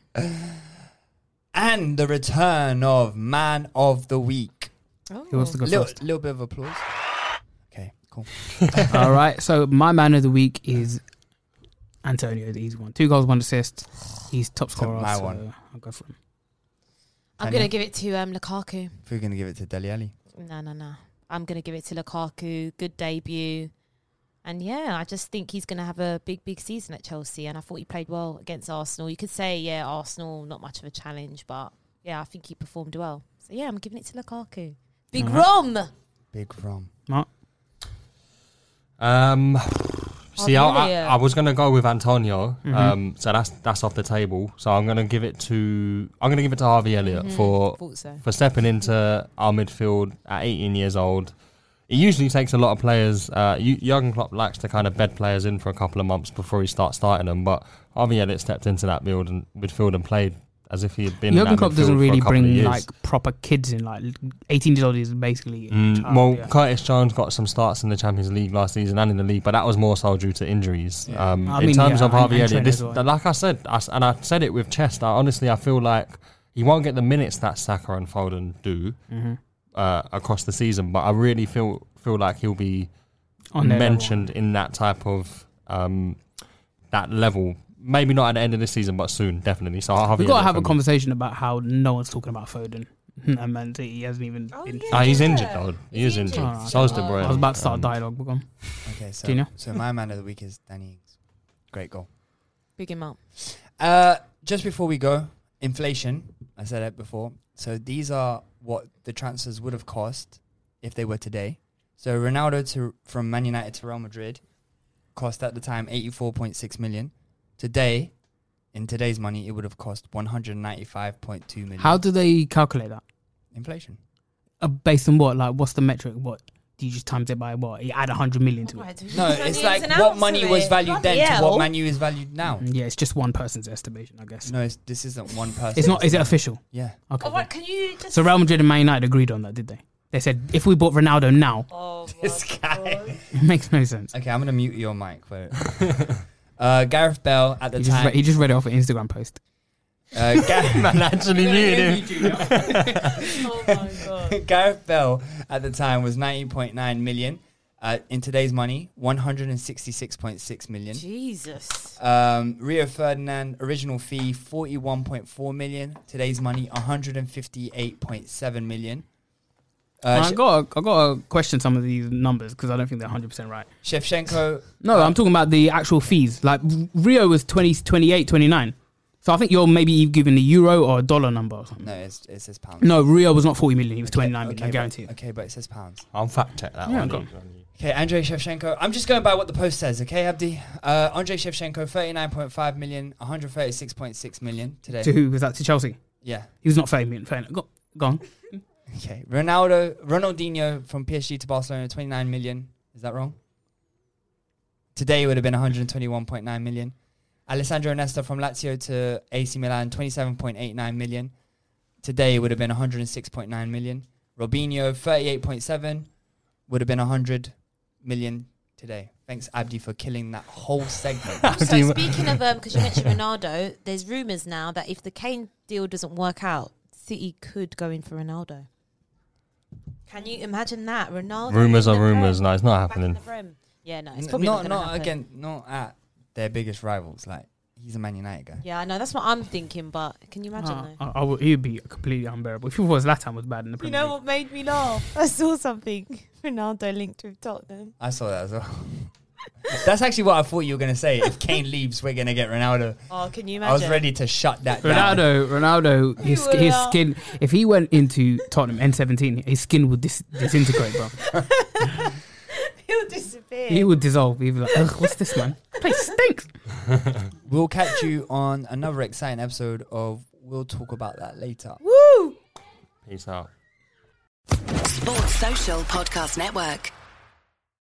[SPEAKER 3] And the return of Man of the Week.
[SPEAKER 4] Who
[SPEAKER 2] Oh.
[SPEAKER 4] wants to go
[SPEAKER 3] Little,
[SPEAKER 4] first?
[SPEAKER 3] little bit of applause. Okay, cool.
[SPEAKER 4] All right. So my man of the week is Antonio, the easy one. Two goals, one assist. He's top scorer.
[SPEAKER 3] my
[SPEAKER 4] so
[SPEAKER 3] one.
[SPEAKER 4] I'll go for him.
[SPEAKER 2] I'm
[SPEAKER 3] Tanya?
[SPEAKER 2] gonna give it to um, Lukaku.
[SPEAKER 3] If we're gonna give it to Deli Ali,
[SPEAKER 2] No, no, no. I'm gonna give it to Lukaku. Good debut, and yeah, I just think he's gonna have a big, big season at Chelsea. And I thought he played well against Arsenal. You could say, yeah, Arsenal not much of a challenge, but yeah, I think he performed well. So yeah, I'm giving it to Lukaku. Big Rom.
[SPEAKER 3] big from.
[SPEAKER 4] Mark.
[SPEAKER 5] Um, see, I, I,
[SPEAKER 2] brilliant.
[SPEAKER 5] I was gonna go with Antonio.
[SPEAKER 4] Mm-hmm.
[SPEAKER 5] Um, so that's that's off the table. So I'm gonna give it to I'm gonna give it to Harvey Elliott for
[SPEAKER 2] Thought so.
[SPEAKER 5] for stepping into our midfield at 18 years old. It usually takes a lot of players. Uh, Ju- Jurgen Klopp likes to kind of bed players in for a couple of months before he starts starting them. But Harvey Elliott stepped into that build and midfield and played as if he had been. in
[SPEAKER 4] Jurgen
[SPEAKER 5] that
[SPEAKER 4] Klopp doesn't
[SPEAKER 5] midfield for a
[SPEAKER 4] really
[SPEAKER 5] couple of
[SPEAKER 4] bring
[SPEAKER 5] years.
[SPEAKER 4] like proper kids in. Like eighteen years old is basically. a
[SPEAKER 5] Mm,
[SPEAKER 4] child,
[SPEAKER 5] well,
[SPEAKER 4] yeah.
[SPEAKER 5] Curtis Jones got some starts in the Champions League last season and in the league, but that was more so due to injuries. Um,
[SPEAKER 4] I
[SPEAKER 5] in
[SPEAKER 4] mean,
[SPEAKER 5] terms
[SPEAKER 4] yeah,
[SPEAKER 5] of Harvey
[SPEAKER 4] and-
[SPEAKER 5] Elliott,
[SPEAKER 4] and Trent
[SPEAKER 5] this,
[SPEAKER 4] as well.
[SPEAKER 5] like I said, I s and I said it with chest. I, honestly, I feel like he won't get the minutes that Saka and Foden do
[SPEAKER 4] Mm-hmm.
[SPEAKER 5] uh, across the season, but I really feel feel like he'll be
[SPEAKER 4] On their level.
[SPEAKER 5] mentioned in that type of um, that level. Maybe not at the end of this season, but soon, definitely. So Harvey
[SPEAKER 4] We've got to
[SPEAKER 5] Elliott
[SPEAKER 4] have
[SPEAKER 5] for
[SPEAKER 4] a
[SPEAKER 5] me.
[SPEAKER 4] conversation about how no one's talking about Foden. *laughs* and Man City he hasn't even. been
[SPEAKER 2] yeah.
[SPEAKER 5] Ah, he's injured though. He is
[SPEAKER 2] He's
[SPEAKER 5] injured.
[SPEAKER 4] injured.
[SPEAKER 5] So's De
[SPEAKER 4] I
[SPEAKER 5] Bruyne.
[SPEAKER 4] was about to start a
[SPEAKER 5] Um,
[SPEAKER 4] dialogue. We're gone.
[SPEAKER 3] Okay, so
[SPEAKER 4] Junior?
[SPEAKER 3] so my man of the week is Danny Ings. Great goal.
[SPEAKER 2] Big him up.
[SPEAKER 3] Uh, just before we go, inflation. I said it before. So these are what the transfers would have cost if they were today. So Ronaldo to from Man United to Real Madrid cost at the time eighty four point six million. Today, in today's money, it would have cost one hundred ninety five point two million.
[SPEAKER 4] How do they calculate that?
[SPEAKER 3] inflation?
[SPEAKER 4] Uh, based on what? Like, what's the metric? What you just times it by what? You add a hundred million to it.
[SPEAKER 3] No, it's like what money was valued then to what money is valued now.
[SPEAKER 4] Mm, Yeah, it's just one person's estimation, I guess.
[SPEAKER 3] No, it's, this isn't one person.
[SPEAKER 4] It's not. Is it official?
[SPEAKER 3] Yeah.
[SPEAKER 4] Okay.
[SPEAKER 2] Oh, What can you just?
[SPEAKER 4] So Real Madrid and Man United agreed on that, did they? They said if we bought Ronaldo now, *laughs*
[SPEAKER 2] Oh,
[SPEAKER 3] This guy.
[SPEAKER 4] it makes no sense.
[SPEAKER 3] Okay, I'm gonna mute your mic. Wait.
[SPEAKER 4] *laughs*
[SPEAKER 3] uh, Gareth Bell at the
[SPEAKER 4] He just,
[SPEAKER 3] time.
[SPEAKER 4] read, he just read it off an Instagram post.
[SPEAKER 3] uh,
[SPEAKER 4] *laughs*
[SPEAKER 3] Gareth,
[SPEAKER 5] Man
[SPEAKER 2] *laughs*
[SPEAKER 5] actually muted him.
[SPEAKER 3] *laughs*
[SPEAKER 2] oh my god.
[SPEAKER 3] Gareth Bell at the time was 90.9 million. Uh, in today's money, 166.6 million.
[SPEAKER 2] Jesus.
[SPEAKER 3] Um, Rio Ferdinand original fee 41.4 million. Today's money 158.7 million. Uh,
[SPEAKER 4] I got I got to question some of these numbers because I don't think they're 100 percent right.
[SPEAKER 3] She- Shevchenko.
[SPEAKER 4] No, I'm talking about the actual fees. Like R- Rio was 20, 28, 29. So I think you're maybe giving a euro or a dollar number or something.
[SPEAKER 3] No, it's, it says pounds.
[SPEAKER 4] No, Rio was not 40 million. He was
[SPEAKER 3] Okay,
[SPEAKER 4] 29 million. I
[SPEAKER 3] but-
[SPEAKER 4] guarantee it.
[SPEAKER 3] Okay, but it says pounds.
[SPEAKER 5] I'll fact check that
[SPEAKER 4] Yeah,
[SPEAKER 5] one.
[SPEAKER 4] go on.
[SPEAKER 3] Okay, Andrei Shevchenko. I'm just going by what the post says, okay, Abdi? Uh, Andrei Shevchenko, 39.5 million, 136.6 million today.
[SPEAKER 4] To who was that? To Chelsea.
[SPEAKER 3] Yeah.
[SPEAKER 4] He was not 30 million. Fair enough. Go, go on.
[SPEAKER 3] Okay. Ronaldo, Ronaldinho from PSG to Barcelona, 29 million. Is that wrong? Today it would have been 121.9 million. Alessandro Nesta from Lazio to AC Milan, 27.89 million. Today it would have been 106.9 million. Robinho, 38.7, would have been 100 million today. Thanks, Abdi, for killing that whole segment.
[SPEAKER 2] So speaking of um, because you
[SPEAKER 3] *laughs*
[SPEAKER 2] mentioned Ronaldo, there's rumors now that if the Kane deal doesn't work out, City could go in for Ronaldo. Can you imagine that Ronaldo?
[SPEAKER 5] Rumors
[SPEAKER 2] in
[SPEAKER 5] are
[SPEAKER 2] the Prem,
[SPEAKER 5] rumors. No, it's not
[SPEAKER 2] back in
[SPEAKER 5] happening.
[SPEAKER 2] the Prem. Yeah, no, *laughs* it's
[SPEAKER 3] N-
[SPEAKER 2] probably
[SPEAKER 3] not
[SPEAKER 2] not, gonna
[SPEAKER 3] not
[SPEAKER 2] happen.
[SPEAKER 3] again, not at their biggest rivals. Like, he's a Man United guy.
[SPEAKER 2] Yeah, I know that's what I'm thinking, but can you imagine
[SPEAKER 4] Uh,
[SPEAKER 2] though?
[SPEAKER 4] I, I would, he would be completely unbearable. If you thought Zlatan was bad in the
[SPEAKER 2] You
[SPEAKER 4] Premier
[SPEAKER 2] know
[SPEAKER 4] League.
[SPEAKER 2] what made me laugh? *laughs* I saw something Ronaldo linked with Tottenham.
[SPEAKER 3] I saw that as well. That's actually what I thought you were going to say. If Kane leaves, we're going to get Ronaldo.
[SPEAKER 2] Oh, can you imagine?
[SPEAKER 3] I was ready to shut that down.
[SPEAKER 4] Ronaldo, Ronaldo, his,
[SPEAKER 2] will
[SPEAKER 4] his
[SPEAKER 2] not.
[SPEAKER 4] skin. If he went into Tottenham N17, his skin would dis-
[SPEAKER 2] *laughs*
[SPEAKER 4] disintegrate, bro.
[SPEAKER 2] He'll disappear.
[SPEAKER 4] He would dissolve. He'd be like, Ugh, "What's this, man? Place stinks."
[SPEAKER 3] We'll catch you on another exciting episode of We'll Talk About That Later.
[SPEAKER 2] Woo!
[SPEAKER 5] Peace out.
[SPEAKER 7] Sports Social Podcast Network.